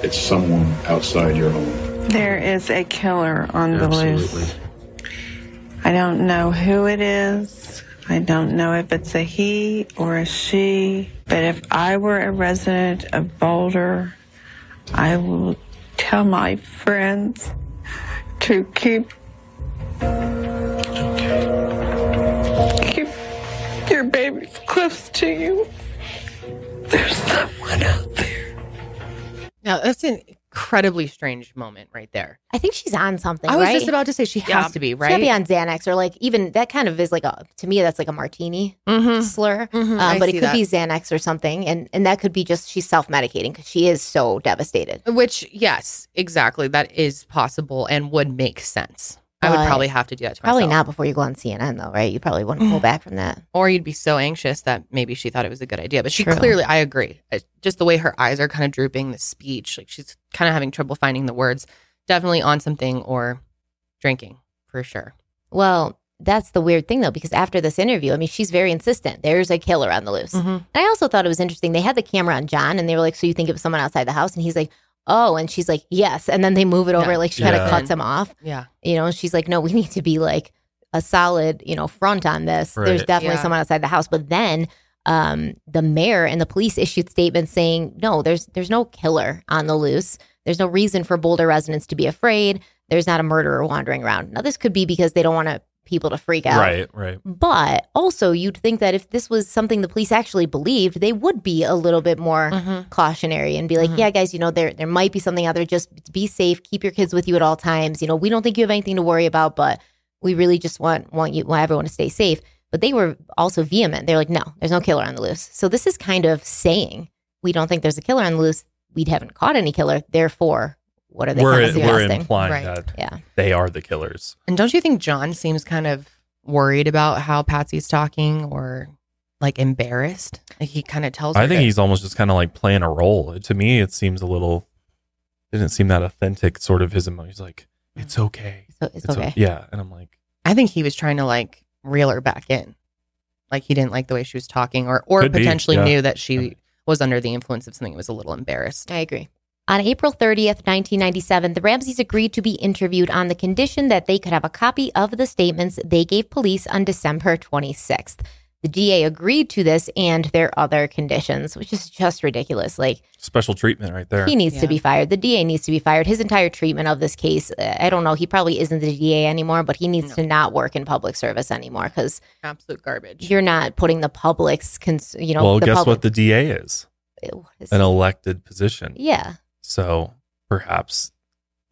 M: it's someone outside your home.
G: There is a killer on the loose. I don't know who it is. I don't know if it's a he or a she. But if I were a resident of Boulder, I will tell my friends to keep keep your babies close to you. There's someone out
B: Now that's an incredibly strange moment right there.
C: I think she's on something.
B: I was
C: right?
B: just about to say she
C: Yeah.
B: has to be
C: She
B: right.
C: gotta be on Xanax or like even that kind of is like a to me that's like a martini slur,
B: Mm-hmm. I
C: um, but it
B: see
C: could be
B: that.
C: Xanax or something, and and that could be just she's self medicating because she is so devastated.
B: Which, yes, exactly. That is possible and would make sense. I would
C: But
B: probably have to do that to
C: Probably
B: myself. Mm.
C: not before you go on CNN though, right? You probably wouldn't pull back from that.
B: Or you'd be so anxious that maybe she thought it was a good idea. But she
C: True.
B: clearly, I agree. Uh, Just the way her eyes are kind of drooping, the speech, like she's kind of having trouble finding the words. Definitely on something or drinking for sure.
C: Well, that's the weird thing though, because after this interview, I mean, she's very insistent. There's a killer on the loose.
B: Mm.
C: And I also thought it was interesting. They had the camera on John and they were like, So you think it was someone outside the house? And he's like, Oh, and she's like, Yes. And then they move it over,
B: Yeah.
C: like she kind
B: Yeah.
C: of cuts him off.
B: Yeah.
C: You know, she's like, No, we need to be like a solid, you know, front on this. There's
B: Right.
C: definitely
B: Yeah.
C: someone outside the house. But then um the mayor and the police issued statements saying, No, there's there's no killer on the loose. There's no reason for Boulder residents to be afraid. There's not a murderer wandering around. Now this could be because they don't want to people to freak out.
A: Right, right.
C: But also, you'd think that if this was something the police actually believed, they would be a little bit more cautionary and be like, "Yeah, guys, you know, there there might be something out there. Just be safe. Keep your kids with you at all times. You know, we don't think you have anything to worry about, but we really just want want you want everyone to stay safe." But they were also vehement. They're like, "No, there's no killer on the loose." So this is kind of saying we don't think there's a killer on the loose. We haven't caught any killer. Therefore, what are they?
A: We're,
C: kind of
A: we're
C: suggesting?"
A: implying
B: Right.
A: that
C: Yeah.
A: they are the killers.
B: And don't you think John seems kind of worried about how Patsy's talking or like embarrassed? Like he kind of tells her.
A: I think
B: to-
A: he's almost just kind of like playing a role. To me, it seems a little, didn't seem that authentic, sort of his emotion. He's like, it's okay.
C: So it's,
A: o-
C: okay.
A: Yeah. And I'm like,
B: I think he was trying to like reel her back in. Like he didn't like the way she was talking or or
A: Could be,
B: potentially
A: yeah.
B: knew that she was under the influence of something that was a little embarrassed.
C: I agree. On April 30th, 1997, the Ramseys agreed to be interviewed on the condition that they could have a copy of the statements they gave police on December 26th. The DA agreed to this and their other conditions, which is just ridiculous. Like,
A: special treatment right there.
C: he needs to be fired. The DA needs to be fired. His entire treatment of this case, uh, I don't know, he probably isn't the DA anymore, but he needs to not work in public service anymore because
B: Absolute garbage.
C: you're not putting the public's, cons- you know,
A: well,
C: the
A: guess
C: public.
A: what the DA is?
C: is
A: An elected position.
C: Yeah.
A: So perhaps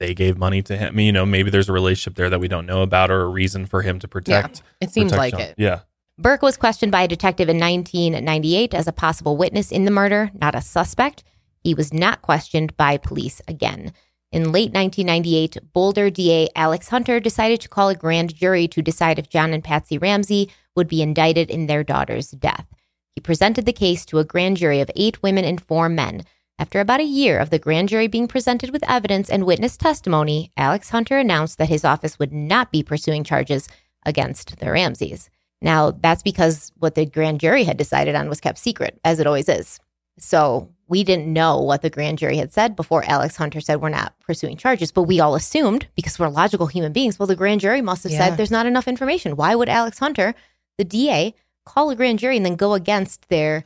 A: they gave money to him. You know, maybe there's a relationship there that we don't know about or a reason for him to protect.
B: It seems
A: protect
B: like
A: John.
B: it.
A: Yeah.
C: Burke was questioned by a detective in 1998 as a possible witness in the murder, not a suspect. He was not questioned by police again. In late 1998, Boulder DA Alex Hunter decided to call a grand jury to decide if John and Patsy Ramsey would be indicted in their daughter's death. He presented the case to a grand jury of eight women and four men. After about a year of the grand jury being presented with evidence and witness testimony, Alex Hunter announced that his office would not be pursuing charges against the Ramses. Now, that's because what the grand jury had decided on was kept secret, as it always is. So we didn't know what the grand jury had said before Alex Hunter said, We're not pursuing charges. But we all assumed, because we're logical human beings, well, the grand jury must have
B: Yeah.
C: said there's not enough information. Why would Alex Hunter, the DA, call a grand jury and then go against their,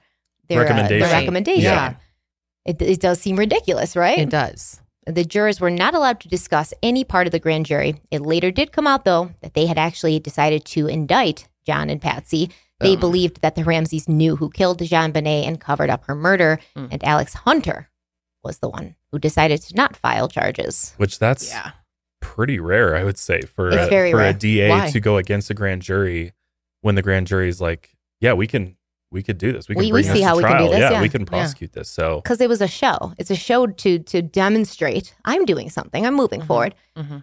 C: their, uh,
B: Recommendation.
C: their recommendation?
B: Yeah.
C: It, it does seem ridiculous, right?
B: It does.
C: The jurors were not allowed to discuss any part of the grand jury. It later did come out, though, that they had actually decided to indict John and Patsy. They
B: Boom.
C: believed that the Ramses knew who killed Jean Bonnet and covered up her murder,
B: Mm.
C: and Alex Hunter was the one who decided to not file charges.
A: Which that's pretty rare, I would say, for
C: It's
A: a,
C: very
A: for
C: rare.
A: a DA
C: Why?
A: to go against a grand jury when the grand jury is like, yeah, we can we could do this. We can
C: We- we
A: bring
C: see
A: this to
C: how we can do
A: trial.
C: this,
A: Yeah,
C: yeah.
A: we can
C: Yeah.
A: prosecute this. So
C: Because it was a show. It's a show to to demonstrate I'm doing something. I'm moving forward.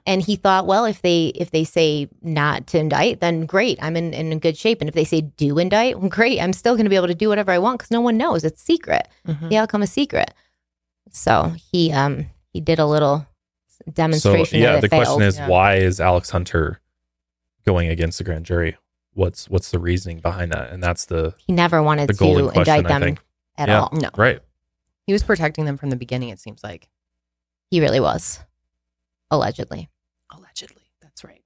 C: And he thought, well, if they if they say not to indict, then great, I'm in, in good shape. And if they say do indict, well, great, I'm still going to be able to do whatever I want because no one knows. It's secret.
B: Mm-hmm.
C: The outcome is secret. So he um he did a little
A: so
C: demonstration.
A: yeah,
C: that
A: the
C: it
A: question
C: failed.
A: is why is Alex Hunter going against the grand jury? What's what's the reasoning behind that? And that's the
C: he never wanted
A: the
C: to
A: golden
C: indict
A: question, I
C: them
A: think.
C: at
A: Yeah,
C: all. No,
A: Right.
B: He was protecting them from the beginning, it seems like.
C: he really was, allegedly.
B: Allegedly. That's right.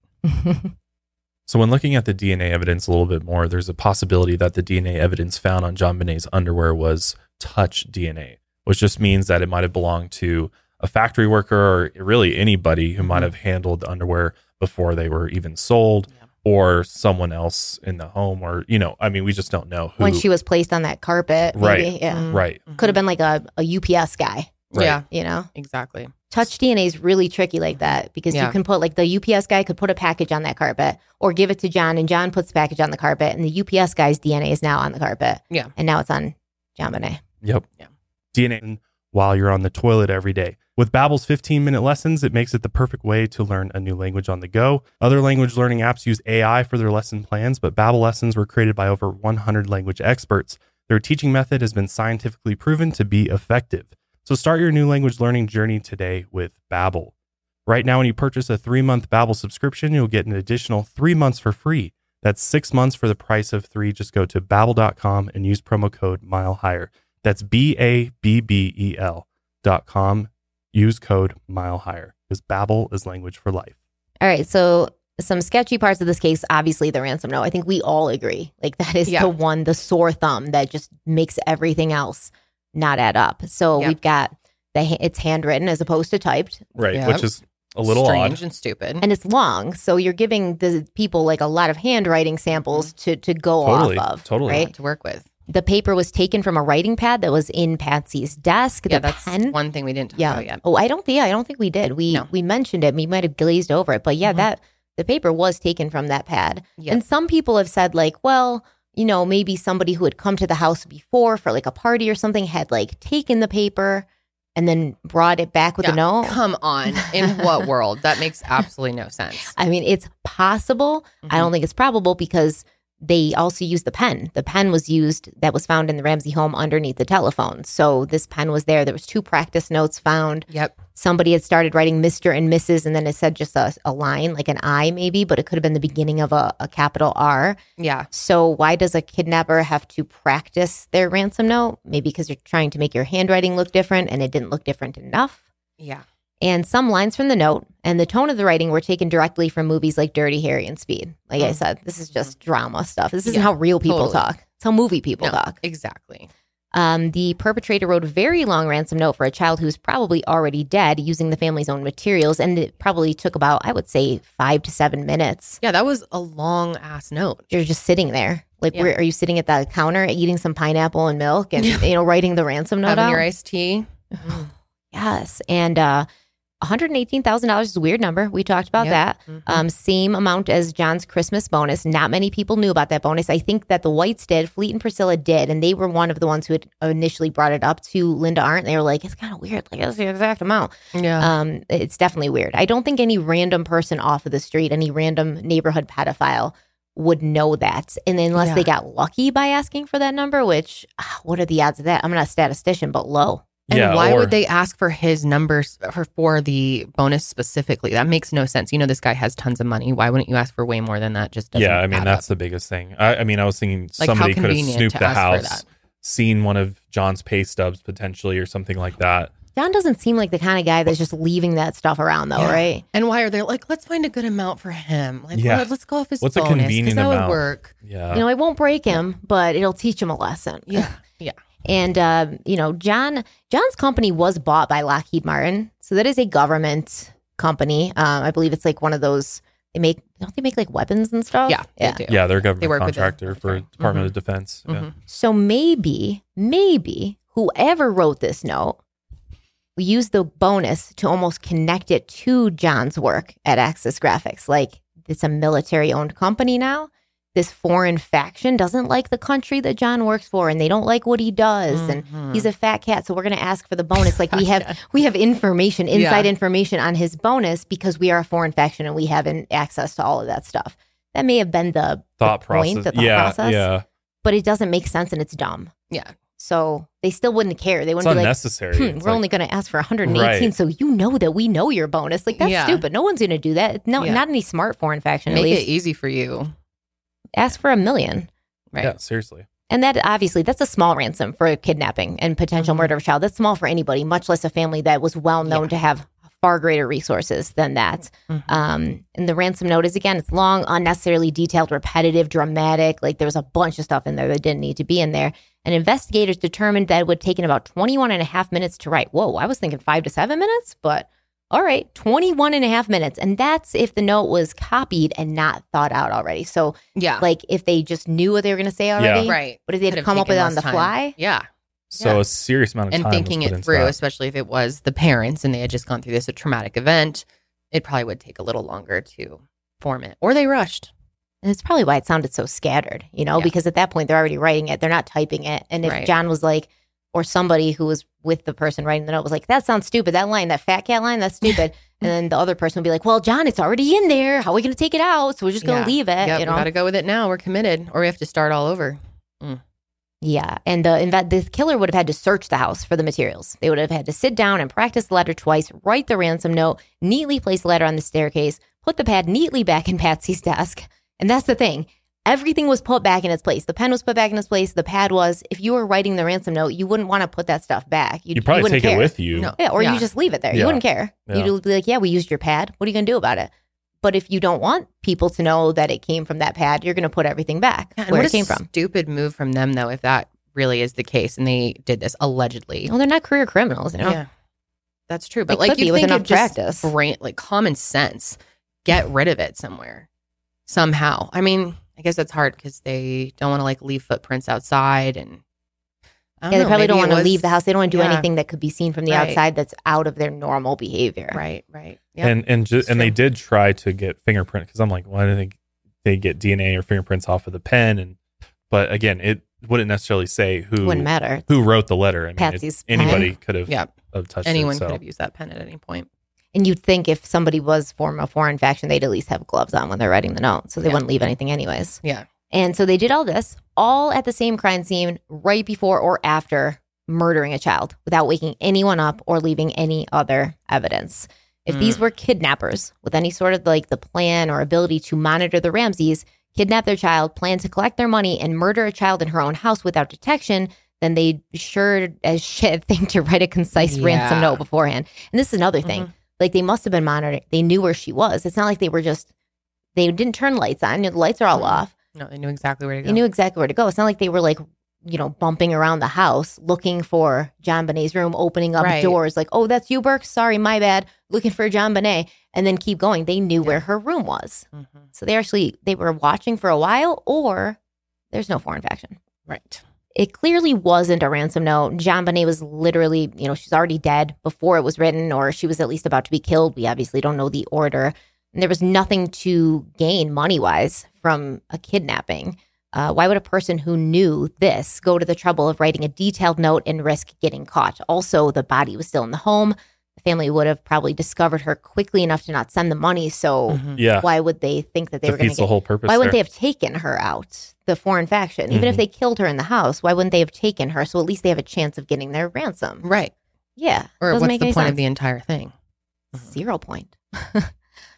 A: So when looking at the DNA evidence a little bit more, there's a possibility that the DNA evidence found on John Binet's underwear was touch DNA, which just means that it might have belonged to a factory worker or really anybody who might have handled the underwear before they were even sold or someone else in the home or you know, I mean we just don't know who
C: when she was placed on that carpet, maybe,
A: Right.
C: Yeah,
A: Right.
C: Could have been like a, a UPS guy.
A: Right. Yeah.
C: you know,
B: exactly.
C: Touch DNA is really tricky like that because
B: Yeah.
C: you can put like the UPS guy could put a package on that carpet or give it to John and John puts the package on the carpet and the UPS guy's DNA is now on the carpet.
B: Yeah.
C: and now it's on John Bonet.
A: Yep. DNA
N: while you're on the toilet every day. With Babbel's 15-minute lessons, it makes it the perfect way to learn a new language on the go. Other language learning apps use AI for their lesson plans, but Babbel lessons were created by over 100 language experts. Their teaching method has been scientifically proven to be effective. So start your new language learning journey today with Babbel. Right now, when you purchase a three-month Babbel subscription, you'll get an additional three months for free. That's six months for the price of three. Just go to babbel.com and use promo code mile higher. That's B A B B E L dot com. Use code mile higher because Babbel is language for life.
C: All right. So some sketchy parts of this case, obviously the ransom note. I think we all agree. Like that is
B: Yeah.
C: the one, the sore thumb that just makes everything else not add up. So
B: Yeah.
C: we've got the ha- it's handwritten as opposed to typed.
A: Right, which is a little
B: strange
A: odd.
B: and stupid.
C: And it's long. So you're giving the people like a lot of handwriting samples to to go
A: Mm-hmm. Totally,
C: off of.
A: totally.
C: Right?
B: to work with.
C: The paper was taken from a writing pad that was in Patsy's desk.
B: Yeah,
C: the
B: that's
C: pen.
B: one thing we didn't talk
C: yeah.
B: about yet.
C: Oh, I don't think. Yeah, I don't think we did. We we mentioned it. We might have glazed over it, but yeah, that the paper was taken from that pad.
B: Mm-hmm. Yeah.
C: And some people have said like, well, you know, maybe somebody who had come to the house before for like a party or something had like taken the paper and then brought it back with a
B: Yeah,
C: note.
B: Come on. In what world? That makes absolutely no sense.
C: I mean, it's possible. I don't think it's probable because they also used the pen. The pen was used that was found in the Ramsey home underneath the telephone. So this pen was there. There was two practice notes found.
B: Yep.
C: Somebody had started writing Mr. and Mrs. and then it said just a, a line, like an I maybe, but it could have been the beginning of a, a capital R.
B: Yeah.
C: So why does a kidnapper have to practice their ransom note? Maybe because you're trying to make your handwriting look different and it didn't look different enough
B: Yeah.
C: and some lines from the note and the tone of the writing were taken directly from movies like Dirty Harry and Speed. Like I
B: Mm.
C: said, this is just drama stuff. This isn't
B: Yeah,
C: how real people
B: totally.
C: talk. It's how movie people
B: No,
C: talk.
B: Exactly.
C: Um, the perpetrator wrote a very long ransom note for a child who's probably already dead using the family's own materials. And it probably took about, I would say, five to seven minutes.
B: Yeah, that was a long ass note.
C: You're just sitting there. Like,
B: Yeah.
C: where are you sitting at the counter eating some pineapple and milk and, you know, writing the ransom note
B: Having
C: out?
B: your iced tea.
C: Yes. And uh, $118,000 is a weird number. We talked about
B: Yep.
C: that.
B: Mhm.
C: Um, same amount as John's Christmas bonus. Not many people knew about that bonus. I think that the Whites did, Fleet and Priscilla did, and they were one of the ones who had initially brought it up to Linda Arndt. They were like, it's kind of weird. Like, that's the exact amount.
B: Yeah.
C: Um, it's definitely weird. I don't think any random person off of the street, any random neighborhood pedophile would know that. And unless
B: Yeah.
C: they got lucky by asking for that number, which ah, what are the odds of that? I'm not a statistician, but low.
B: and
A: yeah,
B: why
A: or-
B: would they ask for his numbers for, for the bonus specifically? That makes no sense. You know, this guy has tons of money. Why wouldn't you ask for way more than that? Just doesn't
A: Yeah, I mean
B: add
A: that's
B: up.
A: the biggest thing. I, I mean, I was thinking
B: Like, how
A: somebody could have
B: convenient
A: snooped
B: to
A: the
B: ask for
A: house,
B: that.
A: seen one of John's pay stubs potentially, or something like that.
C: John doesn't seem like the kind of guy that's just leaving that stuff around, though,
B: Yeah.
C: right?
B: And why are they like? Let's find a good amount for him. Like,
A: Yeah.
B: let- let's go off his
A: What's a
B: bonus, 'cause
A: convenient
B: that
A: amount?
B: would work.
A: Yeah,
C: you know, it won't break him, but it'll teach him a lesson.
B: Uh, Yeah, yeah.
C: And uh, you know, John John's company was bought by Lockheed Martin, so that is a government company. Um, I believe it's like one of those they make don't they make like weapons and stuff?
B: Yeah, they
C: yeah.
B: do.
A: yeah, they're a government
B: work with the-
A: contractor for Department of Defense. Yeah.
B: Mhm.
C: So maybe, maybe whoever wrote this note used the bonus to almost connect it to John's work at Axis Graphics. Like it's a military owned company now. This foreign faction doesn't like the country that John works for and they don't like what he does. And
A: Mm-hmm.
C: he's a fat cat. So we're gonna ask for the bonus. Like we have we have information, inside
B: Yeah.
C: information on his bonus because we are a foreign faction and we have an access to all of that stuff. That may have been the
A: Thought
C: the point,
A: process.
C: the thought
A: yeah,
C: process
A: yeah.
C: but it doesn't make sense and it's dumb.
B: Yeah.
C: So they still wouldn't care. They
A: It's
C: wouldn't be like,
A: unnecessary.
C: "Hmm,
A: It's
C: we're
A: like-
C: only going to ask for 118.
A: Right.
C: So you know that we know your bonus. Like that's
B: Yeah.
C: stupid. No one's going to do that. No,
B: Yeah.
C: not any smart foreign faction.
B: Make
C: at
B: it
C: least
B: easy for you.
C: ask for a million.
B: Right.
A: yeah, seriously.
C: And that obviously that's a small ransom for a kidnapping and potential murder of a child. That's small for anybody, much less a family that was well known to have far greater resources than that. Um, and the ransom note is again, it's long, unnecessarily detailed, repetitive, dramatic. Like there was a bunch of stuff in there that didn't need to be in there. And investigators determined that it would take about 21 and a half minutes to write. Whoa, I was thinking five to seven minutes, but all right, 21 and a half minutes. And that's if the note was copied and not thought out already. So,
B: Yeah.
C: like if they just knew what they were going to say already.
B: right.
C: But if they
B: Could
C: had
B: have
C: come up
B: taken
C: with it on
B: less
C: the
B: time.
C: fly,
B: Yeah.
A: So
B: Yeah.
A: a serious amount of
B: and
A: time was
B: thinking
A: put
B: it
A: into
B: through,
A: that.
B: especially if it was the parents and they had just gone through this a traumatic event, it probably would take a little longer to form it. Or they rushed.
C: and it's probably why it sounded so scattered, you know,
B: Yeah.
C: because at that point they're already writing it, they're not typing it. And if
B: Right.
C: John was like, or somebody who was with the person writing the note was like, that sounds stupid. That line, that fat cat line, that's stupid. and then the other person would be like, well, John, it's already in there. How are we going to take it out? So we're just going
B: Yeah.
C: to leave it.
B: Yep,
C: you
B: we
C: know?
B: gotta go with it now. We're committed, or we have to start all over.
C: Yeah, and the inve- the killer would have had to search the house for the materials. They would have had to sit down and practice the letter twice, write the ransom note, neatly place the letter on the staircase, put the pad neatly back in Patsy's desk. And that's the thing. Everything was put back in its place. The pen was put back in its place. The pad was. If you were writing the ransom note, you wouldn't want to put that stuff back.
N: You'd probably
C: wouldn't
N: take it
C: care.
N: with you. No.
C: Yeah, or
B: Yeah.
C: you just leave it there.
N: Yeah.
C: You wouldn't care.
N: Yeah.
C: You'd be like, yeah, we used your pad. What are you going to do about it? But if you don't want people to know that it came from that pad, you're going to put everything back
B: Yeah, and
C: where
B: what
C: it came
B: a
C: from.
B: Stupid move from them, though, if that really is the case, and they did this allegedly.
C: Well, they're not career criminals, you know?
B: Yeah, that's true. But
C: They
B: like
C: could
B: you
C: be with
B: think
C: enough
B: of just
C: practice.
B: brain, like common sense, get rid of it somewhere, somehow. I mean, I guess that's hard because they don't want to like leave footprints outside, and I
C: Yeah, they
B: know,
C: probably don't
B: maybe it
C: want to
B: was-
C: leave the house. They don't want to do
B: Yeah.
C: anything that could be seen from the
B: Right.
C: outside that's out of their normal behavior.
B: Right, right.
N: and and ju- and they did try to get fingerprint because I'm like, well, I didn't think they get DNA or fingerprints off of the pen, and but again, it wouldn't necessarily say who
C: Wouldn't matter.
N: who wrote the letter. I mean,
C: Patsy's
N: it, anybody
C: pen.
N: could have
B: Yep.
N: have touched
B: Anyone
N: it, so.
B: could have used that pen at any point.
C: And you'd think if somebody was from a foreign faction, they'd at least have gloves on when they're writing the note. So they
B: Yeah.
C: wouldn't leave anything anyways.
B: Yeah.
C: And so they did all this all at the same crime scene right before or after murdering a child without waking anyone up or leaving any other evidence. If these
B: Mm.
C: were kidnappers with any sort of like the plan or ability to monitor the Ramses, kidnap their child, plan to collect their money, and murder a child in her own house without detection, then they sure as shit think to write a concise ransom
B: Yeah.
C: note beforehand. And this is another thing.
B: Mhm.
C: Like they must have been monitoring. They knew where she was. It's not like they were just they didn't turn lights on. The lights are all
B: Mhm.
C: off.
B: No, they knew exactly where to go.
C: They knew exactly where to go. It's not like they were like, you know, bumping around the house looking for John Bonet's room, opening up
B: Right.
C: doors, like, oh, that's you, Burke. Sorry, my bad. Looking for John Bonet, and then keep going. They knew where her room was,
B: Mhm.
C: so they actually they were watching for a while. Or there's no foreign faction.
B: Right.
C: It clearly wasn't a ransom note. John Bonet was literally, you know, she's already dead before it was written, or she was at least about to be killed. We obviously don't know the order. And there was nothing to gain money wise from a kidnapping. Uh, why would a person who knew this go to the trouble of writing a detailed note and risk getting caught? Also, the body was still in the home. The family would have probably discovered her quickly enough to not send the money. So,
N: Mm-hmm.
B: Mm-hmm.
N: Yeah,
C: why would they think that they were going
N: defeats
C: to
N: the whole purpose.
C: why wouldn't they
N: there.
C: have taken her out, the foreign faction? Even
B: Mm-hmm.
C: if they killed her in the house, why wouldn't they have taken her? So at least they have a chance of getting their ransom.
B: Right.
C: Yeah.
B: Or
C: doesn't
B: what's
C: make
B: the
C: any
B: point of the entire thing?
C: sense. Zero point.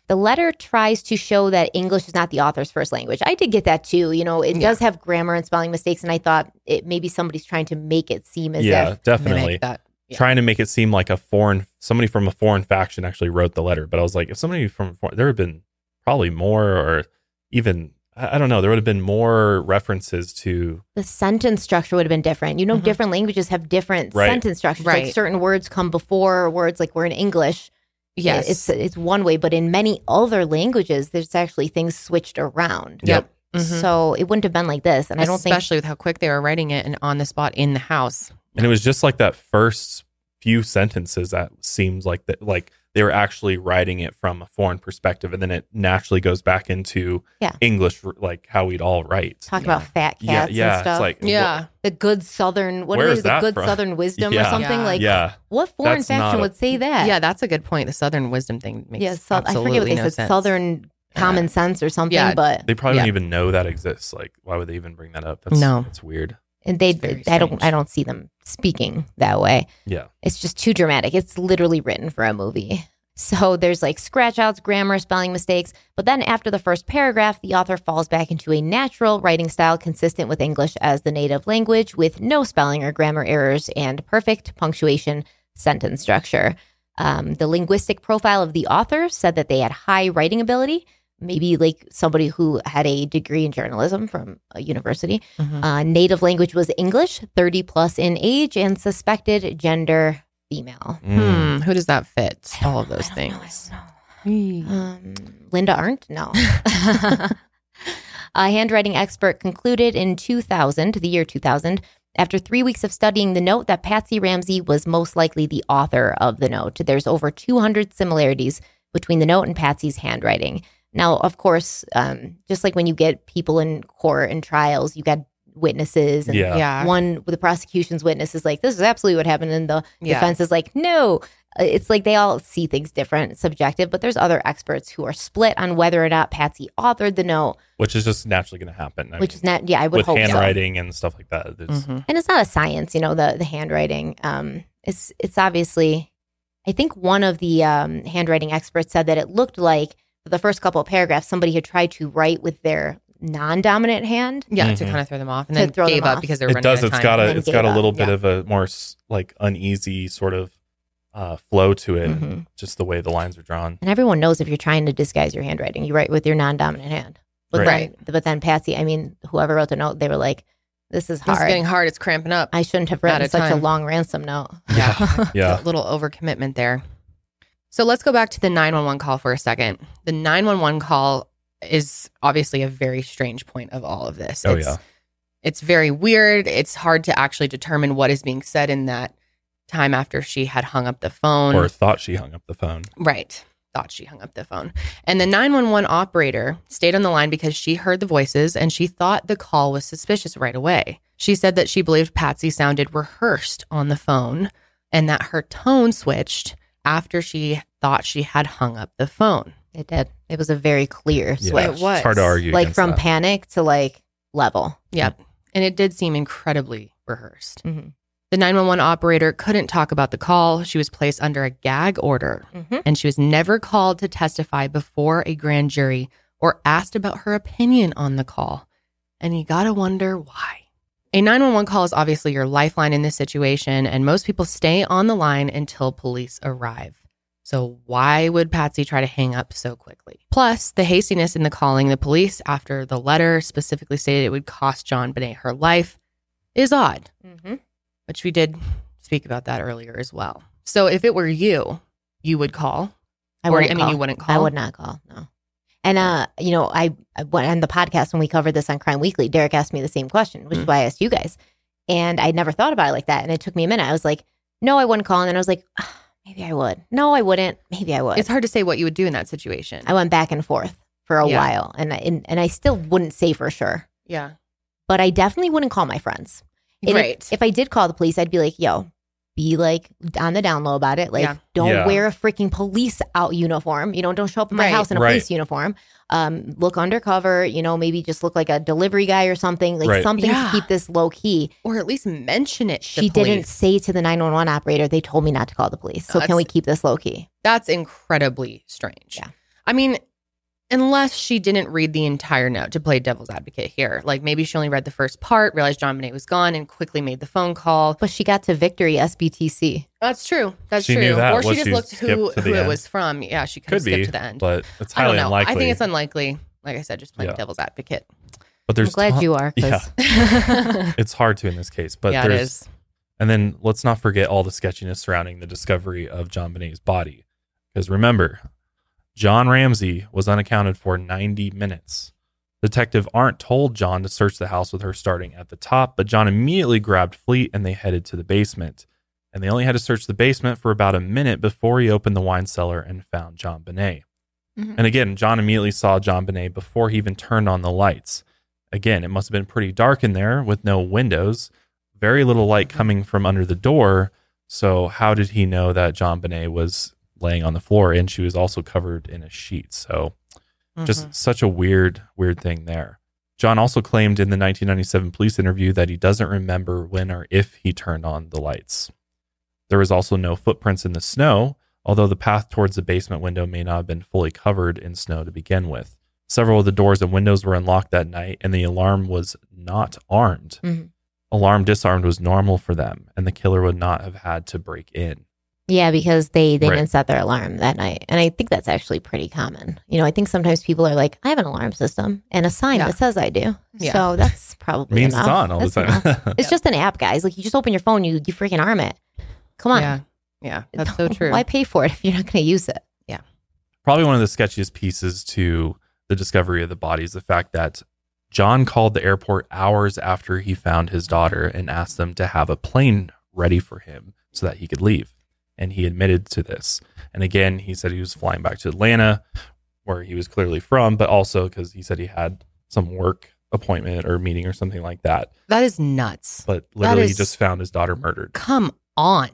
C: the letter tries to show that English is not the author's first language. I did get that too. You know, it
B: Yeah.
C: does have grammar and spelling mistakes, and I thought it maybe somebody's trying to make it seem as
N: yeah,
C: if
N: definitely
B: Mimic that. yeah.
N: trying to make it seem like a foreign somebody from a foreign faction actually wrote the letter. But I was like, if somebody from a foreign, there have been probably more or even I I don't know, there would have been more references to
C: the sentence structure would have been different. You know,
B: Mhm.
C: different languages have different
N: Right.
C: sentence structures.
B: Right.
C: Like certain words come before words like we're in English.
B: Yes.
C: it- it's it's one way, but in many other languages, there's actually things switched around. Mm-hmm.
B: Yep.
N: Mm-hmm.
B: Mhm.
C: So it wouldn't have been like this, and I don't think
B: especially with how quick they were writing it and on the spot in the house.
N: And it was just like that first few sentences that seems like that like they were actually writing it from a foreign perspective and then it naturally goes back into
C: Yeah.
N: English like how we'd all write.
C: talking
B: Yeah.
C: about fat
N: yeah,
C: cats
N: yeah,
C: and
N: it's
C: stuff.
N: like wh-
C: the good southern, what
N: Where
C: is
N: is
C: the
N: that
C: good
N: from?
C: southern wisdom
N: Yeah.
C: or something
B: Yeah.
C: like?
N: yeah.
C: What foreign
N: That's
C: faction
N: not a-
C: would say that?
B: yeah, that's a good point. The Southern wisdom thing makes
C: yeah.
B: yeah,
C: So, I
B: absolutely
C: forget what they
B: no
C: said.
B: sense.
C: Southern common sense or something,
B: Yeah.
C: but
N: They probably don't
B: Yeah.
N: even know that exists. Like why would they even bring that up? That's
B: No.
N: that's weird.
C: and they
B: It's very
C: I don't
B: strange.
C: I don't see them speaking that way.
N: Yeah.
C: It's just too dramatic. It's literally written for a movie. So there's like scratch outs, grammar, spelling mistakes, but then after the first paragraph, the author falls back into a natural writing style consistent with English as the native language with no spelling or grammar errors and perfect punctuation sentence structure. Um, the linguistic profile of the author said that they had high writing ability, maybe like somebody who had a degree in journalism from a university.
B: Mhm.
C: Uh, native language was English, 30 plus in age, and suspected gender female.
N: Mm.
B: Hmm, who does that fit?
C: I don't
B: All of
C: know, I
B: those
C: don't know, I
B: things.
C: don't know. Um, Linda Arndt? No. a handwriting expert concluded in 2000, the year 2000, after three weeks of studying the note, that Patsy Ramsey was most likely the author of the note. There's over 200 similarities between the note and Patsy's handwriting. Now, of course, um, just like when you get people in court and trials, you got witnesses and
B: Yeah. Yeah.
C: one the prosecution's witness is like this is absolutely what happened and the
B: Yeah.
C: defense is like no Uh, it's like they all see things different it's subjective but there's other experts who are split on whether or not patsy authored the note
A: which is just naturally going to happen. I
C: Which is nat- yeah, I would
A: with
C: hope so.
A: handwriting and stuff like that. It's,
B: Mm-hmm.
C: and it's not a science you know the the handwriting um it's it's obviously i think one of the um handwriting experts said that it looked like for the first couple of paragraphs somebody had tried to write with their non-dominant hand
B: Yeah,
A: Mhm.
B: to kind of throw them off and
C: To
B: then
C: throw them
B: gave up
C: off.
B: because they were
A: It
B: running
A: does.
B: out of
A: It's
B: time.
A: got
C: and
A: a.
C: then
A: It's got
C: gave
A: a
C: up,
A: little bit
C: yeah.
A: of a more s- like uneasy sort of uh, flow to it,
B: Mm-hmm.
C: Mhm.
A: just the way the lines are drawn.
C: And everyone knows if you're trying to disguise your handwriting, you write with your non-dominant hand. But
A: Right.
C: then, but then Patsy, I mean, whoever wrote the note, they were like, "This is
B: This
C: hard.
B: is getting hard. It's cramping up.
C: I shouldn't have
B: Out
C: written
B: of
C: such a
B: time.
C: long ransom note."
A: Yeah.
B: a little overcommitment there. So let's go back to the 911 call for a second. The 911 call is obviously a very strange point of all of this.
A: Oh,
B: it's,
A: yeah.
B: It's very weird. It's hard to actually determine what is being said in that time after she had hung up the phone.
A: Or thought she hung up the phone.
B: Right. Thought she hung up the phone. And the 911 operator stayed on the line because she heard the voices and she thought the call was suspicious right away. She said that she believed Patsy sounded rehearsed on the phone and that her tone switched after she thought she had hung up the phone.
C: It did. It was a very clear
A: Yeah,
C: switch.
B: It was.
A: It's hard to argue.
C: like
A: against
C: from
A: that.
C: panic to like level.
B: Yep. And it did seem incredibly rehearsed.
C: Mhm.
B: The 911 operator couldn't talk about the call. She was placed under a gag order
C: Mhm.
B: and she was never called to testify before a grand jury or asked about her opinion on the call. And you gotta wonder why. A 911 call is obviously your lifeline in this situation, and most people stay on the line until police arrive. So, why would Patsy try to hang up so quickly? Plus, the hastiness in the calling the police after the letter specifically stated it would cost John Binet her life is odd
C: Mhm.
B: which we did speak about that earlier as well. So if it were you, you would call.
C: I
B: Or,
C: wouldn't
B: I mean,
C: call.
B: you wouldn't call.
C: I would not call. No. And uh, you know, I, I went on the podcast when we covered this on Crime Weekly. Derek asked me the same question, which
B: Mm.
C: is why I asked you guys. And I never thought about it like that. And it took me a minute. I was like, no, I wouldn't call. And then I was like, "Ah, maybe I would. No, I wouldn't. Maybe I would.
B: It's hard to say what you would do in that situation.
C: I went back and forth for a
B: Yeah.
C: while, and I, and, and I still wouldn't say for sure,
B: yeah.
C: but I definitely wouldn't call my friends. And if-
B: Right.
C: If, I did call the police, I'd be like, "Yo, be like on the down low about it. Like,
B: Yeah.
C: don't
A: Yeah.
C: wear a freaking police out uniform. You know, don't show up at my
B: Right.
C: house in a
A: Right.
C: police uniform. Um, look undercover. You know, maybe just look like a delivery guy or something. Like
A: Right.
C: something
B: Yeah.
C: to keep this low key."
B: Or at least mention it. to
C: She didn't
B: police.
C: say to the nine one one operator, "They told me not to call the police. So can
B: That's-
C: we keep this low key?"
B: That's incredibly strange.
C: Yeah.
B: I mean, unless she didn't read the entire note to play devil's advocate here. Like maybe she only read the first part, realized John Bonet was gone, and quickly made the phone call.
C: But she got to victory SBTC.
B: That's true. That's
A: She
B: true.
A: knew that
B: or she
A: once
B: just
A: you
B: looked who,
A: skipped to the
B: who it
A: end.
B: was from. Yeah, she could,
A: could be
B: to the end.
A: but it's
B: I don't
A: highly
B: know.
A: unlikely.
B: I think it's unlikely. Like I said, just playing
A: Yeah.
B: devil's advocate.
A: but
C: I'm
A: there's
C: glad
A: ton-
C: you are. 'cause-
A: Yeah, it's hard to in this case, but
B: yeah, it
A: there's
B: is.
A: And then let's not forget all the sketchiness surrounding the discovery of John Bonet's body. Because remember, John Ramsey was unaccounted for 90 minutes. Detective Arndt told John to search the house with her starting at the top, but John immediately grabbed Fleet and they headed to the basement. And they only had to search the basement for about a minute before he opened the wine cellar and found John Bonet.
E: Mhm.
A: And again, John immediately saw John Bonet before he even turned on the lights. Again, it must have been pretty dark in there with no windows very little light coming from under the door. So how did he know that John Bonet was laying on the floor and she was also covered in a sheet? So just such a weird, weird thing there. John also claimed in the 1997 police interview that he doesn't remember when or if he turned on the lights. There was also no footprints in the snow, although the path towards the basement window may not have been fully covered in snow to begin with. Several of the doors and windows were unlocked that night, and the alarm was not armed.
C: Mhm.
A: Alarm disarmed was normal for them, and the killer would not have had to break in.
C: Yeah, because they they
A: Right.
C: didn't set their alarm that night, and I think that's actually pretty common. You know, I think sometimes people are like, "I have an alarm system and a sign
B: Yeah.
C: that says I do,"
B: Yeah.
C: so that's probably
A: Means it's
C: enough.
A: on all the
C: That's
A: time.
C: enough. it's just an app, guys. Like you just open your phone, you you freaking arm it. Come on,
B: Yeah. Yeah. That's so true.
C: Why pay for it if you're not going to use it?
A: probably one of the sketchiest pieces to the discovery of the body is the fact that John called the airport hours after he found his daughter and asked them to have a plane ready for him so that he could leave. And he admitted to this. And again, he said he was flying back to Atlanta, where he was clearly from, but also because he said he had some work appointment or meeting or something like that.
B: That is nuts.
A: But literally
B: is-
A: just found his daughter murdered.
B: Come on.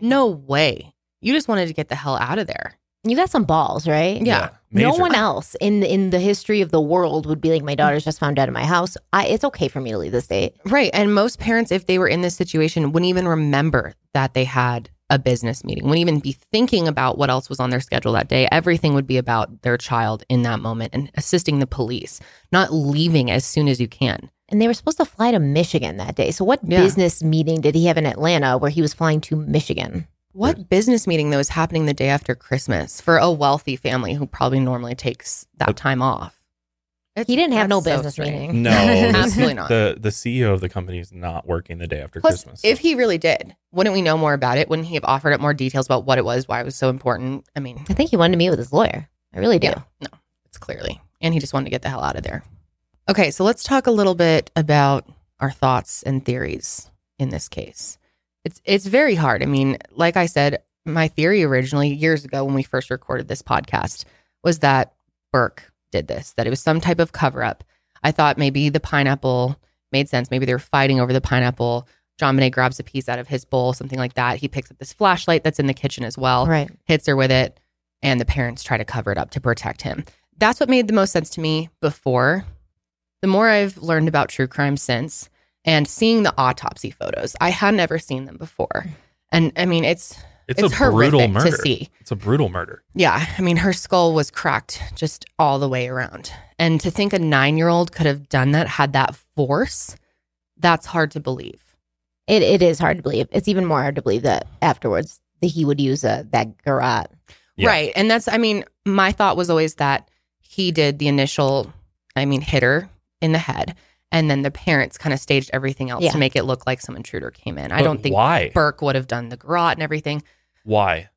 B: No way. You just wanted to get the hell out of there.
C: You got some balls, right?
B: Yeah.
C: No
B: Major.
C: one else in the, in the history of the world would be like, my daughter's just found dead in my house. I, it's okay for me to leave this state.
B: Right. And most parents, if they were in this situation, wouldn't even remember that they had a business meeting, wouldn't even be thinking about what else was on their schedule that day. Everything would be about their child in that moment and assisting the police, not leaving as soon as you can.
C: And they were supposed to fly to Michigan that day. So what
B: Yeah.
C: business meeting did he have in Atlanta where he was flying to Michigan?
B: What business meeting, though, is happening the day after Christmas for a wealthy family who probably normally takes that time off?
C: he didn't have no
B: that's so
C: business
B: strange.
C: meeting.
A: No,
B: Absolutely not.
A: The the CEO of the company is not working the day after
B: Plus,
A: Christmas.
B: if he really did, wouldn't we know more about it? Wouldn't he have offered up more details about what it was, why it was so important? I mean,
C: I think he wanted to meet with his lawyer. I really do.
B: Yeah. no, it's clearly. And he just wanted to get the hell out of there. Okay, so let's talk a little bit about our thoughts and theories in this case. It's it's very hard. I mean, like I said, my theory originally years ago when we first recorded this podcast was that Burke did this, that it was some type of cover up. I thought maybe the pineapple made sense. Maybe they were fighting over the pineapple. John Bonet grabs a piece out of his bowl, something like that. He picks up this flashlight that's in the kitchen as well
C: Right.
B: hits her with it, and the parents try to cover it up to protect him. That's what made the most sense to me before. The more I've learned about true crime since and seeing the autopsy photos, I had never seen them before. And I mean, it's
A: it's,
B: it's
A: a brutal
B: horrific to
A: murder.
B: see.
A: It's a brutal murder.
B: yeah, I mean, her skull was cracked just all the way around. And to think a nine year old could have done that, had that force, that's hard to believe.
C: It, it is hard to believe. It's even more hard to believe that afterwards that he would use a, that garrote.
A: Yeah.
B: Right. And that's, I mean, my thought was always that he did the initial, I mean, hit her in the head. And then the parents kind of staged everything else
C: Yeah.
B: to make it look like some intruder came in. I
A: But
B: don't think
A: why?
B: Burke would have done the garrote and everything.
A: Why?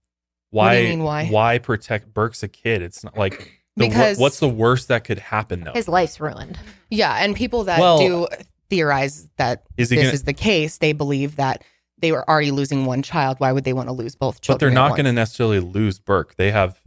A: Why?
B: What do you mean, why?
A: protect Burke's a kid? It's not like the,
B: Because-
A: because what's the worst that could happen though?
C: His life's ruined.
B: Yeah. And people that
A: Well-
B: do theorize that
A: Is he
B: this
A: gonna-
B: is the case, they believe that they were already losing one child. Why would they want to lose both
A: but
B: children?
A: they're
B: at
A: not
B: once?
A: going to necessarily lose Burke. They have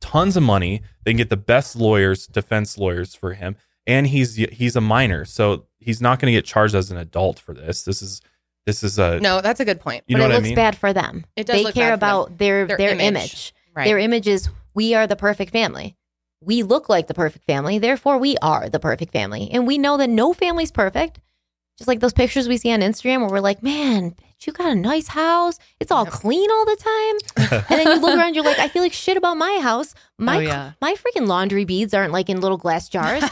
A: tons of money. They can get the best lawyers, defense lawyers for him, and he's he's a minor, so he's not going to get charged as an adult for this. This is this is a
B: No, that's a good point.
A: you
C: but
A: know
C: it
A: what I
C: looks
A: mean.
C: bad for them.
B: It does
C: they
B: look
C: care
B: bad for them.
C: about their
B: Their
C: their,
B: image.
C: image.
B: Right.
C: Their image is we are the perfect family. We look like the perfect family, therefore we are the perfect family. And we know that no family's perfect. Just like those pictures we see on Instagram where we're like, man, bitch, you got a nice house. It's all clean all the time. and then you look around, you're like, I feel like shit about my house. My
B: Oh, yeah.
C: my freaking laundry beads aren't like in little glass jars.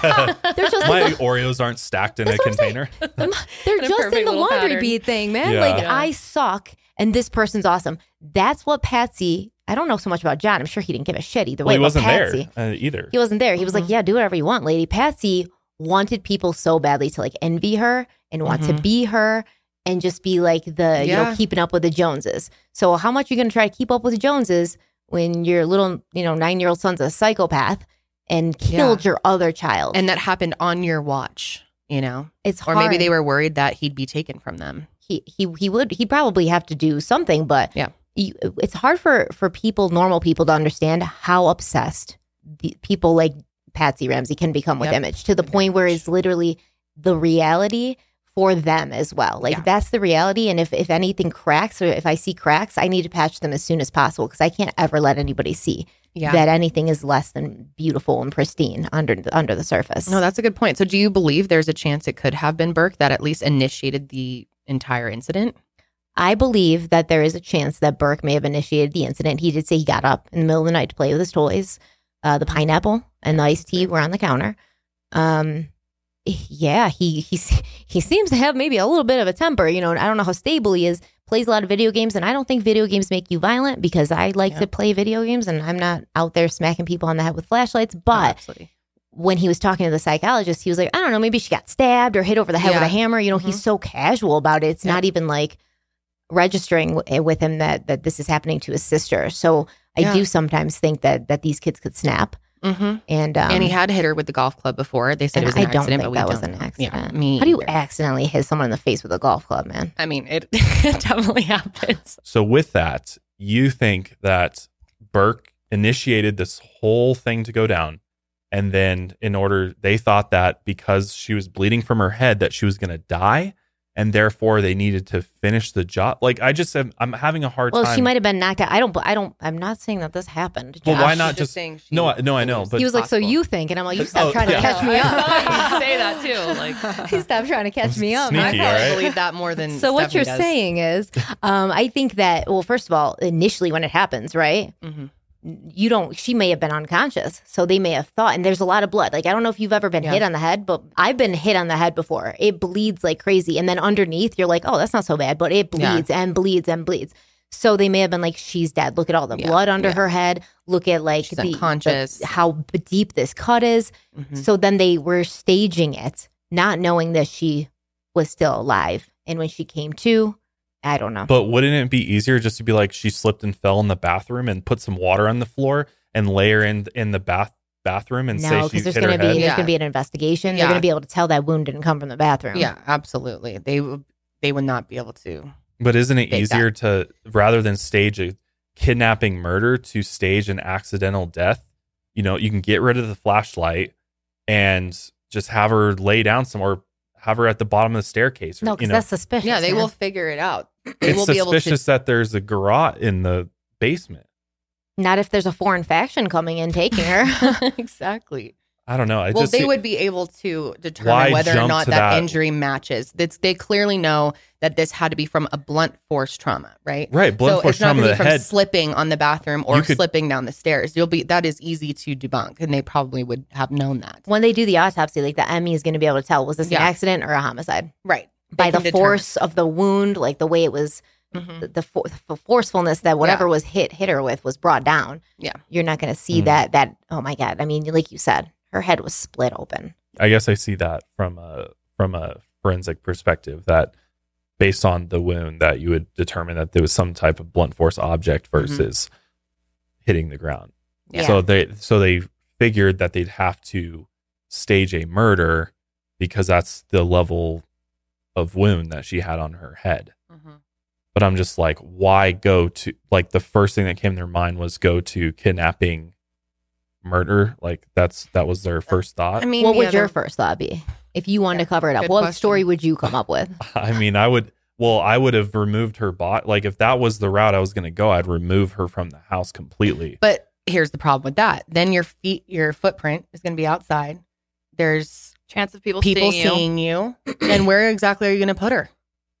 C: They're just
A: My Oreos aren't stacked in a
C: That's what I'm saying.
A: container.
C: They're
E: An
C: just in
E: imperfect
C: the
E: little
C: laundry
E: pattern.
C: bead thing, man.
A: Yeah.
C: Like
E: Yeah.
C: I suck and this person's awesome. That's what Patsy I don't know so much about John. I'm sure he didn't give a shit either
A: Well,
C: way.
A: he
C: but
A: wasn't
C: Patsy,
A: there uh, either.
C: He wasn't there. He was like,
B: Mm-hmm.
C: Yeah, do whatever you want, lady. Patsy wanted people so badly to like envy her and want
B: Mhm.
C: to be her and just be like the you
B: Yeah.
C: know, keeping up with the Joneses. So how much are you gonna try to keep up with the Joneses when your little, you know, nine year old son's a psychopath and killed your other child?
B: And that happened on your watch, you know?
C: it's
B: Or
C: hard.
B: maybe they were worried that he'd be taken from them.
C: he he he would he probably have to do something but
B: Yeah.
C: you, it's hard for for people normal people to understand how obsessed the, people like patsy ramsey can become with
B: Yep.
C: image to the
B: With
C: point where
B: image.
C: it's literally the reality for them as well like
B: Yeah.
C: that's the reality and if if anything cracks or if i see cracks i need to patch them as soon as possible because i can't ever let anybody see
B: Yeah.
C: that anything is less than beautiful and pristine under the- under the surface
B: No, that's a good point. So, do you believe there's a chance it could have been Burke that at least initiated the entire incident?
C: I believe that there is a chance that Burke may have initiated the incident. He did say he got up in the middle of the night to play with his toys. Uh, the pineapple and the iced tea were on the counter. Um, yeah, he he se- he seems to have maybe a little bit of a temper. You know, and I don't know how stable he is. Plays a lot of video games, and I don't think video games make you violent because I like
B: Yeah.
C: to play video games, and I'm not out there smacking people on the head with flashlights. But
B: absolutely.
C: when he was talking to the psychologist, he was like, I don't know, maybe she got stabbed or hit over the head with
B: Yeah.
C: a hammer. You know,
B: Mhm.
C: he's so casual about it. It's
B: Yeah.
C: not even like registering w- eh, with him that that this is happening to his sister. So I
B: Yeah.
C: do sometimes think that that these kids could snap.
B: Mm-hmm.
C: And um,
B: and he had hit her with the golf club before. They said
C: and
B: it was an
C: I don't think
B: accident, but we
C: that
B: don't.
C: was an accident.
B: Yeah, me.
C: How do you
B: either.
C: accidentally hit someone in the face with a golf club, man?
B: I mean, it, it definitely happens.
A: So with that, you think that Burke initiated this whole thing to go down And then in order they thought that because she was bleeding from her head that she was going to die and therefore they needed to finish the job. Like I just am I'm having a hard
C: Well,
A: time.
C: she might have been knocked out. I don't. I don't. I'm not saying that this happened.
A: Well,
C: Josh.
A: why not just, No, I- no, I know, but
C: he was like, "So you think?" And I'm like, "You stop
A: Oh,
C: trying to
A: yeah.
C: catch me
B: Oh,
C: up."
E: say that too. Like,
C: he stopped trying to catch me up.
A: Sneaky,
C: I
A: all right?
B: believe that more than
C: So what
B: Stephanie
C: you're
B: does.
C: saying is, um, I think that well, first of all, initially when it happens, right?
B: Mm-hmm.
C: You don't. She may have been unconscious, so they may have thought. And there's a lot of blood. Like I don't know if you've ever been
B: Yeah.
C: hit on the head, but I've been hit on the head before. It bleeds like crazy, and then underneath, you're like, oh, that's not so bad, but it
B: Yeah.
C: bleeds and bleeds and bleeds. So they may have been like, she's dead. Look at all the
B: Yeah.
C: blood under
B: Yeah.
C: her head. Look at like
B: She's
C: the- the-
B: unconscious.
C: how b- deep this cut is.
B: Mm-hmm.
C: So then they were staging it, not knowing that she was still alive. And when she came to, I don't know.
A: But wouldn't it be easier just to be like she slipped and fell in the bathroom and put some water on the floor and layer in in the bath bathroom and
C: no,
A: say she
C: because
A: hit
C: there's
A: her
C: gonna be
A: head?
C: there's
B: Yeah.
C: gonna be an investigation. They're
B: Yeah.
C: gonna be able to tell that wound didn't come from the bathroom.
B: Yeah, absolutely. They would they would not be able to.
A: But isn't it
B: Big
A: easier to rather than stage a kidnapping murder to stage an accidental death? You know, you can get rid of the flashlight and just have her lay down somewhere, or have her at the bottom of the staircase. Or,
C: No, because
A: you know,
C: that's suspicious.
B: Yeah, they
C: man.
B: will figure it out. They
A: it's
B: will be able
A: suspicious
B: to
A: that there's a garage in the basement.
C: Not if there's a foreign faction coming in taking her.
B: exactly.
A: I don't know. I
B: well,
A: just
B: they
A: see-
B: would be able to determine
A: Why
B: whether or
A: jump
B: not
A: to
B: that,
A: that?
B: injury matches. That's, they clearly know that this had to be from a blunt force trauma, right?
A: Right, blunt
B: so
A: force
B: it's not
A: trauma
B: gonna
A: to
B: be
A: the
B: from
A: head.
B: slipping on the bathroom or
A: You could-
B: slipping down the stairs. You'll be that is easy to debunk, and they probably would have known that.
C: when they do the autopsy, like the Emmy is gonna be able to tell was this an
B: Yeah.
C: accident or a homicide
B: Right.
C: by the force of the wound, like the way it was,
B: Mm-hmm.
C: the, the, for, the forcefulness that whatever was hit hit her with was brought down.
B: Yeah.
C: you're not going to see
A: Mm.
C: that that oh my god i mean like you said her head was split open
A: I guess I see that from a from a forensic perspective that based on the wound that you would determine that there was some type of blunt force object versus hitting the ground.
C: Yeah.
A: So they so they figured that they'd have to stage a murder because that's the level of wound that she had on her head.
B: mm-hmm,
A: But I'm just like, why go to like the first thing that came to their mind was go to kidnapping murder. Like that's that was their first thought.
B: I mean,
C: what
B: yeah,
C: would your
B: they're-
C: first thought be if you wanted to cover it up
B: good
C: what
B: question.
C: story would you come up with
A: I mean, I would. Well, I would have removed her bot. Like if that was the route I was going to go, I'd remove her from the house completely.
B: But here's the problem with that. Then your feet, your footprint is going to be outside. There's
E: chance of people,
B: people
E: seeing, you.
B: seeing you. and where exactly are you going to put her?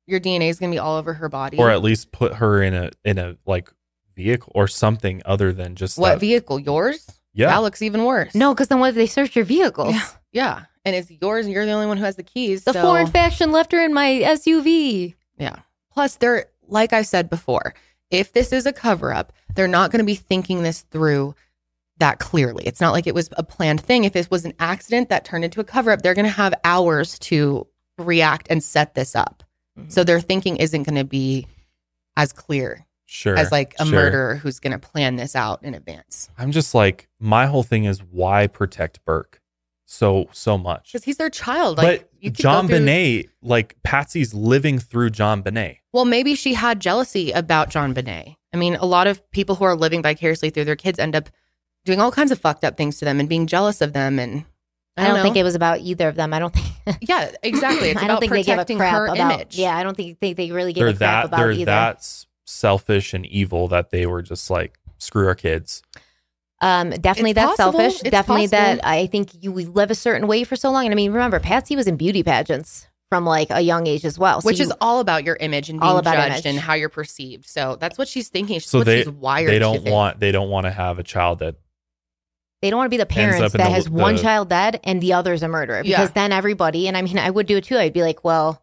B: Your DNA is going to be all over her body.
A: Or at least put her in a in a like vehicle or something other than just
B: what
A: that-
B: vehicle? Yours?
A: Yeah.
B: That looks even worse.
C: no because then what if they search your vehicles
E: Yeah.
B: Yeah. And it's yours and you're the only one who has the keys.
C: the
B: so-
C: foreign faction left her in my suv
B: Yeah. Plus, they're, like I said before, if this is a cover up, they're not going to be thinking this through that clearly. It's not like it was a planned thing. If this was an accident that turned into a cover up, they're going to have hours to react and set this up. So their thinking isn't going to be as clear
A: sure
B: as like a
A: sure.
B: murderer who's going to plan this out in advance.
A: I'm just like my whole thing is why protect Burke so so much.
B: Because he's their child. Like, you
A: but
B: could go
A: John
B: through-
A: Benet, like Patsy's living through John Benet.
B: Well, maybe she had jealousy about John Binet. I mean, a lot of people who are living vicariously through their kids end up doing all kinds of fucked up things to them and being jealous of them. And
C: i don't think
B: know.
C: it was about either of them i don't think
B: Yeah, exactly. It's
C: i don't
B: about
C: think they gave a
B: protecting
C: crap
B: her
C: about
B: image.
C: yeah i don't think they, they really gave
A: They're
C: a crap
A: that
C: about
A: they're
C: either
A: that s- selfish and evil that they were just like screw our kids.
C: Um, definitely
B: It's
C: that's
B: possible.
C: selfish.
B: It's
C: definitely
B: possible.
C: that I think you we live a certain way for so long. And I mean, remember, Patsy was in beauty pageants from like a young age as well, So
B: Which
C: you-
B: is all about your image and being
C: All about
B: judged
C: image.
B: and how you're perceived. So that's what she's thinking. She's
A: so
B: what
A: they
B: she's wired.
A: they
B: to
A: don't
B: think.
A: want they don't want to have a child that
C: They don't want to be the
A: up
C: parents
A: in
C: that
A: the-
C: has one
A: the-
C: child dead and the other's a murderer.
B: Yeah.
C: Because then everybody, and I mean, I would do it too. I'd be like, well,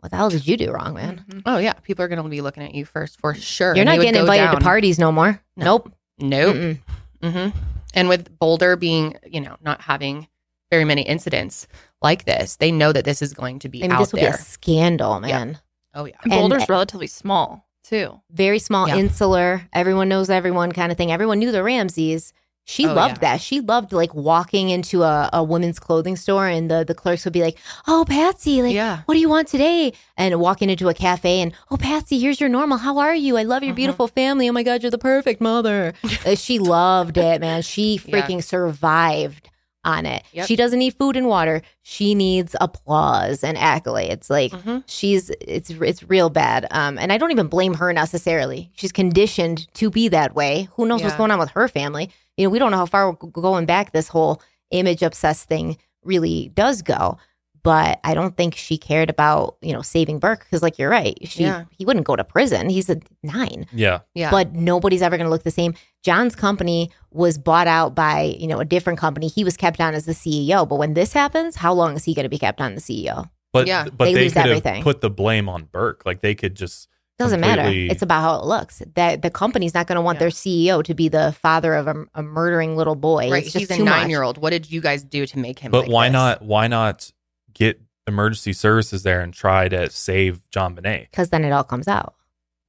C: what the hell did you do wrong, man?
E: Mm-hmm.
B: Oh yeah, people are going to be looking at you first for sure.
C: You're
B: And they
C: not
B: would
C: getting
B: go
C: invited
B: down.
C: to parties no more.
B: No.
C: Nope.
B: Nope.
C: Mm-mm.
B: Mm-hmm. And with Boulder being, you know, not having very many incidents like this, they know that this is going to be
C: I mean,
B: out
C: this would
B: there.
C: be a scandal, man.
B: oh yeah.
E: And
C: And-
E: Boulder's relatively small too.
C: Very small,
B: Yeah.
C: insular. Everyone knows everyone kind of thing. Everyone knew the Ramses. She
B: Oh,
C: loved
B: yeah.
C: that. She loved like walking into a, a women's clothing store and the, the clerks would be like, oh, Patsy, like,
B: Yeah.
C: what do you want today? And walking into a cafe and, oh, Patsy, here's your normal. How are you? I love your
B: Mhm.
C: beautiful family. Oh my God, you're the perfect mother. Uh, she loved it, man. She
B: Yeah.
C: freaking survived on it.
B: Yep.
C: She doesn't need food and water. She needs applause and accolades. Like
B: Mm-hmm.
C: she's it's it's real bad. Um and I don't even blame her necessarily. She's conditioned to be that way. Who knows what's
B: Yeah.
C: going on with her family? You know, we don't know how far we're g- going back this whole image obsessed thing really does go. But I don't think she cared about, you know, saving Burke because like you're right. She
B: Yeah.
C: he wouldn't go to prison. He's a nine.
A: Yeah.
B: Yeah.
C: But nobody's ever going to look the same. John's company was bought out by, you know, a different company. He was kept on as the CEO. But when this happens, how long is he going to be kept on the E CEO?
A: But
C: Yeah.
A: but
C: They
A: they,
C: lose
A: could
C: everything.
A: have put the blame on Burke. Like they could just
C: Doesn't
A: completely-
C: matter. It's about how it looks. That the company's not going to want their CEO to be the father of a, a murdering little boy.
B: right.
C: It's just
B: He's a
C: too much.
B: nine year old. What did you guys do to make him?
A: But
B: like
A: why
B: this?
A: not? Why not get emergency services there and try to save John Bonet?
C: Because then it all comes out.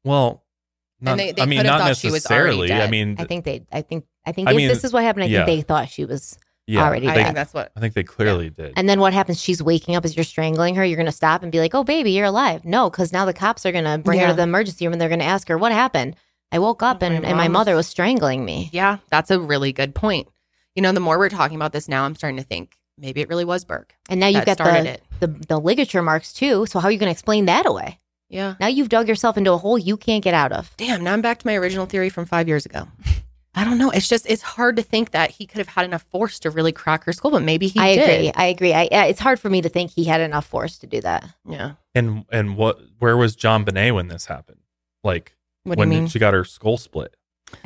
A: Well, not,
B: they- they
A: I mean,
B: could have
A: not
B: thought she was already
A: necessarily. I
B: dead.
A: mean,
C: I think they. I think. I think
A: I
C: if
A: mean,
C: this is what happened, I
A: yeah.
C: think they thought she was
A: yeah,
C: already
A: they-
B: I
C: dead.
B: think that's what.
A: I think they clearly did.
C: And then what happens? She's waking up as you're strangling her. You're going to stop and be like, oh, baby, you're alive. No, because now the cops are going to bring her
B: Yeah. Oh,
C: to the emergency room and they're going to ask her, what happened? I woke up and, and my
B: mom's-
C: mother was strangling me.
B: Yeah, that's a really good point. You know, the more we're talking about this now, I'm starting to think maybe it really was Burke.
C: And now you've
B: that
C: got
B: started
C: the,
B: it.
C: the, the ligature marks too. So how are you going to explain that away?
B: Yeah.
C: Now you've dug yourself into a hole you can't get out of.
B: Damn, now I'm back to my original theory from five years ago. I don't know. It's just, it's hard to think that he could have had enough force to really crack her skull, but maybe he
C: I
B: did.
C: agree. I agree. I, yeah, it's hard for me to think he had enough force to do that.
B: Yeah.
A: and and what? Where was John Bonet when this happened? Like
B: What
A: when
B: do you mean?
A: she got her skull split.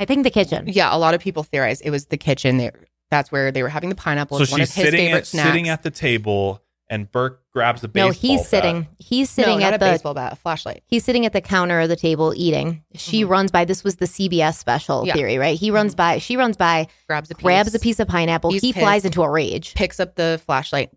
C: I think the kitchen.
B: Yeah, a lot of people theorize it was the kitchen. They, that's where they were having the pineapple.
A: So
B: It's one
A: she's
B: of his
A: sitting
B: favorite
A: at,
B: snacks.
A: sitting at the table, and Burke grabs a baseball.
C: No, he's
A: bat.
C: sitting. He's sitting
B: no,
C: at
B: not a
C: the
B: baseball bat, a flashlight.
C: He's sitting at the counter of the table eating. She runs by. This was the CBS special
B: Mm-hmm. Yeah.
C: theory, right? He runs by. She runs by,
B: Grabs a piece.
C: grabs a piece of pineapple.
B: He's
C: he flies
B: pissed.
C: into a rage.
B: Picks up the flashlight,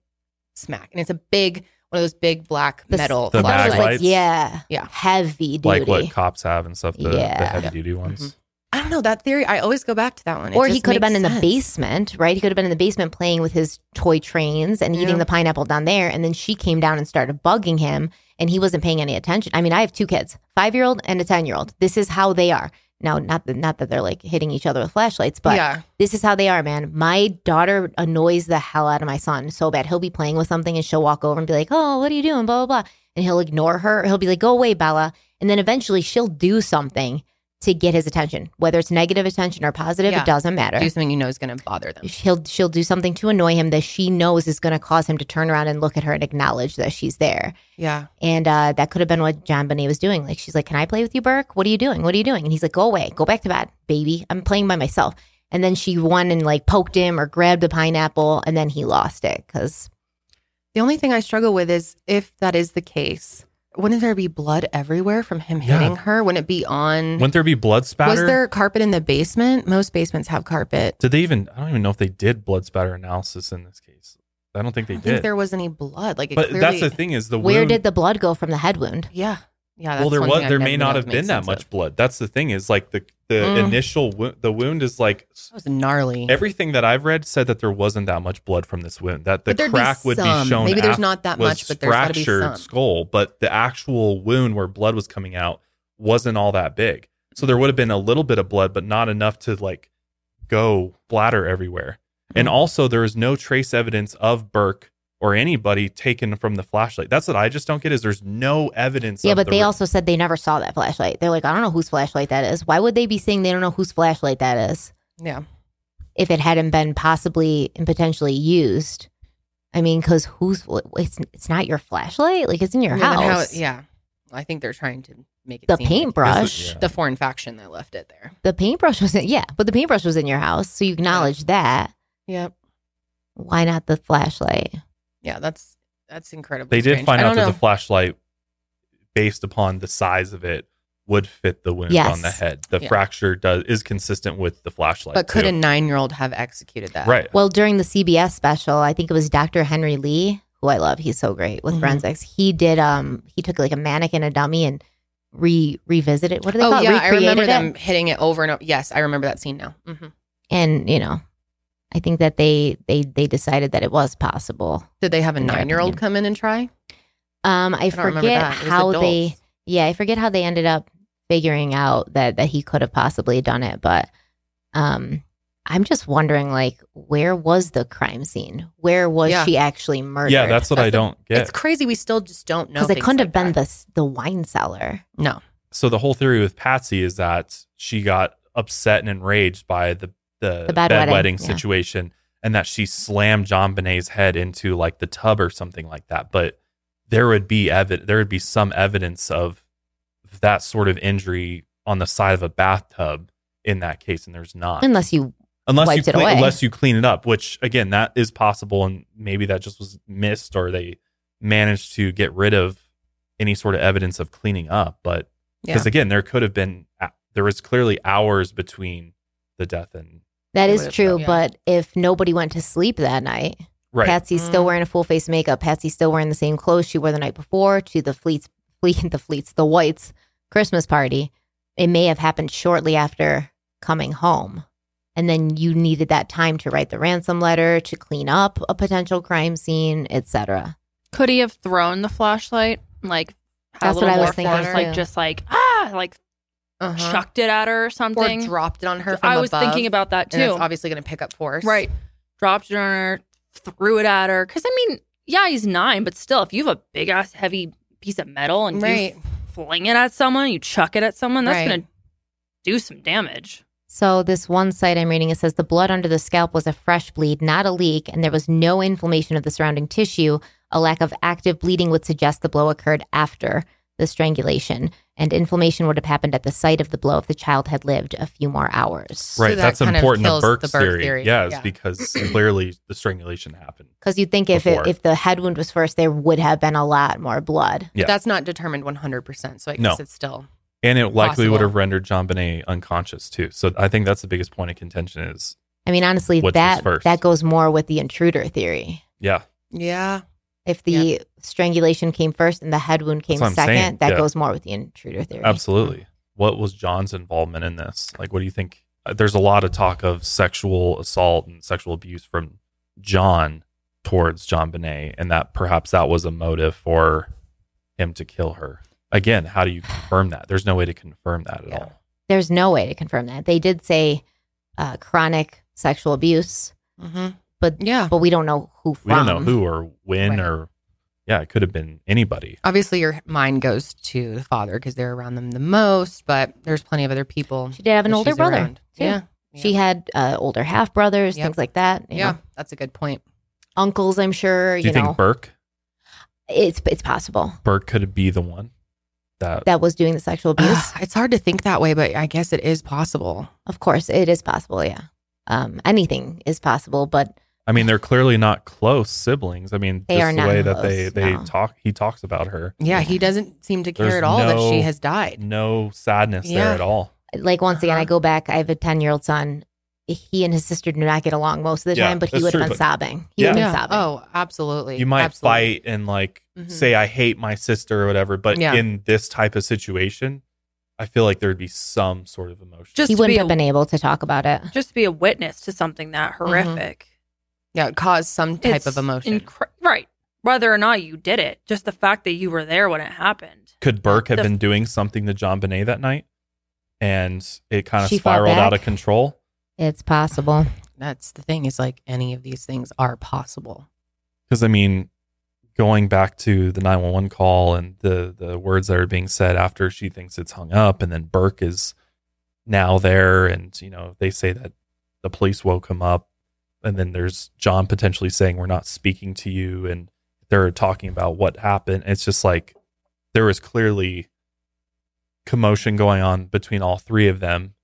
B: smack. And it's a big, one of those big black
C: The s-
B: metal.
A: The
C: flashlight's
A: mag lights?
C: yeah,
B: Yeah.
C: heavy duty.
A: like what cops have and stuff. The,
C: Yeah.
A: the heavy duty
B: Mm-hmm.
A: ones.
B: I don't know. That theory, I always go back to that one. It
C: or he
B: just
C: could have
B: makes
C: been in the
B: sense.
C: basement, right? He could have been in the basement playing with his toy trains and
B: Yeah.
C: eating the pineapple down there. And then she came down and started bugging him, and he wasn't paying any attention. I mean, I have two kids, five year old and a ten year old. This is how they are. Now, not that not that they're like hitting each other with flashlights, but
B: yeah.
C: this is how they are, man. My daughter annoys the hell out of my son so bad. He'll be playing with something and she'll walk over and be like, Oh, what are you doing? Blah, blah, blah. And he'll ignore her. Or he'll be like, Go away, Bella. And then eventually she'll do something to get his attention, whether it's negative attention or positive,
B: Yeah.
C: it doesn't matter.
B: Do something you know is going to bother them.
C: She'll she'll do something to annoy him that she knows is going to cause him to turn around and look at her and acknowledge that she's there.
B: Yeah.
C: And uh, that could have been what John Bonet was doing. Like, she's like, Can I play with you, Burke? What are you doing? What are you doing? And he's like, Go away. Go back to bed, baby. I'm playing by myself. And then she won and like poked him or grabbed the pineapple. And then he lost it because
B: The only thing I struggle with is if that is the case, wouldn't there be blood everywhere from him
A: Yeah.
B: hitting her? Wouldn't it be on?
A: Wouldn't there be blood spatter?
B: was there carpet in the basement? Most basements have carpet.
A: Did they even? I don't even know if they did blood spatter analysis in this case. I don't think they
B: I don't
A: did.
B: think there was any blood. Like, it
A: but
B: clearly,
A: that's the thing is the
C: where
A: wound,
C: did the blood go from the head wound?
B: Yeah, yeah.
A: well
B: that's
A: there
B: one
A: was
B: thing I've
A: there
B: never
A: may not
B: able
A: have
B: to make
A: been that
B: sense
A: much
B: of.
A: blood. That's the thing is like the the
B: Mm.
A: initial wo- the wound is like s-
B: That was gnarly.
A: everything that I've read said that there wasn't that much blood from this wound. That the
B: But there'd be
A: crack would
B: some.
A: be shown.
B: Maybe there's
A: af-
B: not that
A: was
B: much, but there's gotta be
A: fractured
B: some.
A: skull. But the actual wound where blood was coming out wasn't all that big. So there would have been a little bit of blood, but not enough to like go bladder everywhere. And
B: Hmm.
A: also, there is no trace evidence of Burke or anybody taken from the flashlight. That's what I just don't get. Is there's no evidence?
C: Yeah,
A: of
C: but
A: the
C: they
A: re-
C: also said they never saw that flashlight. They're like, I don't know whose flashlight that is. Why would they be saying they don't know whose flashlight that is
B: Yeah,
C: if it hadn't been possibly and potentially used? I mean, because who's it's it's not your flashlight? Like it's in your
B: And then
C: house.
B: how- yeah, I think they're trying to make it
C: The
B: seem like
C: paintbrush.
A: Yeah.
B: the foreign faction that left it there.
C: The paintbrush was in, yeah, but the paintbrush was in your house, so you acknowledge that.
B: Yep.
C: Why not the flashlight?
B: Yeah, that's that's incredible.
A: They did find
B: I
A: out
B: don't
A: that
B: know.
A: the flashlight, based upon the size of it, would fit the wound
C: Yes.
A: on the head. The
B: Yeah.
A: fracture does is consistent with the flashlight.
B: but could
A: too.
B: a nine-year-old have executed that?
A: right?
C: Well, during the CBS special, I think it was Dr. Henry Lee, who I love. He's so great with
B: Mhm.
C: forensics. He did um he took like a mannequin, a dummy, and re revisited. What do they
B: oh
C: call
B: yeah,
C: it?
B: I remember
C: Recreated
B: them
C: it.
B: hitting it over and over. Yes, I remember that scene now. hmm
C: And you know, I think that they they they decided that it was possible.
B: Did they have a
C: In their
B: nine-year-old
C: opinion.
B: come in and try?
C: Um, I,
B: I don't remember
C: forget
B: that. It was
C: how they
B: adults.
C: yeah, I forget how they ended up figuring out that that he could have possibly done it, but um I'm just wondering, like, where was the crime scene? Where was
B: Yeah.
C: she actually murdered?
N: Yeah, that's what I don't get.
B: It's crazy. We still just don't know.
C: because it
B: things
C: couldn't
B: like
C: have been
B: that.
C: the the wine cellar.
B: No.
A: so the whole theory with Patsy is that she got upset and enraged by the the,
C: The bad
A: bedwetting
C: wedding, yeah.
A: situation and that she slammed John Bonet's head into like the tub or something like that. But there would be evi- there would be some evidence of that sort of injury on the side of a bathtub in that case, and there's not
C: unless you
A: unless
C: wiped
A: you
C: it
A: clean,
C: away.
A: unless you clean it up, which again that is possible, and maybe that just was missed or they managed to get rid of any sort of evidence of cleaning up. But because
B: Yeah.
A: again, there could have been there was clearly hours between the death and
C: That
A: It
C: is
A: would've
C: true,
A: been- Yeah.
C: but if nobody went to sleep that night,
A: Right.
C: Patsy's
E: Mm.
C: still wearing a full face of makeup. Patsy's still wearing the same clothes she wore the night before to the fleets, fleet, the fleets, the whites Christmas party. It may have happened shortly after coming home, and then you needed that time to write the ransom letter, to clean up a potential crime scene, etc.
E: Could he have thrown the flashlight? and, Like had
C: That's
E: a little
C: what I was
E: more
C: thinking,
E: force, like
C: too.
E: just like ah, like
B: Uh-huh.
E: chucked it at her or something.
B: Or dropped it on her. From
E: I was
B: above,
E: thinking about that
B: And
E: too.
B: it's obviously going to pick up force.
E: Right. Dropped it on her, threw it at her. Because, I mean, yeah, he's nine, but still, if you have a big ass heavy piece of metal and
B: Right.
E: you fling it at someone, you chuck it at someone, that's
B: Right.
E: going to do some damage.
C: So this one site I'm reading it says the blood under the scalp was a fresh bleed, not a leak, and there was no inflammation of the surrounding tissue. A lack of active bleeding would suggest the blow occurred after the strangulation, and inflammation would have happened at the site of the blow if the child had lived a few more hours.
A: right.
B: that
A: that's
B: kind of
A: important to
B: kills the
A: Burke's
B: Burke
A: theory.
B: theory.
A: Yeah, it's
B: Yeah.
A: because clearly the strangulation happened.
C: Because you'd think if it,
A: Before.
C: if the head wound was first, there would have been a lot more blood.
A: Yeah.
B: That's not determined 100%. So I guess
A: No.
B: it's still.
A: and it likely would
B: possible.
A: have rendered John Bonet unconscious too. So I think that's the biggest point of contention is
C: I mean, honestly,
A: Which was
C: that
A: first?
C: that goes more with the intruder theory.
A: yeah,
B: Yeah.
C: If the strangulation came first and the head wound came
A: That's what I'm
C: second,
A: saying,
C: that
A: yeah.
C: goes more with the intruder theory.
A: Absolutely. What was John's involvement in this? Like, what do you think? uh, There's a lot of talk of sexual assault and sexual abuse from John towards John Bonet, and that perhaps that was a motive for him to kill her. Again, how do you confirm that? There's no way to confirm that at all.
C: there's no way to confirm that. They did say uh, chronic sexual abuse,
B: Mm-hmm.
C: but
B: Yeah.
C: but we don't know who
A: We don't
C: from.
A: know who or when or, yeah, it could have been anybody.
B: Obviously, your mind goes to the father because they're around them the most, but there's plenty of other people.
C: She did have an
B: that
C: older
B: she's
C: brother.
B: around.
C: too.
B: Yeah.
C: she had uh, older half brothers,
B: Yep.
C: things like that. you
B: Yeah.
C: know.
B: That's a good point.
C: uncles. I'm sure
A: Do
C: you,
A: you, think
C: know.
A: Burke?
C: it's it's possible
A: Burke could be the one that,
C: that was doing the sexual abuse.
B: Ugh, it's hard to think that way, but I guess it is possible.
C: of course, it is possible. Yeah, um, anything is possible, but
A: I mean, they're clearly not close siblings. I mean,
C: They are
A: just the
C: not
A: way that they,
C: close,
A: they
C: no.
A: talk, he talks about her.
B: Yeah, he doesn't seem to care
A: There's
B: at all that she
A: no-
B: has died.
A: no sadness there
B: Yeah.
A: at all.
C: like once again,
B: Uh-huh.
C: I go back. I have a ten year old son. He and his sister do not get along most of the
A: Yeah,
C: time, but he
A: that's
C: would have
A: true, but-
C: been sobbing. He would
B: Yeah.
C: have been sobbing.
B: Oh, absolutely.
A: You might
B: Absolutely.
A: fight and like
B: Mhm.
A: say I hate my sister or whatever, but
B: Yeah.
A: in this type of situation, I feel like there'd be some sort of emotion.
E: Just
C: he
E: to
C: wouldn't
E: be
C: have
E: a-
C: been able to talk about it.
E: Just to be a witness to something that horrific.
B: Yeah, it caused some Mm-hmm. type
E: It's
B: of emotion.
E: incre- right. Whether or not you did it, just the fact that you were there when it happened.
A: Could Burke have
E: The-
A: been doing something to John Bonet that night? And it kind of
C: She fought
A: spiraled out
C: back?
A: of control.
C: It's possible.
B: That's the thing is like any of these things are possible.
A: Because I mean, going back to the nine one one call and the the words that are being said after she thinks it's hung up, and then Burke is now there, and you know they say that the police woke him up, and then there's John potentially saying we're not speaking to you, and they're talking about what happened. It's just like there was clearly commotion going on between all three of them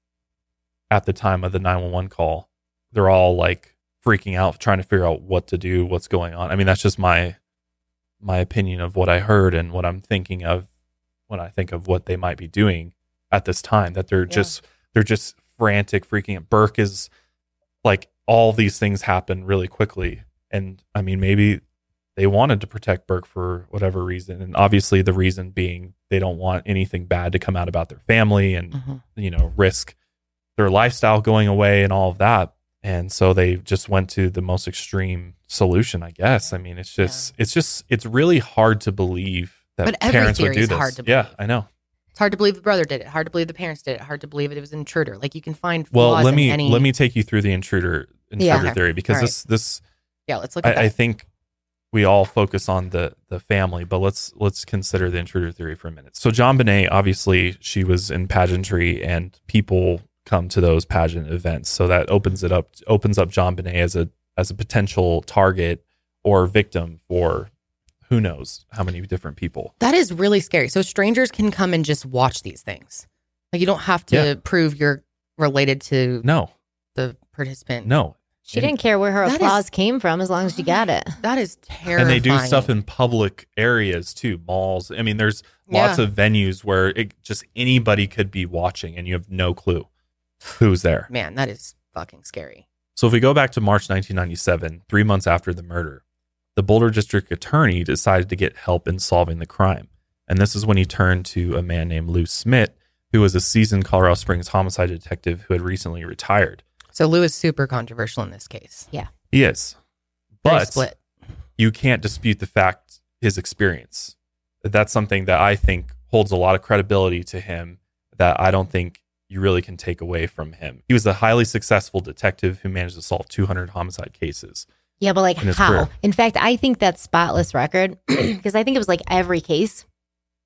A: at the time of the nine one one call. They're all like freaking out trying to figure out what to do what's going on i mean that's just my my opinion of what i heard and what i'm thinking of when i think of what they might be doing at this time that they're just they're just frantic freaking out burke is like all these things happen really quickly and i mean maybe they wanted to protect burke for whatever reason and obviously the reason being they don't want anything bad to come out about their family and
B: Mhm.
A: you know risk their lifestyle going away and all of that and so they just went to the most extreme solution i guess i mean it's just it's just it's really hard to believe that
B: But every
A: parents would
B: theory
A: do
B: is
A: this
B: hard to
A: yeah
B: believe.
A: i know
B: It's hard to believe the brother did it. Hard to believe the parents did it. Hard to believe it was an intruder. Like you can find
A: Well,
B: flaws
A: let
B: in
A: me
B: any-
A: let me take you through the intruder
B: Yeah.
A: intruder
B: Okay.
A: theory because
B: All right.
A: this this
B: Yeah, let's look
A: I,
B: at that.
A: I think we all focus on the the family, but let's let's consider the intruder theory for a minute. So John Bonet, obviously, she was in pageantry, and people come to those pageant events, so that opens it up opens up John Bonet as a as a potential target or victim for who knows how many different people.
B: That is really scary. So strangers can come and just watch these things. Like you don't have to
A: Yeah.
B: prove you're related to
A: No,
B: the participant.
A: no,
C: She didn't care where her
B: That is-
C: applause came from as long as she got it.
B: That is terrible.
A: and they do stuff in public areas too malls i mean there's lots
B: Yeah.
A: of venues where it just anybody could be watching and you have no clue who's there
B: Man, that is fucking scary.
A: so if we go back to march 1997 three months after the murder the boulder district attorney decided to get help in solving the crime and this is when he turned to a man named lou smith who was a seasoned colorado springs homicide detective who had recently retired
B: So Lou is super controversial in this case.
C: Yeah.
A: he is
B: Very
A: but
B: split.
A: you can't dispute the fact his experience. That's something that I think holds a lot of credibility to him that I don't think you really can take away from him. He was a highly successful detective who managed to solve 200 homicide cases.
C: Yeah, but like
A: And it's
C: how?
A: rare.
C: In fact, I think that spotless record, because I think it was like every case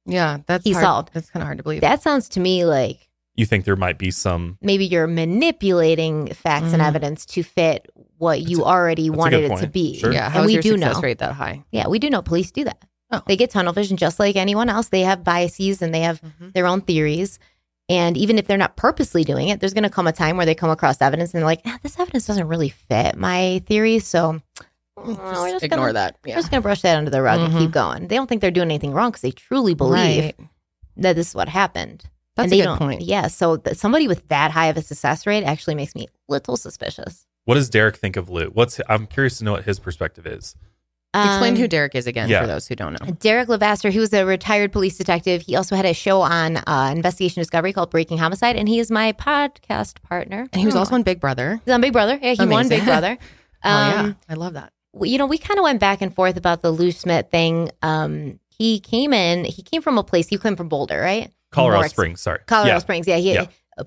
B: Yeah, that's
C: he
B: hard-
C: solved.
B: That's kind of hard to believe.
C: That sounds to me like
A: You think there might be some
C: maybe you're manipulating facts and
B: Mm.
C: evidence to fit what you already
A: that's a
C: wanted
A: good
C: it to
A: point.
C: be.
A: Sure. Yeah,
C: and
B: how is
C: we
B: your
C: do
B: success
C: know.
B: rate that high?
C: Yeah, we do know police do that.
B: Oh.
C: They get tunnel vision just like anyone else. They have biases and they have
B: Mm-hmm.
C: their own theories. And even if they're not purposely doing it, there's going to come a time where they come across evidence and they're like, "Ah, this evidence doesn't really fit my theory. So mm, we're
B: Oh, Just
C: just
B: ignore
C: gonna,
B: that.
C: We're
B: Yeah.
C: just going to brush that under the rug
B: Mhm.
C: and keep going. They don't think they're doing anything wrong because they truly believe
B: Right.
C: that this is what happened.
B: That's
C: and
B: a
C: they
B: good
C: don't,
B: point.
C: Yeah. So th- somebody with that high of a success rate actually makes me a little suspicious.
A: What does Derek think of Lou? What's I'm curious to know what his perspective is.
B: Explain
C: Um,
B: who Derek is again
A: Yeah.
B: for those who don't know.
C: Derek Lavasser, he was a retired police detective. He also had a show on uh, Investigation Discovery called Breaking Homicide, and he is my podcast partner.
B: And he was
C: Oh.
B: also on Big Brother.
C: He's on Big Brother. Yeah, he won
B: Amazing.
C: Big Brother.
B: oh, yeah.
C: Um,
B: I love that.
C: w- You know, we kind of went back and forth about the Lou Schmidt thing. Um, he came in, he came from a place, he came from Boulder, right?
A: Colorado
C: More ex-
A: Springs, sorry.
C: Colorado
A: Yeah,
C: Springs. Yeah. He
A: Yeah.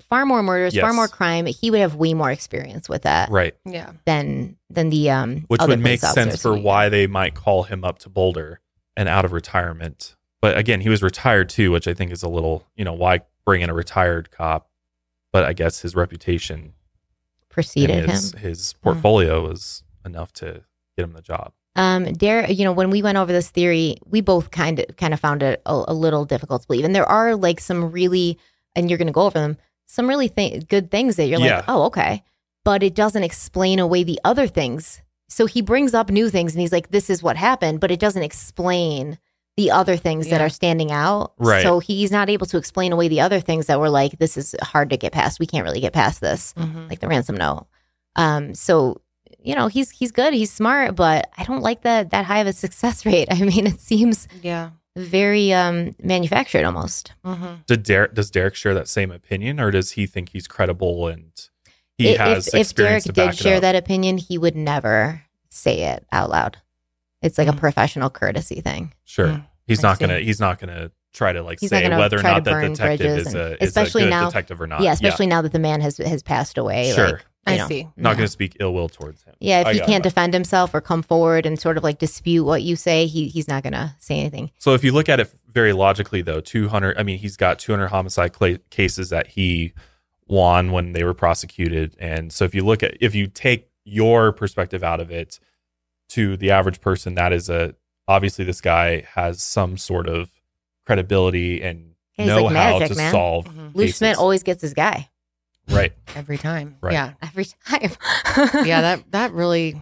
C: far more murders, far
A: Yes.
C: more crime. He would have way more experience with that
A: Right.
B: Yeah.
C: than than the um
A: Which
C: other
A: would make
C: police
A: sense
C: officers
A: for
C: we-
A: why they might call him up to Boulder and out of retirement. But again, he was retired too, which I think is a little, you know, why bring in a retired cop? But I guess his reputation
C: preceded
A: and
C: him.
A: his, His portfolio was enough to get him the job.
C: Um, Derek, you know, when we went over this theory, we both kind of kind of found it a, a little difficult to believe. And there are like some really, and you're going to go over them, some really th- good things that you're
A: Yeah.
C: like, oh, okay, but it doesn't explain away the other things. So he brings up new things, and he's like, this is what happened, but it doesn't explain the other things that
B: Yeah.
C: are standing out.
A: Right.
C: So he's not able to explain away the other things that were like, this is hard to get past. We can't really get past this
B: Mhm.
C: like the ransom note. Um, so you know he's he's good, he's smart, but I don't like that that high of a success rate. I mean, it seems
B: Yeah.
C: very um manufactured almost.
B: Mm-hmm.
A: Did Derek does Derek share that same opinion, or does he think he's credible and he
C: I-
A: has
C: if, if Derek
A: experience to
C: did
A: back it
C: share
A: up?
C: that opinion, he would never say it out loud. It's
B: Hmm.
C: like a professional courtesy thing.
A: Sure,
B: Mm,
A: he's
B: I
A: not
B: see.
A: gonna he's not gonna try to like
C: Oh, He's not
A: say
C: gonna
A: whether or
C: try to
A: not that
C: burn
A: detective
C: bridges
A: is
C: and-
A: a is a
C: especially
A: good
C: now-
A: detective or not.
C: yeah, especially now that the man has has passed away.
A: Uh, Sure.
C: like,
B: I
C: you know.
B: see.
A: not
C: Yeah.
A: gonna Oh, speak ill will towards him.
C: Yeah,
A: I
C: if he
A: got
C: can't
A: that.
C: defend himself or come forward and sort of like dispute what you say, he he's not gonna say anything.
A: So if you look at it very logically, though, two hundred. I mean, he's got two hundred homicide cla cases that he won when they were prosecuted, and so if you look at if you take your perspective out of it to the average person, that is a obviously this guy has some sort of credibility and
C: Yeah, he's
A: know
C: like
A: how
C: magic,
A: to
C: man. Mm-hmm.
A: solve
B: Mhm.
C: Lou
A: cases.
C: Schmidt always gets his guy
A: right.
B: Every time.
A: Right.
B: Yeah.
C: every time.
B: Yeah. That, that really,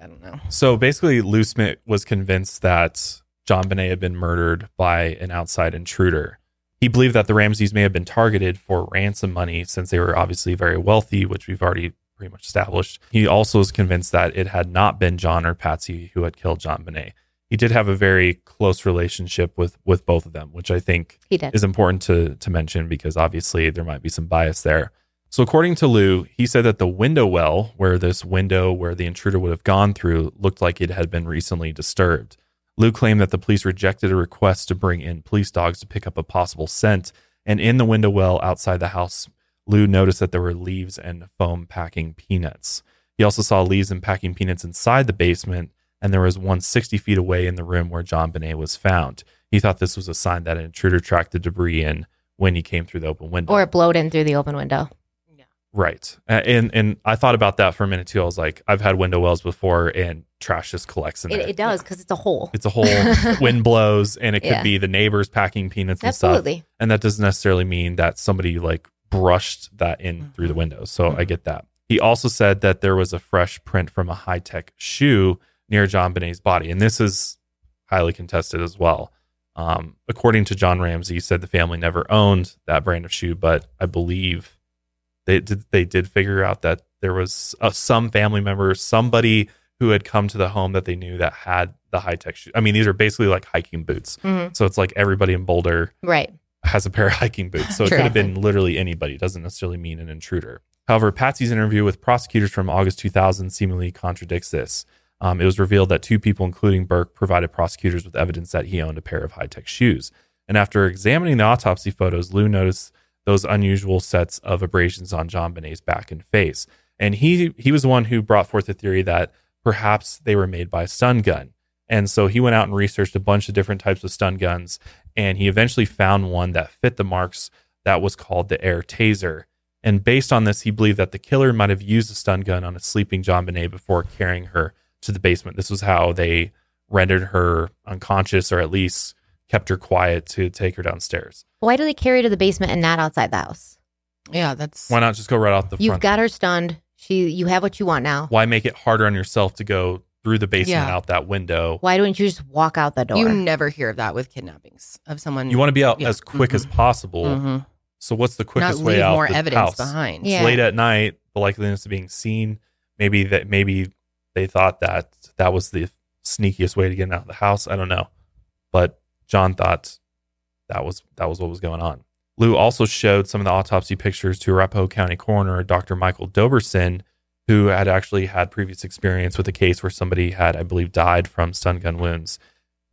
B: I don't know.
A: So basically, Lou Smith was convinced that John Bonet had been murdered by an outside intruder. He believed that the Ramses may have been targeted for ransom money since they were obviously very wealthy, which we've already pretty much established. He also was convinced that it had not been John or Patsy who had killed John Bonet. He did have a very close relationship with with both of them, which I think
C: He did.
A: is important to to mention because obviously there might be some bias there. So according to Lou, he said that the window well, where this window where the intruder would have gone through, looked like it had been recently disturbed. Lou claimed that the police rejected a request to bring in police dogs to pick up a possible scent. And in the window well outside the house, Lou noticed that there were leaves and foam packing peanuts. He also saw leaves and packing peanuts inside the basement, and there was one 60 feet away in the room where John Binet was found. He thought this was a sign that an intruder tracked the debris in when he came through the open window.
C: Or it blowed in through the open window.
A: Right. A- And and I thought about that for a minute too. I was like, I've had window wells before and trash just collects in
C: It,
A: it.
C: it does because it's a hole.
A: It's a whole wind blows and it could
C: Yeah.
A: be the neighbors packing peanuts and
C: Absolutely.
A: stuff. And that doesn't necessarily mean that somebody like brushed that in through the window. So I get that. He also said that there was a fresh print from a high tech shoe near John Binet's body. And this is highly contested as well. Um, according to John Ramsey, he said the family never owned that brand of shoe, but I believe they did they did figure out that there was uh, some family member somebody who had come to the home that they knew that had the high tech shoes. I mean, these are basically like hiking boots.
C: Mhm.
A: So it's like everybody in Boulder
C: Right.
A: has a pair of hiking boots. So it
C: True.
A: could have been literally anybody. It doesn't necessarily mean an intruder. However, Patsy's interview with prosecutors from August 2000 seemingly contradicts this. Um, it was revealed that two people, including Burke, provided prosecutors with evidence that he owned a pair of high tech shoes. And after examining the autopsy photos, Lou noticed those unusual sets of abrasions on John Binet's back and face. And he he was the one who brought forth the theory that perhaps they were made by a stun gun. And so he went out and researched a bunch of different types of stun guns, and he eventually found one that fit the marks that was called the air taser. And based on this, he believed that the killer might have used a stun gun on a sleeping John Binet before carrying her to the basement. This was how they rendered her unconscious or at least kept her quiet to take her downstairs.
C: Why do they carry her to the basement and not outside the house?
B: Yeah, that's
A: Why not just go right out the
C: You've
A: front?
C: got her stunned. She, you have what you want now.
A: Why make it harder on yourself to go through the basement
B: Yeah.
A: out that window?
C: Why don't you just walk out the door?
B: You never hear of that with kidnappings of someone.
A: You want to be out
B: Yeah.
A: as quick as possible.
B: Mhm.
A: So what's the quickest
B: Not
A: way
B: leave
A: out?
B: more
A: the
B: evidence
A: house?
B: behind.
A: It's
B: Yeah.
A: late at night. The likeliness of being seen. Maybe that. Maybe they thought that that was the sneakiest way to get out of the house. I don't know, but John thought that was that was what was going on. Lou also showed some of the autopsy pictures to Arapahoe County Coroner Dr. Michael Doberson, who had actually had previous experience with a case where somebody had, I believe, died from stun gun wounds.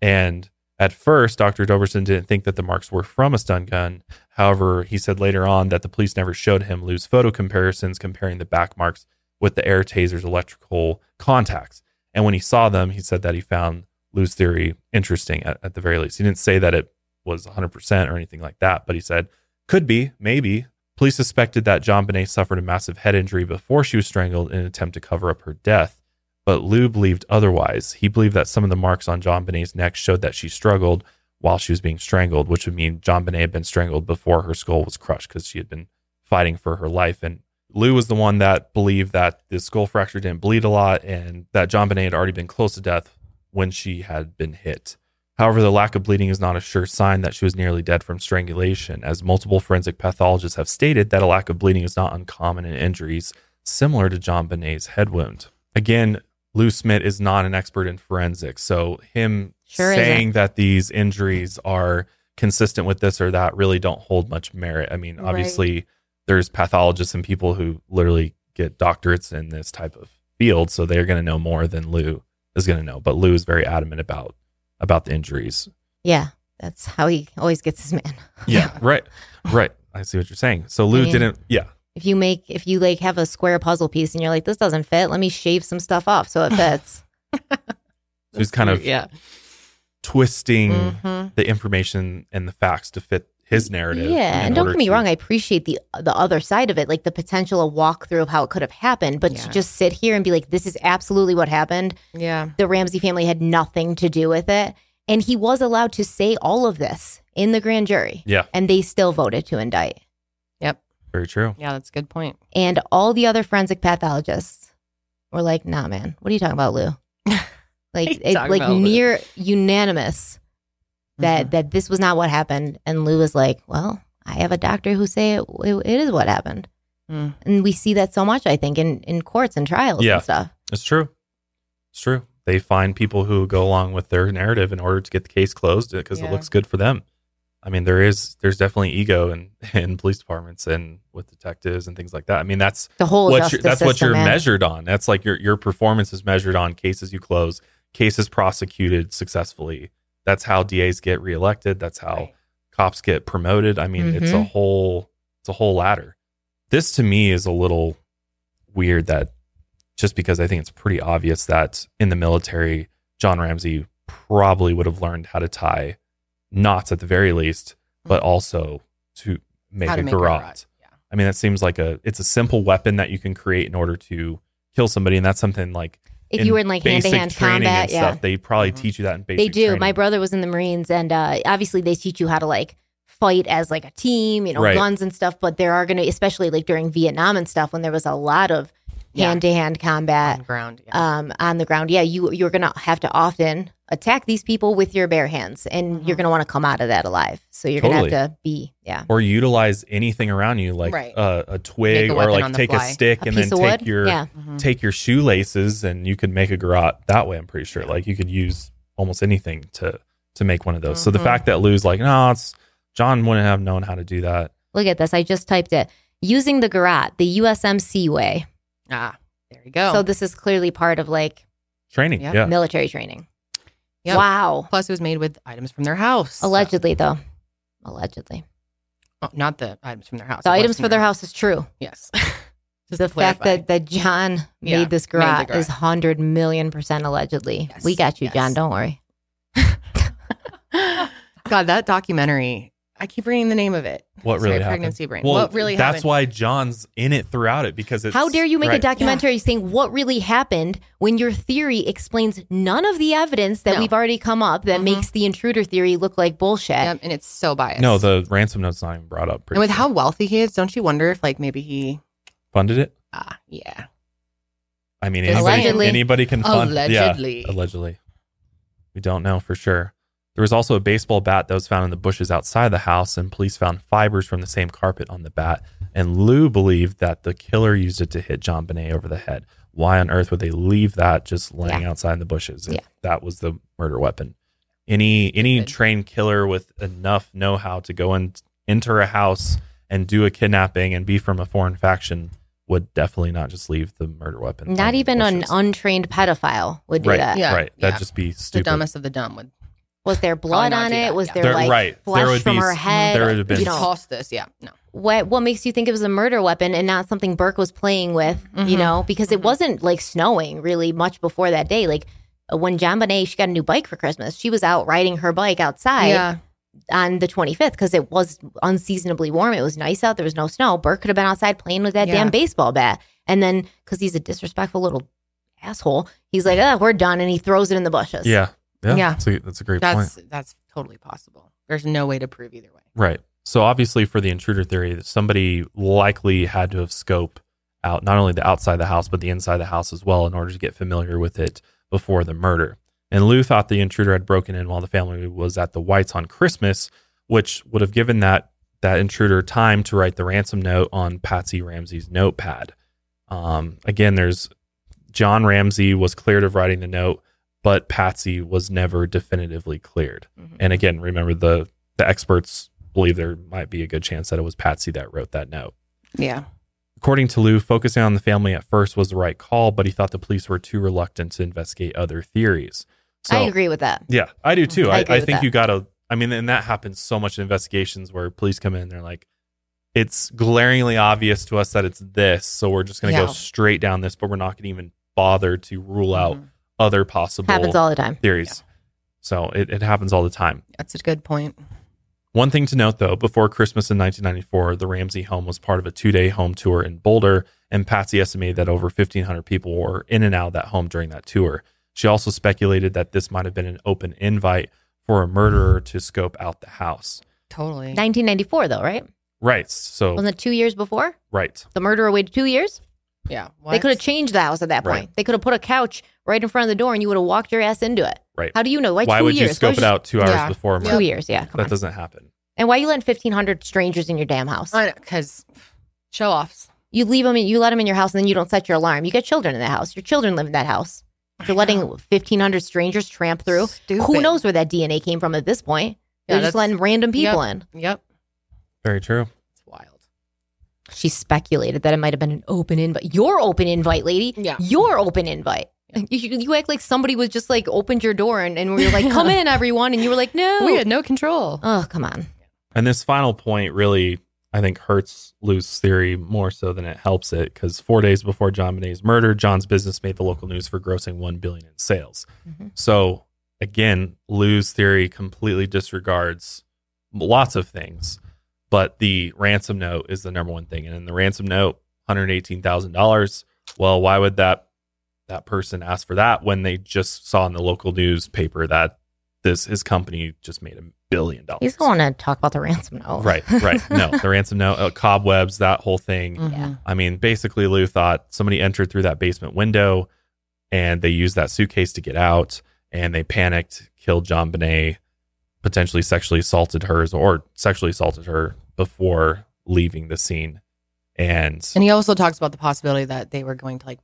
A: And at first, Dr. Doberson didn't think that the marks were from a stun gun. However, he said later on that the police never showed him Lou's photo comparisons comparing the back marks with the air taser's electrical contacts. And when he saw them, he said that he found Lou's theory interesting at, at the very least. He didn't say that it was 100% or anything like that, but he said, could be, maybe. Police suspected that John Binet suffered a massive head injury before she was strangled in an attempt to cover up her death. But Lou believed otherwise. He believed that some of the marks on John Binet's neck showed that she struggled while she was being strangled, which would mean John Binet had been strangled before her skull was crushed because she had been fighting for her life. And Lou was the one that believed that the skull fracture didn't bleed a lot and that John Binet had already been close to death when she had been hit. However, the lack of bleeding is not a sure sign that she was nearly dead from strangulation, as multiple forensic pathologists have stated that a lack of bleeding is not uncommon in injuries similar to John Binet's head wound. Again, Lou Smith is not an expert in forensics, so him
C: Sure
A: saying
C: isn't.
A: that these injuries are consistent with this or that really don't hold much merit. I mean,
C: Right.
A: obviously, there's pathologists and people who literally get doctorates in this type of field, so they're going to know more than Lou is going to know. But Lou is very adamant about about the injuries.
C: Yeah, that's how he always gets his man.
A: Yeah, right, right. I see what you're saying. So Lou
C: Yeah.
A: didn't. Yeah,
C: If you make, if you like have a square puzzle piece and you're like, this doesn't fit, let me shave some stuff off so it fits.
A: so he's kind of
B: yeah.
A: twisting
C: Mm-hmm.
B: Mhm.
A: the information and the facts to fit his narrative.
C: yeah,
A: in
C: and don't
A: order
C: get me
A: to-
C: wrong, I appreciate the the other side of it, like the potential a walkthrough of how it could have happened, but to just sit here and be like, this is absolutely what happened.
B: Yeah.
C: the Ramsey family had nothing to do with it, and he was allowed to say all of this in the grand jury.
A: Yeah.
C: and they still voted to indict.
B: Yep.
A: Very true.
B: Yeah, that's a good point.
C: And all the other forensic pathologists were like, "Nah, man, what are you talking about, Lou?" Like,
B: What are you
C: it,
B: talking
C: like
B: about, Lou?
C: near unanimous that
A: Mm-hmm.
C: that this was not what happened. And Lou was like, "Well, I have a doctor who say it, it- it is what happened."
B: Mm.
C: And we see that so much, I think, in in courts and trials
A: Yeah,
C: and stuff.
A: it's true. It's true. They find people who go along with their narrative in order to get the case closed because
B: Yeah.
A: it looks good for them. I mean, there is there's definitely ego in in police departments and with detectives and things like that. I mean, that's
C: The whole
A: what
C: justice
A: you're, that's what
C: system,
A: you're
C: man.
A: measured on. That's like your your performance is measured on cases you close, cases prosecuted successfully. That's how DAs get reelected. That's how cops get promoted. I mean, it's a
B: Mhm.
A: whole it's a whole ladder. This to me is a little weird that just because I think it's pretty obvious that in the military, John Ramsey probably would have learned how to tie knots at the very least, but also to make
B: Mm. How to
A: a
B: make a
A: garrote. I mean, that seems like a it's a simple weapon that you can create in order to kill somebody, and that's something like
C: If you were in, like,
A: basic
C: hand-to-hand
A: training
C: combat,
A: and
C: yeah.
A: stuff, they probably
C: Mm-hmm.
A: teach you that in basic.
C: they do.
A: training.
C: My brother was in the Marines, and uh, obviously they teach you how to like fight as like a team, you know,
A: Right.
C: guns and stuff. But there are going to, especially like during Vietnam and stuff, when there was a lot of
B: Yeah. Mm,
C: hand to hand combat on,
B: ground,
C: um, on the ground. Yeah, you you're going to have to often attack these people with your bare hands, and you're going to want to come out of that alive. So you're going
A: Totally.
C: to have to be yeah.
A: or utilize anything around you, like
C: Right.
A: a, a twig,
C: Make a
A: or
C: weapon
A: like
C: on the
A: take
C: fly.
A: a stick
C: A
A: and then
C: piece of
A: take
C: wood?
A: your
C: Yeah.
B: Mm-hmm.
A: take your shoelaces, and you could make a garrote that way. I'm pretty sure, like you could use almost anything to to make one of those. So the
C: Mhm.
A: fact that Lou's like, no, it's John wouldn't have known how to do that.
C: Look at this. I just typed it using the garrote, the USMC way.
B: Ah, there you go.
C: So this is clearly part of like
A: Training,
B: Yep.
A: yeah,
C: military training.
B: Yep.
C: Wow.
B: Plus, it was made with items from their house. Uh,
C: Allegedly, though. Allegedly.
B: Oh, not the items from their house.
C: The
B: It was
C: items
B: from
C: for their house is true.
B: Yes.
C: the fact
B: clarify.
C: that, that John
B: Yeah,
C: made this
B: made the
C: garage is
B: garage.
C: 100 million percent allegedly. We got you, John. Don't worry.
B: God, that documentary. I keep reading the name of it.
A: What
B: Sorry,
A: really happened?
B: Pregnancy brain.
A: Well,
B: what really
A: That's
B: happened?
A: why John's in it throughout it because it's
C: How dare you make
A: right.
C: a documentary saying what really happened when your theory explains none of the evidence that
B: No. Mm-hmm.
C: we've already come up that makes the intruder theory look like bullshit?
B: and it's so biased.
A: Eh. No, the ransom note's not even brought up.
B: and with how wealthy he is, don't you wonder if like maybe he?
A: funded it?
B: Ah, yeah.
A: I mean,
B: Just
A: anybody,
B: allegedly.
A: anybody can fund. yeah,
B: Allegedly.
A: allegedly. We don't know for sure. There was also a baseball bat that was found in the bushes outside the house, and police found fibers from the same carpet on the bat. And Lou believed that the killer used it to hit John Bonet over the head. Why on earth would they leave that just laying outside in the bushes if
C: Yeah.
A: that was the murder weapon? Any any trained killer with enough know how to go and enter a house and do a kidnapping and be from a foreign faction would definitely not just leave the murder weapon.
C: Not
A: laying in the
C: even an
A: bushes.
C: untrained pedophile would do
A: right,
C: that.
A: Yeah, right. That'd
B: yeah.
A: just be
B: The
A: stupid.
B: dumbest of the dumb would
C: Was there blood
B: not
C: on
B: do
C: it?
B: that,
C: Was
B: yeah.
C: there
A: There-
C: like
A: right. There
C: flesh
A: would
C: from
A: be
C: her
A: s-
C: head?
A: there would have been
C: you
A: s-
C: know,
B: toss this. Yeah, no.
C: what what makes you think it was a murder weapon and not something Burke was playing with, you
B: Mhm.
C: know, because it wasn't like snowing really much before that day. Like uh, when John Bonet, she got a new bike for Christmas. She was out riding her bike outside
B: Yeah.
C: on the 25th because it was unseasonably warm. It was nice out. There was no snow. Burke could have been outside playing with that
B: Yeah.
C: damn baseball bat. And then because he's a disrespectful little asshole, he's like, oh, we're done. And he throws it in the bushes.
A: Yeah. Yeah.
B: Yeah.
A: That's, a, that's a great
B: That's
A: point.
B: that's totally possible. There's no way to prove either way.
A: Right. So obviously for the intruder theory, that somebody likely had to have scope out not only the outside of the house, but the inside of the house as well in order to get familiar with it before the murder. And Lou thought the intruder had broken in while the family was at the Whites on Christmas, which would have given that that intruder time to write the ransom note on Patsy Ramsey's notepad. Um, again, there's John Ramsey was cleared of writing the note, but Patsy was never definitively cleared. And again, remember the the experts believe there might be a good chance that it was Patsy that wrote that note.
B: Yeah.
A: According to Lou, focusing on the family at first was the right call, but he thought the police were too reluctant to investigate other theories.
C: I agree with that.
A: Yeah, I do too.
C: I
A: I, I,
C: agree with
A: think
C: that.
A: you gotta. I mean, and that happens so much in investigations where police come in and they're like, "It's glaringly obvious to us that it's this, so we're just gonna
C: Yeah.
A: go straight down this, but we're not gonna even bother to rule out other possible
C: Mm-hmm. Happens all the time.
A: theories." So it, it happens all the time.
B: That's a good point.
A: One thing to note, though, before Christmas in 1994, the Ramsey home was part of a two day home tour in Boulder, and Patsy estimated that over 1,500 people were in and out of that home during that tour. She also speculated that this might have been an open invite for a murderer to scope out the house.
B: Totally.
C: 1994, though, right?
A: Right. So,
C: Wasn't it two years before?
A: right.
C: The murderer waited two years.
B: Yeah.
C: They could have changed the house at that point.
A: Right.
C: They could have put a couch right in front of the door and you would have walked your ass into it.
A: Right.
C: How do you know? Why, two
A: would
C: years?
A: you
C: Why
A: scope it
C: would
A: out two hours
B: Yeah.
A: before a
C: Two
A: murder?
C: years, yeah, come
A: That
C: on.
A: doesn't happen.
C: And why you letting 1,500 strangers in your damn house?
B: Because show offs.
C: You leave them, you let them in your house and then you don't set your alarm. You got children in that house. Your children live in that house. You're letting 1,500 strangers tramp through. Who
B: Stupid.
C: knows where that DNA came from at this point?
B: Yeah,
C: They're just
B: that's-
C: letting random people in.
B: Yep.
A: Very true.
B: It's wild.
C: She speculated that it might have been an open invite. Your open invite, lady.
B: Yeah.
C: Your open invite. You, you act like somebody was just like opened your door and, and we were like, come in, everyone. And you were like, no.
B: We had no control.
C: Oh, come on.
A: And this final point really, I think, hurts Lou's theory more so than it helps it because four days before John Bonet's murder, John's business made the local news for grossing one billion in sales.
C: Mhm.
A: So again, Lou's theory completely disregards lots of things, but the ransom note is the number one thing. And in the ransom note, hundred eighteen thousand dollars. Well, why would that that person ask for that when they just saw in the local newspaper that this his company just made a billion dollars?
C: You just want to talk about the ransom note.
A: Right, right. No, the ransom note, uh, cobwebs, that whole thing.
B: Mm. Mm-hmm.
C: Yeah.
A: I mean, basically, Lou thought somebody entered through that basement window and they used that suitcase to get out and they panicked, killed John Bonet, potentially sexually assaulted her or sexually assaulted her before leaving the scene. And
B: And he also talks about the possibility that they were going to like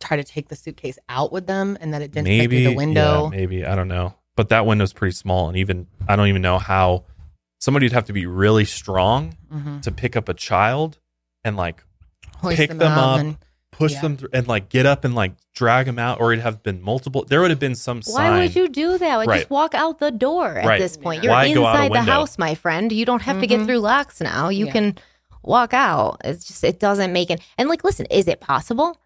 B: try to take the suitcase out with them and that it didn't fit
A: maybe
B: through the window.
A: yeah, maybe I don't know. But that window's pretty small, and even I don't even know how somebody'd have to be really strong
B: Mhm.
A: to pick up a child and like
B: Hoist
A: pick
B: them
A: them,
B: up
A: up,
B: and-
A: push
B: yeah.
A: them through, and like get up and like drag them out, or it'd have been multiple. There would have been some sign.
C: Why would you do that? Like,
A: Right.
C: Just walk out the door at
A: Right.
C: this point.
A: Yeah.
C: You're
A: Why go out a
C: inside the
A: window?
C: house, my friend. You don't have to get through locks now. You
B: Mm-hmm. Yeah.
C: can walk out. It's just, it doesn't make it. And like, listen, is it possible?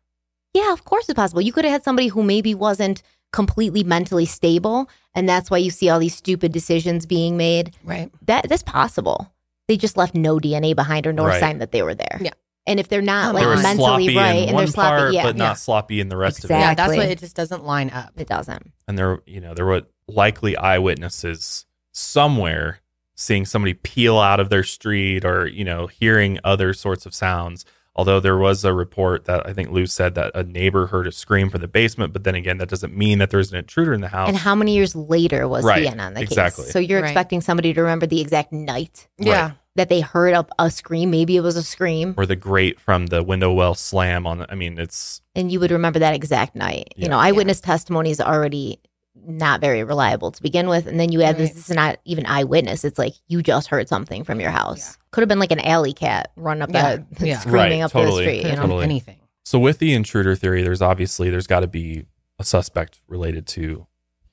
C: Yeah, of course it's possible. You could have had somebody who maybe wasn't completely mentally stable. And that's why you see all these stupid decisions being made.
B: Right.
C: That That's possible. They just left no DNA behind or no
A: Right.
C: sign that they were there.
B: Yeah.
C: And if they're not
A: they
C: like
A: were sloppy
C: mentally right
A: in
C: and
A: one
C: they're sloppy,
A: part,
C: yeah,
A: but not
C: yeah.
A: sloppy in the rest of it.
B: Yeah, that's
C: Exactly.
B: why it just doesn't line up.
C: it doesn't.
A: and there you know there were likely eyewitnesses somewhere seeing somebody peel out of their street or you know hearing other sorts of sounds although there was a report that i think lou said that a neighbor heard a scream from the basement but then again that doesn't mean that there's an intruder in the house
C: And how many years later was
A: Right,
C: he in on the case?
A: exactly.
C: So you're
B: Right.
C: expecting somebody to remember the exact night
B: Yeah.
C: that they heard a, a scream. Maybe it was a scream,
A: or the grate from the window well slam on the, i mean it's
C: and you would remember that exact night. You
A: Yeah.
C: know, eyewitness testimony is already not very reliable to begin with, and then you add this.
B: Right.
C: This is not even eyewitness. It's like you just heard something from your house. Could have been like an alley cat run up
B: Yeah,
C: the
B: yeah.
C: screaming
A: Right,
C: up
A: totally,
C: the street. You know,
A: totally.
B: Anything.
A: so with the intruder theory there's obviously there's got to be a suspect related to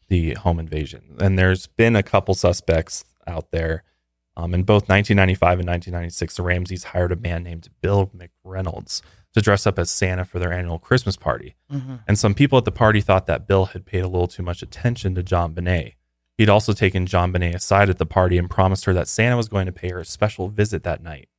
A: the home invasion and there's been a couple suspects out there Um, in both 1995 and 1996, the Ramses hired a man named Bill McReynolds to dress up as Santa for their annual Christmas party.
B: Mhm.
A: And some people at the party thought that Bill had paid a little too much attention to John Bonet. He'd also taken John Bonet aside at the party and promised her that Santa was going to pay her a special visit that night.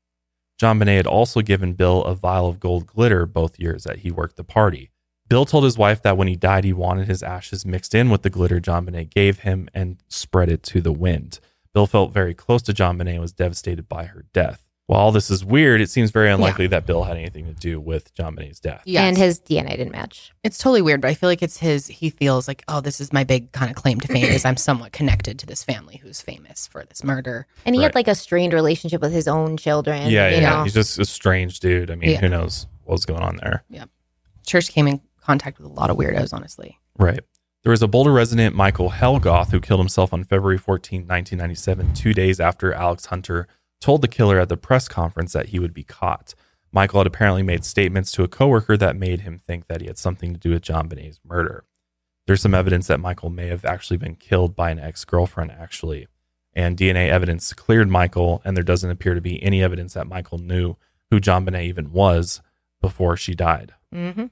A: John Bonet had also given Bill a vial of gold glitter both years that he worked the party. Bill told his wife that when he died, he wanted his ashes mixed in with the glitter John Bonet gave him and spread it to the wind. Bill felt very close to John Bonet and was devastated by her death. While all this is weird, it seems very unlikely that Bill had anything to do with John Bonet's death.
B: Yes.
C: and his DNA didn't match.
B: It's totally weird, but I feel like it's his. He feels like, oh, this is my big kind of claim to fame is I'm somewhat connected to this family who's famous for this murder.
C: And he had
A: Right.
C: like a strained relationship with his own children.
A: yeah,
C: you
A: yeah,
C: know?
A: He's just a strange dude. I mean,
B: Yeah.
A: who knows what's going on there?
B: Church came in contact with a lot of weirdos, honestly.
A: Right. There was a Boulder resident, Michael Helgoth, who killed himself on February 14, 1997, two days after Alex Hunter told the killer at the press conference that he would be caught. Michael had apparently made statements to a coworker that made him think that he had something to do with John Bonet's murder. There's some evidence that Michael may have actually been killed by an ex girlfriend, actually. And DNA evidence cleared Michael, and there doesn't appear to be any evidence that Michael knew who John Bonet even was before she died.
C: mm-hmm.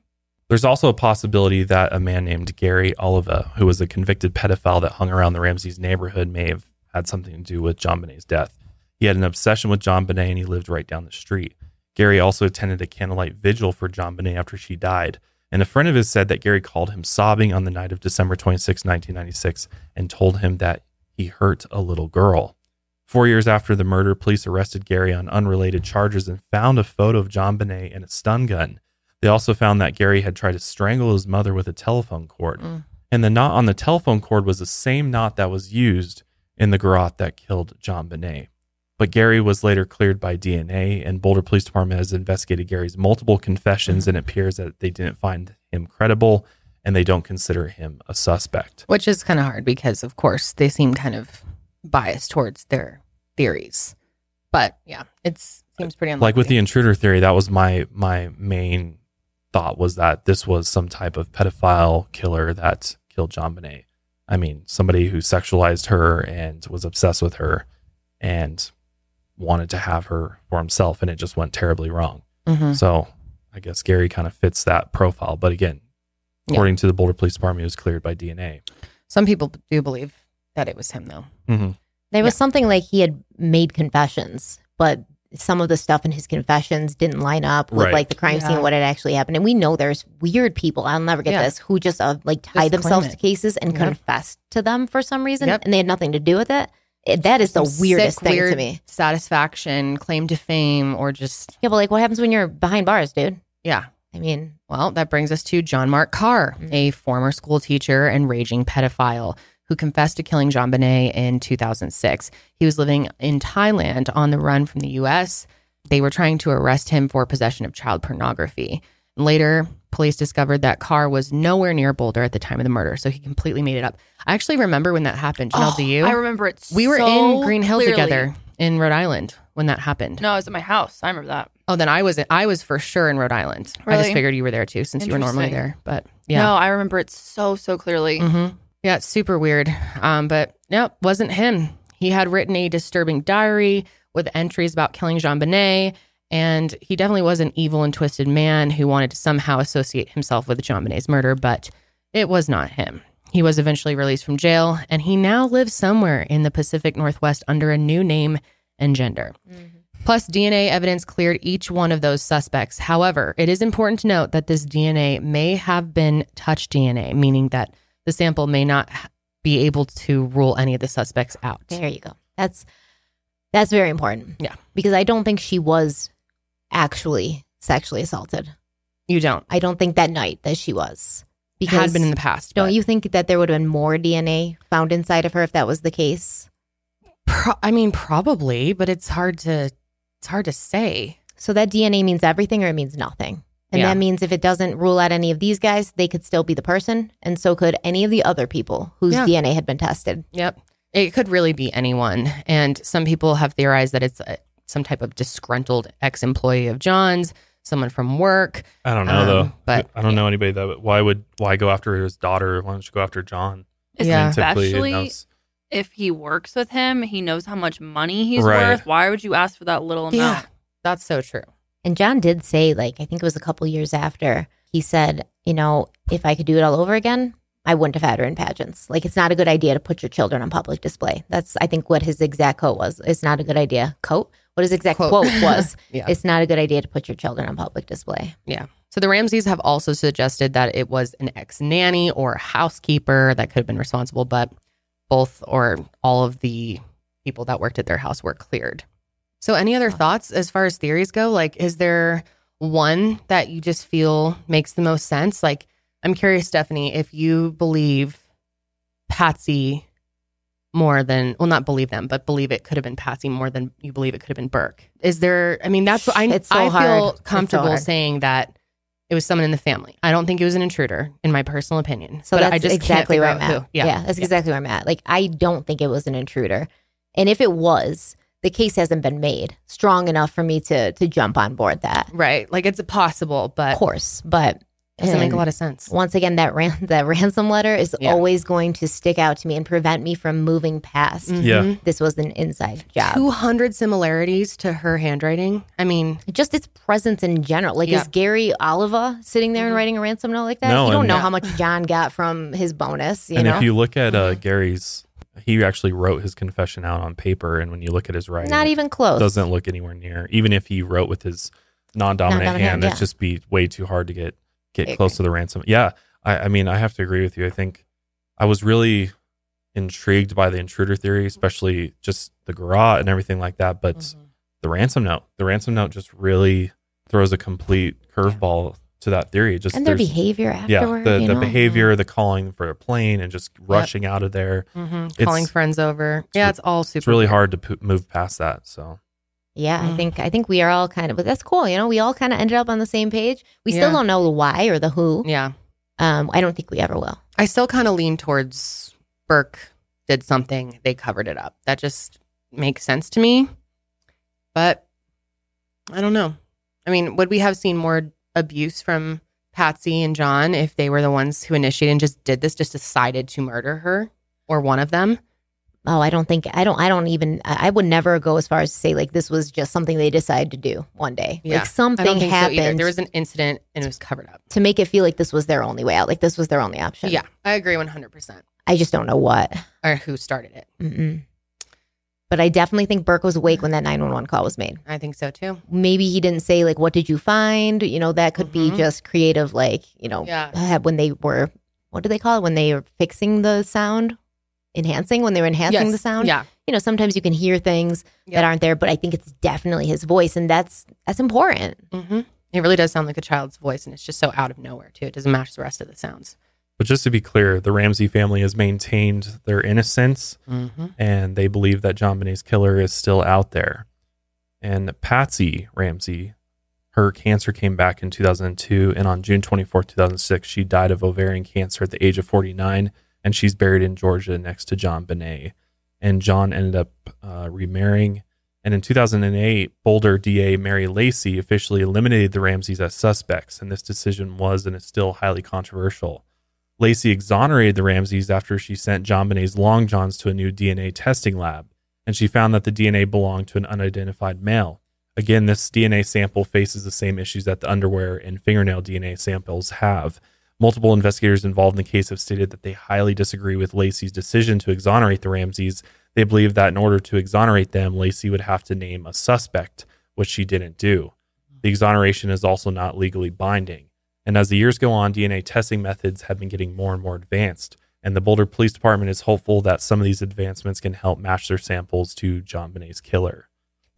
A: There's also a possibility that a man named Gary Oliva, who was a convicted pedophile that hung around the Ramses neighborhood, may have had something to do with John Bonet's death. He had an obsession with John Bonet and he lived right down the street. Gary also attended a candlelight vigil for John Bonet after she died. And a friend of his said that Gary called him sobbing on the night of December 26, 1996, and told him that he hurt a little girl. Four years after the murder, police arrested Gary on unrelated charges and found a photo of John Bonet and a stun gun. They also found that Gary had tried to strangle his mother with a telephone cord.
B: Mm.
A: And the knot on the telephone cord was the same knot that was used in the garrote that killed John Bonet. But Gary was later cleared by DNA, and Boulder Police Department has investigated Gary's multiple confessions, and it appears that they didn't find him credible and they don't consider him a suspect.
B: Which is kind of hard because, of course, they seem kind of biased towards their theories. But yeah, it seems pretty unlikely.
A: Like with the intruder theory, that was my my main thought was that this was some type of pedophile killer that killed John Bonet. I mean, somebody who sexualized her and was obsessed with her and wanted to have her for himself, and it just went terribly wrong.
B: Mhm.
A: So I guess Gary kind of fits that profile. But again, according to the Boulder Police Department, it was cleared by DNA.
B: Some people do believe that it was him, though.
A: Mm-hmm.
C: There was something like he had made confessions, but some of the stuff in his confessions didn't line up with
B: Right.
C: like the crime
B: Yeah.
C: scene, what had actually happened. And we know there's weird people. I'll never get
B: Yeah.
C: this who just uh, like tie
B: Just claim
C: themselves
B: it.
C: to cases and
B: Yeah.
C: confess to them for some reason,
B: Yep.
C: and they had nothing to do with it. It- that is the
B: Some
C: weirdest
B: sick,
C: thing to
B: weird
C: me.
B: Satisfaction, claim to fame, or just
C: Yeah, but like, what happens when you're behind bars, dude?
B: yeah.
C: I mean,
B: Well, that brings us to John Mark Carr,
C: Mm.
B: a former school teacher and raging pedophile who confessed to killing Jean Bonnet in 2006. He was living in Thailand on the run from the US. They were trying to arrest him for possession of child pornography. Later, police discovered that Carr was nowhere near Boulder at the time of the murder, so he completely made it up. I actually remember when that happened. Janelle,
E: Oh,
B: do you?
E: I remember it.
B: We were
E: so
B: in Green Hill
E: clearly.
B: together in Rhode Island when that happened.
E: No, it was at my house. I remember that.
B: Oh, then I was I was for sure in Rhode Island. I just
E: Really?
B: figured you were there too, since you were normally
E: Interesting.
B: there. But yeah,
E: No, I remember it so so clearly.
B: hmm Yeah, it's super weird. Um, but nope, wasn't him. He had written a disturbing diary with entries about killing Jean Bonnet, and he definitely was an evil and twisted man who wanted to somehow associate himself with Jean Bonnet's murder, but it was not him. He was eventually released from jail, and he now lives somewhere in the Pacific Northwest under a new name and gender. Plus, DNA evidence cleared each one of those suspects. However, it is important to note that this DNA may have been touch DNA, meaning that the sample may not h- be able to rule any of the suspects out.
C: There you go. That's that's very important.
B: Yeah.
C: Because I don't think she was actually sexually assaulted.
B: You don't.
C: I don't think that night that she was.
B: It
C: Because
B: had been in the past.
C: don't
B: but-
C: you think that there would have been more DNA found inside of her if that was the case?
B: Pro- I mean, probably, but it's hard to it's hard to say.
C: So that DNA means everything or it means nothing. And
B: Yeah.
C: that means if it doesn't rule out any of these guys, they could still be the person. And so could any of the other people whose
B: Yeah.
C: DNA had been tested.
B: Yep. It could really be anyone. And some people have theorized that it's uh some type of disgruntled ex employee of John's, someone from work.
A: I don't know
B: Um,
A: though.
B: but-
A: I don't know anybody that. But why would why go after his daughter? Why don't you go after John?
B: Yeah.
A: typically it
E: Especially
A: knows-
E: if he works with him, he knows how much money he's
A: Right.
E: worth. Why would you ask for that little amount?
B: Yeah. That's so true.
C: And John did say, like, I think it was a couple years after, he said, you know, if I could do it all over again, I wouldn't have had her in pageants. Like, it's not a good idea to put your children on public display. That's, I think, what his exact quote was. It's not a good idea. Quote? What his exact
B: Quote.
C: quote, was.
B: Yeah.
C: It's not a good idea to put your children on public display.
B: Yeah. So the Ramses have also suggested that it was an ex nanny or housekeeper that could have been responsible, but both or all of the people that worked at their house were cleared. So, any other thoughts as far as theories go? Like, is there one that you just feel makes the most sense? Like, I'm curious, Stephanie, if you believe Patsy more than, well, not believe them, but believe it could have been Patsy more than you believe it could have been Burke. Is there, I mean, that's what I,
C: It's so
B: I
C: hard.
B: feel
C: It's so
B: comfortable
C: hard.
B: saying that it was someone in the family. I don't think it was an intruder, in my personal opinion.
C: So
B: But
C: that's
B: I just
C: exactly
B: can't
C: where
B: figure
C: I'm
B: out
C: at.
B: who.
C: Yeah. that's exactly where I'm at. Like, I don't think it was an intruder. And if it was, the case hasn't been made strong enough for me to to jump on board that.
B: Right. Like, it's possible,
C: Of
B: but
C: course. But
B: it doesn't make a
C: and-
B: lot of sense.
C: once again that ran that ransom letter is
B: Yeah.
C: always going to stick out to me and prevent me from moving past
A: Yeah.
B: Mhm.
C: this was an inside job
B: 200 similarities to her handwriting. I mean,
C: just its presence in general like
B: Yeah. Mm-hmm.
C: is gary oliva sitting there and writing a ransom note like that
A: No,
C: you don't
A: and-
C: know
A: Yeah.
C: how much john got from his bonus you
A: and
C: know Mm-hmm.
A: if you look at uh, Gary's, he actually wrote his confession out on paper, and when you look at his writing,
C: not
A: it
C: even close
A: doesn't look anywhere near. Even if he wrote with his non-dominant,
C: Non-dominant
A: hand,
C: hand,
A: that'd
C: yeah.
A: just be way too hard to get get
C: I
A: close to the ransom. Yeah, I, I mean, I have to agree with you. I think I was really intrigued by the intruder theory, especially just the garage and everything like that. But
C: Mm-hmm.
A: the ransom note, the ransom note, just really throws a complete curveball to that theory. It Just
C: and their
A: there's-
C: behavior
A: yeah,
C: afterward
A: the,
C: you
A: the
C: know? Mm-hmm.
A: behavior, the calling for a plane, and just rushing out of there.
B: mhm,
A: Mm-hmm. It's-
B: calling friends over. Yeah, it's all super.
A: It's really hard to p- move past that. So
C: yeah i
B: Mm.
C: think i think we are all kind of but that's cool you know we all kind of ended up on the same page we
B: Yeah.
C: still don't know the why or the who
B: Yeah.
C: um i don't think we ever will
B: I still kind of lean towards Burke did something, they covered it up. That just makes sense to me. But I don't know. I mean, would we have seen more abuse from Patsy and John, if they were the ones who initiated and just did this, just decided to murder her or one of them.
C: Oh, I don't think I don't I don't even I I would never go as far as to say like this was just something they decided to do one day.
B: Yeah.
C: Like something
B: I don't think so either.
C: happened
B: there was an incident and it was covered up.
C: to make it feel like this was their only way out. Like this was their only option.
B: Yeah, I agree 100%.
C: I just don't know what.
B: Or who started it.
C: Mm-mm. But I definitely think Burke was awake when that 911 call was made.
B: I think so too.
C: Maybe he didn't say like what did you find? You know, that could
B: Mhm.
C: be just creative like, you know,
B: Yeah.
C: had- when they were what do they call it when they are fixing the sound? Enhancing when they were enhancing
B: Yes.
C: the sound?
B: Yeah.
C: you know, sometimes you can hear things
B: Yeah.
C: that aren't there, but I think it's definitely his voice, and that's that's important.
B: Mm-hmm. It really does sound like a child's voice, and it's just so out of nowhere too. It doesn't match the rest of the sounds.
A: But just to be clear, the Ramsey family has maintained their innocence
C: Mm-hmm.
A: and they believe that John Bonet's killer is still out there. And Patsy Ramsey, her cancer came back in 2002. And on June 24, 2006, she died of ovarian cancer at the age of 49. And she's buried in Georgia next to John Bonet. And John ended up uh, remarrying. And in 2008, Boulder DA Mary Lacey officially eliminated the Ramseys as suspects. And this decision was and is still highly controversial. Lacey exonerated the Ramseys after she sent John Bonet's long johns to a new DNA testing lab, and she found that the DNA belonged to an unidentified male. Again, this DNA sample faces the same issues that the underwear and fingernail DNA samples have. Multiple investigators involved in the case have stated that they highly disagree with Lacey's decision to exonerate the Ramseys. They believe that in order to exonerate them, Lacey would have to name a suspect, which she didn't do. The exoneration is also not legally binding. And as the years go on, DNA testing methods have been getting more and more advanced. And the Boulder Police Department is hopeful that some of these advancements can help match their samples to John Bonet's killer.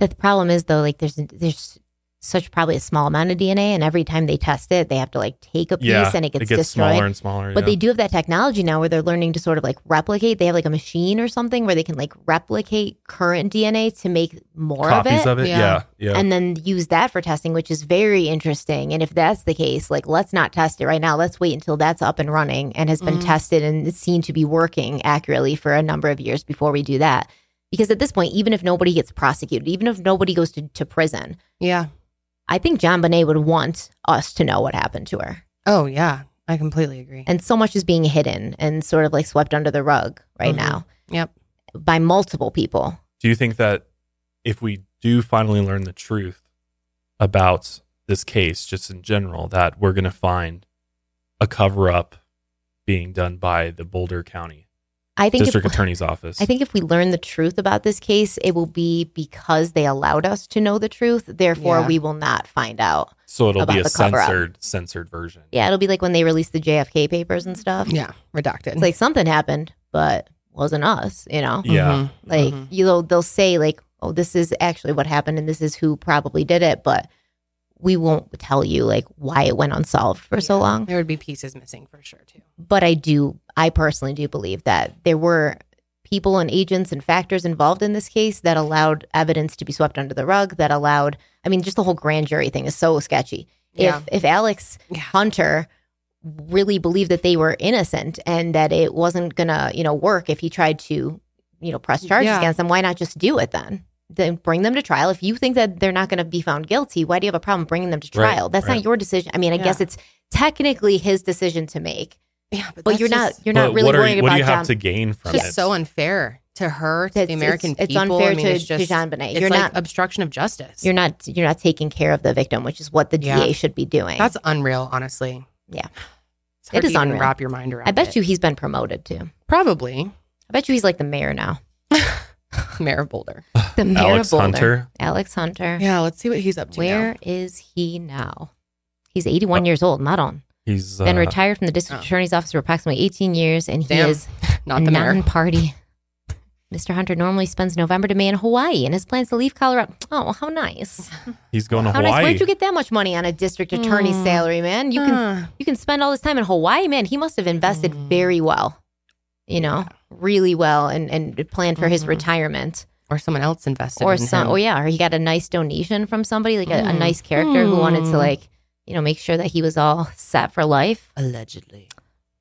C: The problem is though, like there's there's such probably a small amount of DNA, and every time they test it, they have to like take a piece
A: Yeah,
C: and it gets,
A: it gets
C: destroyed.
A: smaller and smaller,
C: But
A: yeah.
C: they do have that technology now where they're learning to sort of like replicate. They have like a machine or something where they can like replicate current DNA to make more
A: Copies of it? Yeah. Yeah, yeah.
C: and then use that for testing, which is very interesting. And if that's the case, like let's not test it right now. Let's wait until that's up and running and has been
B: Mhm.
C: tested and is seen to be working accurately for a number of years before we do that. Because at this point, even if nobody gets prosecuted, even if nobody goes to, to prison,
B: Yeah.
C: I think John Bonet would want us to know what happened to her.
B: Oh yeah, I completely agree.
C: And so much is being hidden and sort of like swept under the rug right
B: Mhm.
C: now.
B: Yep.
C: By multiple people.
A: Do you think that if we do finally learn the truth about this case, just in general, that we're going to find a cover up being done by the Boulder County
C: I think if-
A: District Attorney's Office?
C: I think if we learn the truth about this case, it will be because they allowed us to know the truth. Therefore,
A: Yeah.
C: we will not find out.
A: so it'll
C: about
A: be a
C: the cover-up.
A: censored censored version.
C: Yeah, it'll be like when they released the JFK papers and stuff.
B: Yeah, redacted.
C: It's like something happened, but wasn't us, you know?
A: Yeah. Mhm,
B: Mm-hmm.
C: Like, you know, they'll say, like, oh, this is actually what happened and this is who probably did it, but we won't tell you, like, why it went unsolved for so long.
B: Mm-hmm. There would be pieces missing for sure too.
C: but I do, I personally do believe that there were people and agents and factors involved in this case that allowed evidence to be swept under the rug, that allowed, I mean, just the whole grand jury thing is so sketchy.
B: Yeah.
C: If, if Alex Hunter really believed that they were innocent and that it wasn't going to, you know, work if he tried to, you know, press charges
B: Yeah.
C: against them, why not just do it then? Then bring them to trial. If you think that they're not going to be found guilty, why do you have a problem bringing them to
B: Right,
C: trial? That's
B: right.
C: not your decision. I mean, I
B: Yeah.
C: guess it's technically his decision to make.
B: Yeah,
C: but, you're not you're not
A: But
C: really
A: what are you-
C: worried
A: what
C: about
A: do you have
C: John-
A: to gain from
B: It's
A: it?
B: just so unfair to her, to the American
C: it's- it's
B: people.
C: unfair
B: I mean,
C: to-
B: it's
C: to
B: just,
C: Jean Bonnet.
B: It's
C: You're
B: like
C: not-
B: obstruction of justice.
C: You're not you're not taking care of the victim, which is what the
B: Yeah.
C: DA should be doing.
B: That's unreal, honestly.
C: yeah.
B: It's hard
C: it is
B: to even
C: unreal.
B: Wrap your mind around.
C: I bet
B: it.
C: you he's been promoted too. I
B: probably
C: bet you he's like the mayor now.
B: Mayor of Boulder.
C: The mayor
A: Alex
C: of Boulder.
A: Hunter?
C: Alex Hunter.
B: Yeah, let's see what he's up to.
C: Where
B: now.
C: is he now? He's 81 years old. Not on.
A: He's
C: been
A: uh,
C: retired from the district attorney's office for approximately 18 years, and he
B: Damn.
C: is
B: Not the mayor.
C: non-party. Mr. Hunter normally spends November to May in Hawaii, and his plans to leave Colorado. Oh, how nice!
A: He's going to
C: How
A: Hawaii.
C: nice! Where'd you get that much money on a district attorney's
B: Mm.
C: salary, man? You can
B: Ah.
C: you can spend all this time in Hawaii, man. He must have invested
B: Mm.
C: very well, you know, really well, and and planned for his
B: Mm-hmm.
C: retirement.
B: Or someone else invested
C: Or
B: in
C: some,
B: him.
C: oh yeah, or he got a nice donation from somebody, like a, a
B: Mm.
C: nice character who wanted
B: Mm.
C: to like, you know, make sure that he was all set for life.
B: Allegedly.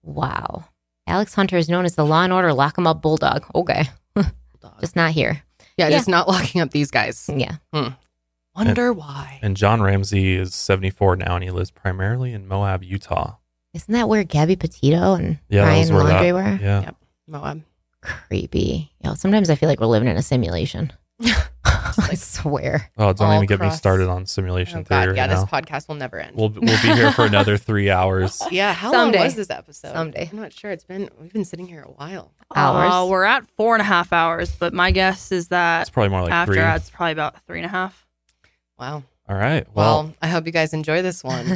C: Wow. Alex Hunter is known as the Law and Order Lock 'em Up Bulldog. Okay. Just not here.
B: Yeah,
C: Yeah.
B: just not locking up these guys.
C: Yeah.
B: Mm. Wonder why.
A: And John Ramsey is 74 now, and he lives primarily in Moab, Utah.
C: Isn't that where Gabby Petito and
A: Yeah, that was
C: Ryan
A: where that-
C: Laundrie were?
A: yeah.
B: Yep. Moab.
C: Creepy. Yo, sometimes I feel like we're living in a simulation. I swear.
A: Oh, don't
B: All
A: even get me
B: across-
A: started on simulation
B: Oh,
A: theory.
B: God.
A: right
B: Yeah,
A: now.
B: this podcast will never end.
A: We'll we'll be here for another three hours.
B: yeah. How
E: Someday.
B: long was this episode?
C: Someday.
B: I'm not sure. It's been, we've been sitting here a while.
C: Hours.
E: Uh, we're at four and a half hours, but my guess is that
A: It's probably more like
E: after
A: three.
E: ads, probably about three and a half.
B: Wow.
A: All right.
B: Well,
A: Well,
B: I hope you guys enjoy this one.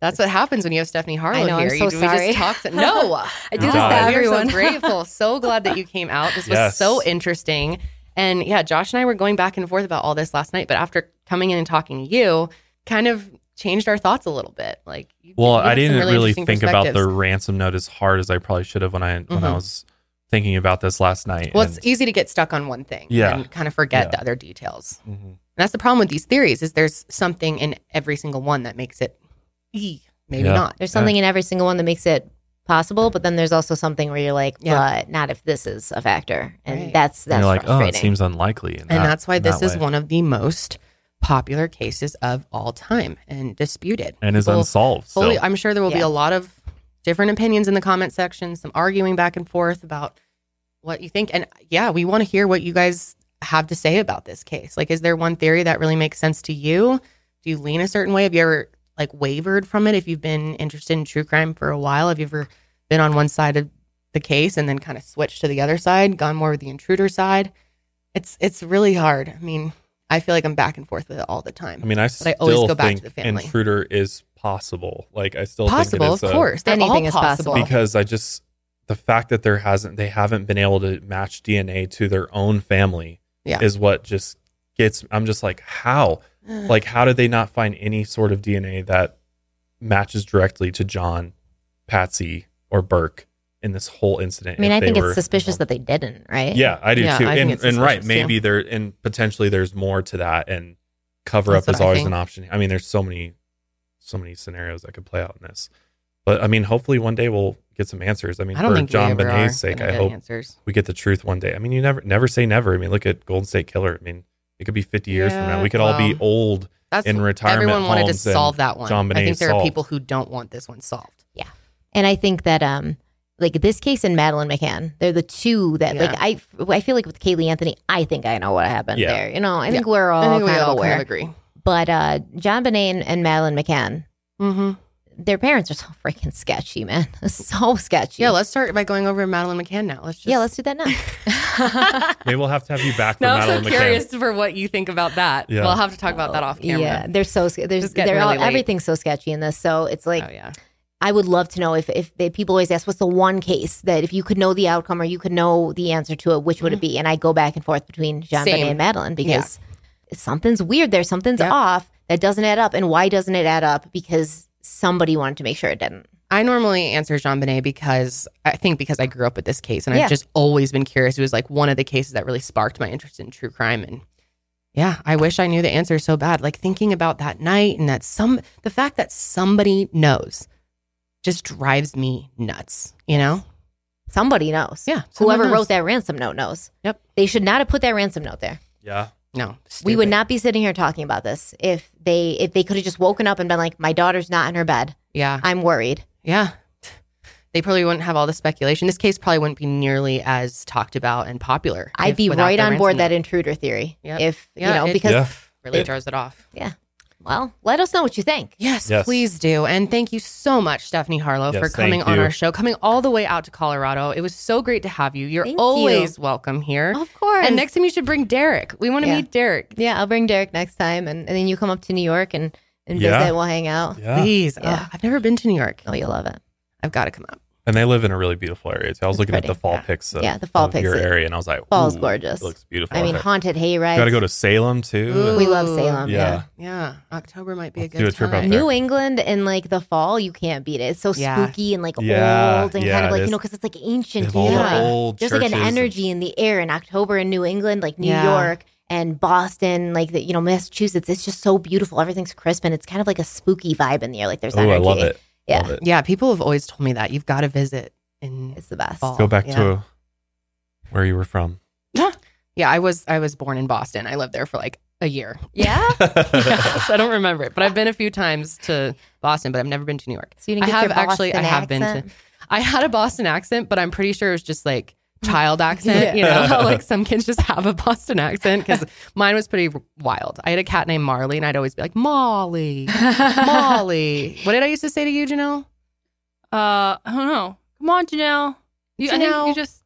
B: That's what happens when you have Stephanie Harlow
C: I know, I'm
B: here.
C: so
B: you, We
C: sorry.
B: just talked. no,
C: I do
A: this
B: We
A: to
B: are so
C: everyone.
B: grateful. So glad that you came out. This was
A: Yes.
B: so interesting. And yeah, Josh and I were going back and forth about all this last night, but after coming in and talking to you, kind of changed our thoughts a little bit. Like, you-
A: well,
B: you had
A: I
B: some
A: didn't really
B: interesting
A: think about the
B: perspectives.
A: ransom note as hard as I probably should have when I when I
B: Mhm.
A: was thinking about this last night.
B: Well,
A: and-
B: it's easy to get stuck on one thing
A: Yeah.
B: and kind of forget
A: Yeah.
B: the other details.
A: Mhm.
B: And that's the problem with these theories is there's something in every single one that makes it, "Ee, maybe
A: Yeah.
B: not.
C: There's something in every single one that makes it possible, but then there's also something where you're like,
B: Yeah.
C: but not if this is a factor. And
B: Right.
C: that's
A: and
C: that's
A: you're like, oh,
C: frustrating.
A: it seems unlikely, in
B: And
A: that-
B: that's why
A: in
B: this
A: that
B: is
A: way.
B: one of the most popular cases of all time and disputed.
A: and is
B: People
A: unsolved. So
B: fully- I'm sure there will be
C: Yeah.
B: a lot of different opinions in the comment section, some arguing back and forth about what you think. And yeah, we want to hear what you guys have to say about this case. Like, is there one theory that really makes sense to you? Do you lean a certain way? Have you ever like wavered from it? If you've been interested in true crime for a while, have you ever been on one side of the case and then kind of switched to the other side, gone more with the intruder side? It's it's really hard. I mean, I feel like I'm back and forth with it all the time.
A: I mean, I
B: I
A: still
B: always go back to
A: think
B: the family.
A: intruder is possible. Like, I still
B: possible,
A: think it
B: of
A: is a-
B: course. They're
C: Anything
B: all
C: is possible.
A: because I just the fact that there hasn't they haven't been able to match DNA to their own family
B: Yeah.
A: is what just gets I'm just like how like how did they not find any sort of DNA that matches directly to John, Patsy or Burke in this whole incident?
C: I mean,
A: if
C: I
A: they
C: think
A: were
C: it's suspicious
A: involved?
C: that they didn't, right?
A: Yeah, I do
B: Yeah,
A: too.
B: I think
A: and
B: it's
A: and right,
B: suspicious,
A: maybe
B: yeah.
A: there and potentially there's more to that and cover
B: That's
A: up is
B: what I
A: always
B: think.
A: an option. I mean, there's so many so many scenarios that could play out in this. But I mean, hopefully one day we'll get some answers. I mean,
B: I don't
A: for
B: think
A: John
B: we ever are
A: Benet's sake,
B: gonna
A: I
B: get
A: hope
B: answers.
A: we get the truth one day. I mean, you never never say never. I mean, look at Golden State Killer. I mean, it could be 50 years from now.
B: Yeah,
A: We could all be
B: well,
A: old.
B: That's
A: in retirement
B: Everyone wanted to
A: homes and
B: solve that one.
A: John
B: I think
A: Bonet
B: there are
A: solved.
B: people who don't want this one solved.
C: And I think that um like this case and Madeline McCann, they're the two that
B: Yeah.
C: like I I feel like with Kaylee Anthony, I think I know what happened
A: Yeah.
C: there. You know, I think we're all kind of aware.
B: agree.
C: But uh John Bonet and, and Madeline McCann,
B: hmm
C: their parents are so freaking sketchy, man. so sketchy.
B: Yeah, let's start by going over Madeline McCann now. Let's just
C: yeah, let's do that now.
A: Maybe we'll have to have you back for
B: Now I'm
A: Madeline
B: so
A: McCann.
B: curious for what you think about that.
A: Yeah.
B: We'll have to talk about that off camera.
C: Yeah, they're so ske- there's
B: Just getting
C: they're all,
B: really late.
C: everything's so sketchy in this. So it's like
B: oh yeah.
C: I would love to know if if they, people always ask what's the one case that if you could know the outcome or you could know the answer to it, which would it be? And I go back and forth between John
B: Mm-hmm. Same.
C: Bonet and Madeline because something's weird there, something's
B: Yep.
C: off that doesn't add up. And why doesn't it add up? Because somebody wanted to make sure it didn't.
B: I normally answer Jean Bonnet because I think because I grew up with this case and
C: Yeah.
B: I've just always been curious. It was like one of the cases that really sparked my interest in true crime. And yeah, I wish I knew the answer so bad. Like thinking about that night and that some, the fact that somebody knows just drives me nuts, you know?
C: Somebody knows.
B: Yeah, someone
C: Whoever
B: knows.
C: wrote that ransom note knows.
B: Yep.
C: They should not have put that ransom note there.
A: yeah.
B: No,
C: We would
B: stupid.
C: not be sitting here talking about this if they if they could have just woken up and been like, My daughter's not in her bed.
B: Yeah.
C: I'm worried.
B: Yeah. They probably wouldn't have all the speculation. This case probably wouldn't be nearly as talked about and popular.
C: I'd
B: if-
C: be
B: without
C: right
B: the
C: on board
B: ransom
C: that
B: note.
C: intruder theory.
B: Yep.
C: If
B: Yeah,
C: you know,
B: it-
C: because
A: Yeah.
B: really jars it off.
C: well, let us know what you think.
B: Yes,
A: Yes.
B: please do. And thank you so much, Stephanie Harlow,
A: Yes,
B: for coming
A: thank
B: on
A: you.
B: our show, coming all the way out to Colorado. It was so great to have you. You're
C: Thank you.
B: always welcome here.
C: Of course.
B: And next time you should bring Derek. We want to
C: Yeah.
B: meet Derek.
C: yeah, I'll bring Derek next time, and, and then you come up to New York and and
A: Yeah.
C: visit. We'll hang out.
A: Yeah.
B: Please.
C: Yeah.
B: Ugh, I've never been to New York.
C: Oh, you'll love it.
B: I've got to come up.
A: And they live in a really beautiful area. too. I was
C: It's
A: looking
C: pretty.
A: at the fall
C: Yeah.
A: pics of,
C: Yeah, the fall
A: of
C: pics.
A: your
C: It-
A: area and I was like,
C: fall's
A: "Ooh,
C: gorgeous."
A: It looks beautiful.
C: I mean,
A: out
C: haunted hayrides.
A: there. gotta go to Salem too. and-
C: We love
B: Ooh.
C: Salem.
A: Yeah.
C: Yeah.
B: Yeah. October might be a
A: Let's
B: good
A: do a trip out
B: time.
A: there.
C: New England in like the fall, you can't beat it. It's so
B: Yeah.
C: spooky and like
A: Yeah,
C: old and
A: yeah,
C: kind of
A: it
C: like you
A: is.
C: know because it's like
A: They
C: ancient.
A: have all the
C: you know, like,
A: old
C: there's like an
A: churches and-
C: energy in the air in October in New England, like New
B: Yeah.
C: York and Boston, like the, you know Massachusetts. It's just so beautiful. Everything's crisp and it's kind of like a spooky vibe in the air. Like there's
A: Ooh,
C: energy.
A: I love it.
C: Yeah.
A: Love it.
B: Yeah. People have always told me that. You've got to visit in
C: It's the best.
B: fall.
A: Go back
B: yeah.
A: to where you were from.
B: Yeah, I was I was born in Boston. I lived there for like a year.
C: Yeah?
B: yes, I don't remember it, but I've been a few times to Boston, but I've never been to New York.
C: So you didn't
B: I
C: get
B: have
C: your
B: actually. I
C: Boston
B: have been
C: accent?
B: to. I had a Boston accent, but I'm pretty sure it was just like child accent. You know,
C: Yeah.
B: how, like some kids just have a Boston accent because mine was pretty wild. I had a cat named Marley, and I'd always be like Molly, Molly. What did I used to say to you, Janelle?
E: Uh, I don't know. Come on, Janelle. You, I think
B: Janelle.
E: you just.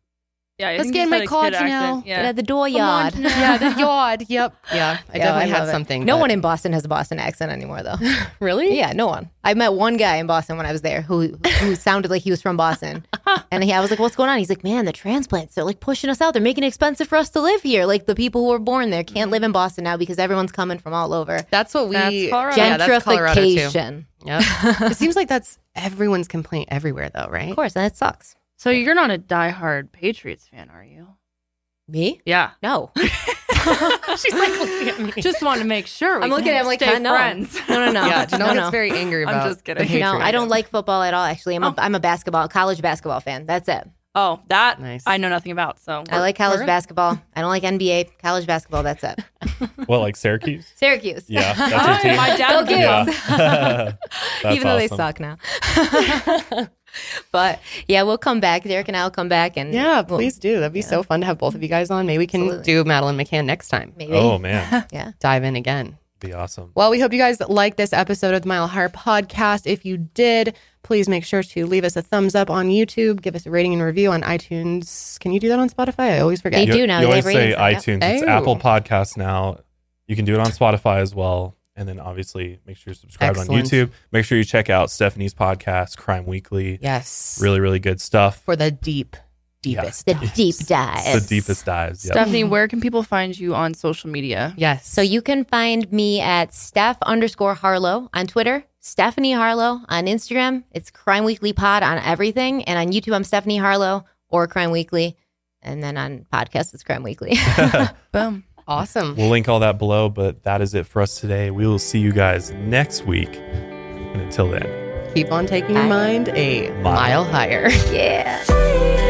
E: Yeah, I
B: Let's
E: think
B: get
E: you
B: in
E: said
B: my
E: a
B: car,
E: kid
B: Janelle.
E: accent.
C: Yeah,
E: Yeah.
C: the door
B: Come on,
C: yard.
B: Janelle. Yeah, the yard. Yep. Yeah, I
C: Yeah,
B: definitely had
C: Oh, love it.
B: something.
C: No
B: but-
C: one in Boston has a Boston accent anymore, though.
B: really.
C: yeah, no one. I met one guy in Boston when I was there who who sounded like he was from Boston, and he, I was like, "What's going on?" He's like, "Man, the transplants—they're like pushing us out. They're making it expensive for us to live here. Like the people who were born there can't live in Boston now because everyone's coming from all over."
B: That's what we
E: That's Colorado.
B: Oh, Yeah, that's Colorado too.
C: Gentrification.
B: Yep. it seems like that's everyone's complaint everywhere, though, right?
C: Of course, and it sucks.
E: So you're not a diehard Patriots fan, are you?
C: Me?
E: Yeah.
C: No.
B: She's like looking at me.
E: Just want to make sure. We
C: I'm looking
E: can
C: at him like,
E: stay
C: "Huh, no.
E: friends.
C: No, no, no.
B: Yeah,
C: No,
B: Janelle gets
C: no.
B: very angry
E: I'm
B: about.
E: just kidding.
B: the
C: No, I
B: Patriots.
C: don't like football at all. Actually,
B: Oh.
C: I'm a, I'm a basketball, college basketball fan. That's it.
E: Oh, that
B: Nice.
E: I know nothing about. So
C: I like college
B: Alright.
C: basketball. I don't like NBA. College basketball. That's it.
A: What, like Syracuse?
C: Syracuse.
A: Yeah, that's your team.
E: My dad
C: Go
E: would be
C: Gators.
A: Yeah. That's
C: Oh, Even though they
A: awesome.
C: suck now. but yeah, we'll come back. Derek and I'll come back and
B: Yeah,
C: we'll-
B: please do. That'd be so fun to have both of you guys on. Maybe we can
C: Absolutely.
B: do Madeline McCann next time.
C: maybe.
A: Oh, man.
C: Yeah.
B: Dive in again.
A: Be awesome.
B: Well, we hope you guys liked this episode of the Mile High Podcast. If you did, please make sure to leave us a thumbs up on YouTube, give us a rating and review on iTunes. Can you do that on Spotify? I always forget.
C: They
A: you,
C: do now.
A: You
C: They
A: always
C: have
A: say
C: ratings
A: iTunes. It's
B: Oh.
A: Apple Podcasts now. You can do it on Spotify as well. And then obviously make sure you're subscribed on
B: Excellent.
A: YouTube. Make sure you check out Stephanie's podcast, Crime Weekly.
B: Yes.
A: Really, really good stuff.
B: For the deep, deepest.
C: The deep dive.
A: The deepest dives. Yep.
E: Stephanie, where can people find you on social media?
B: Yes.
C: So you can find me at Steph underscore Harlow on Twitter, Stephanie Harlow on Instagram. It's Crime Weekly Pod on everything. And on YouTube, I'm Stephanie Harlow or Crime Weekly. And then on podcast, it's Crime Weekly.
E: Boom.
B: awesome.
A: We'll link all that below, but that is it for us today. We will see you guys next week. And until then.
B: Keep on taking your
C: Bye.
B: mind a mile higher.
C: yeah.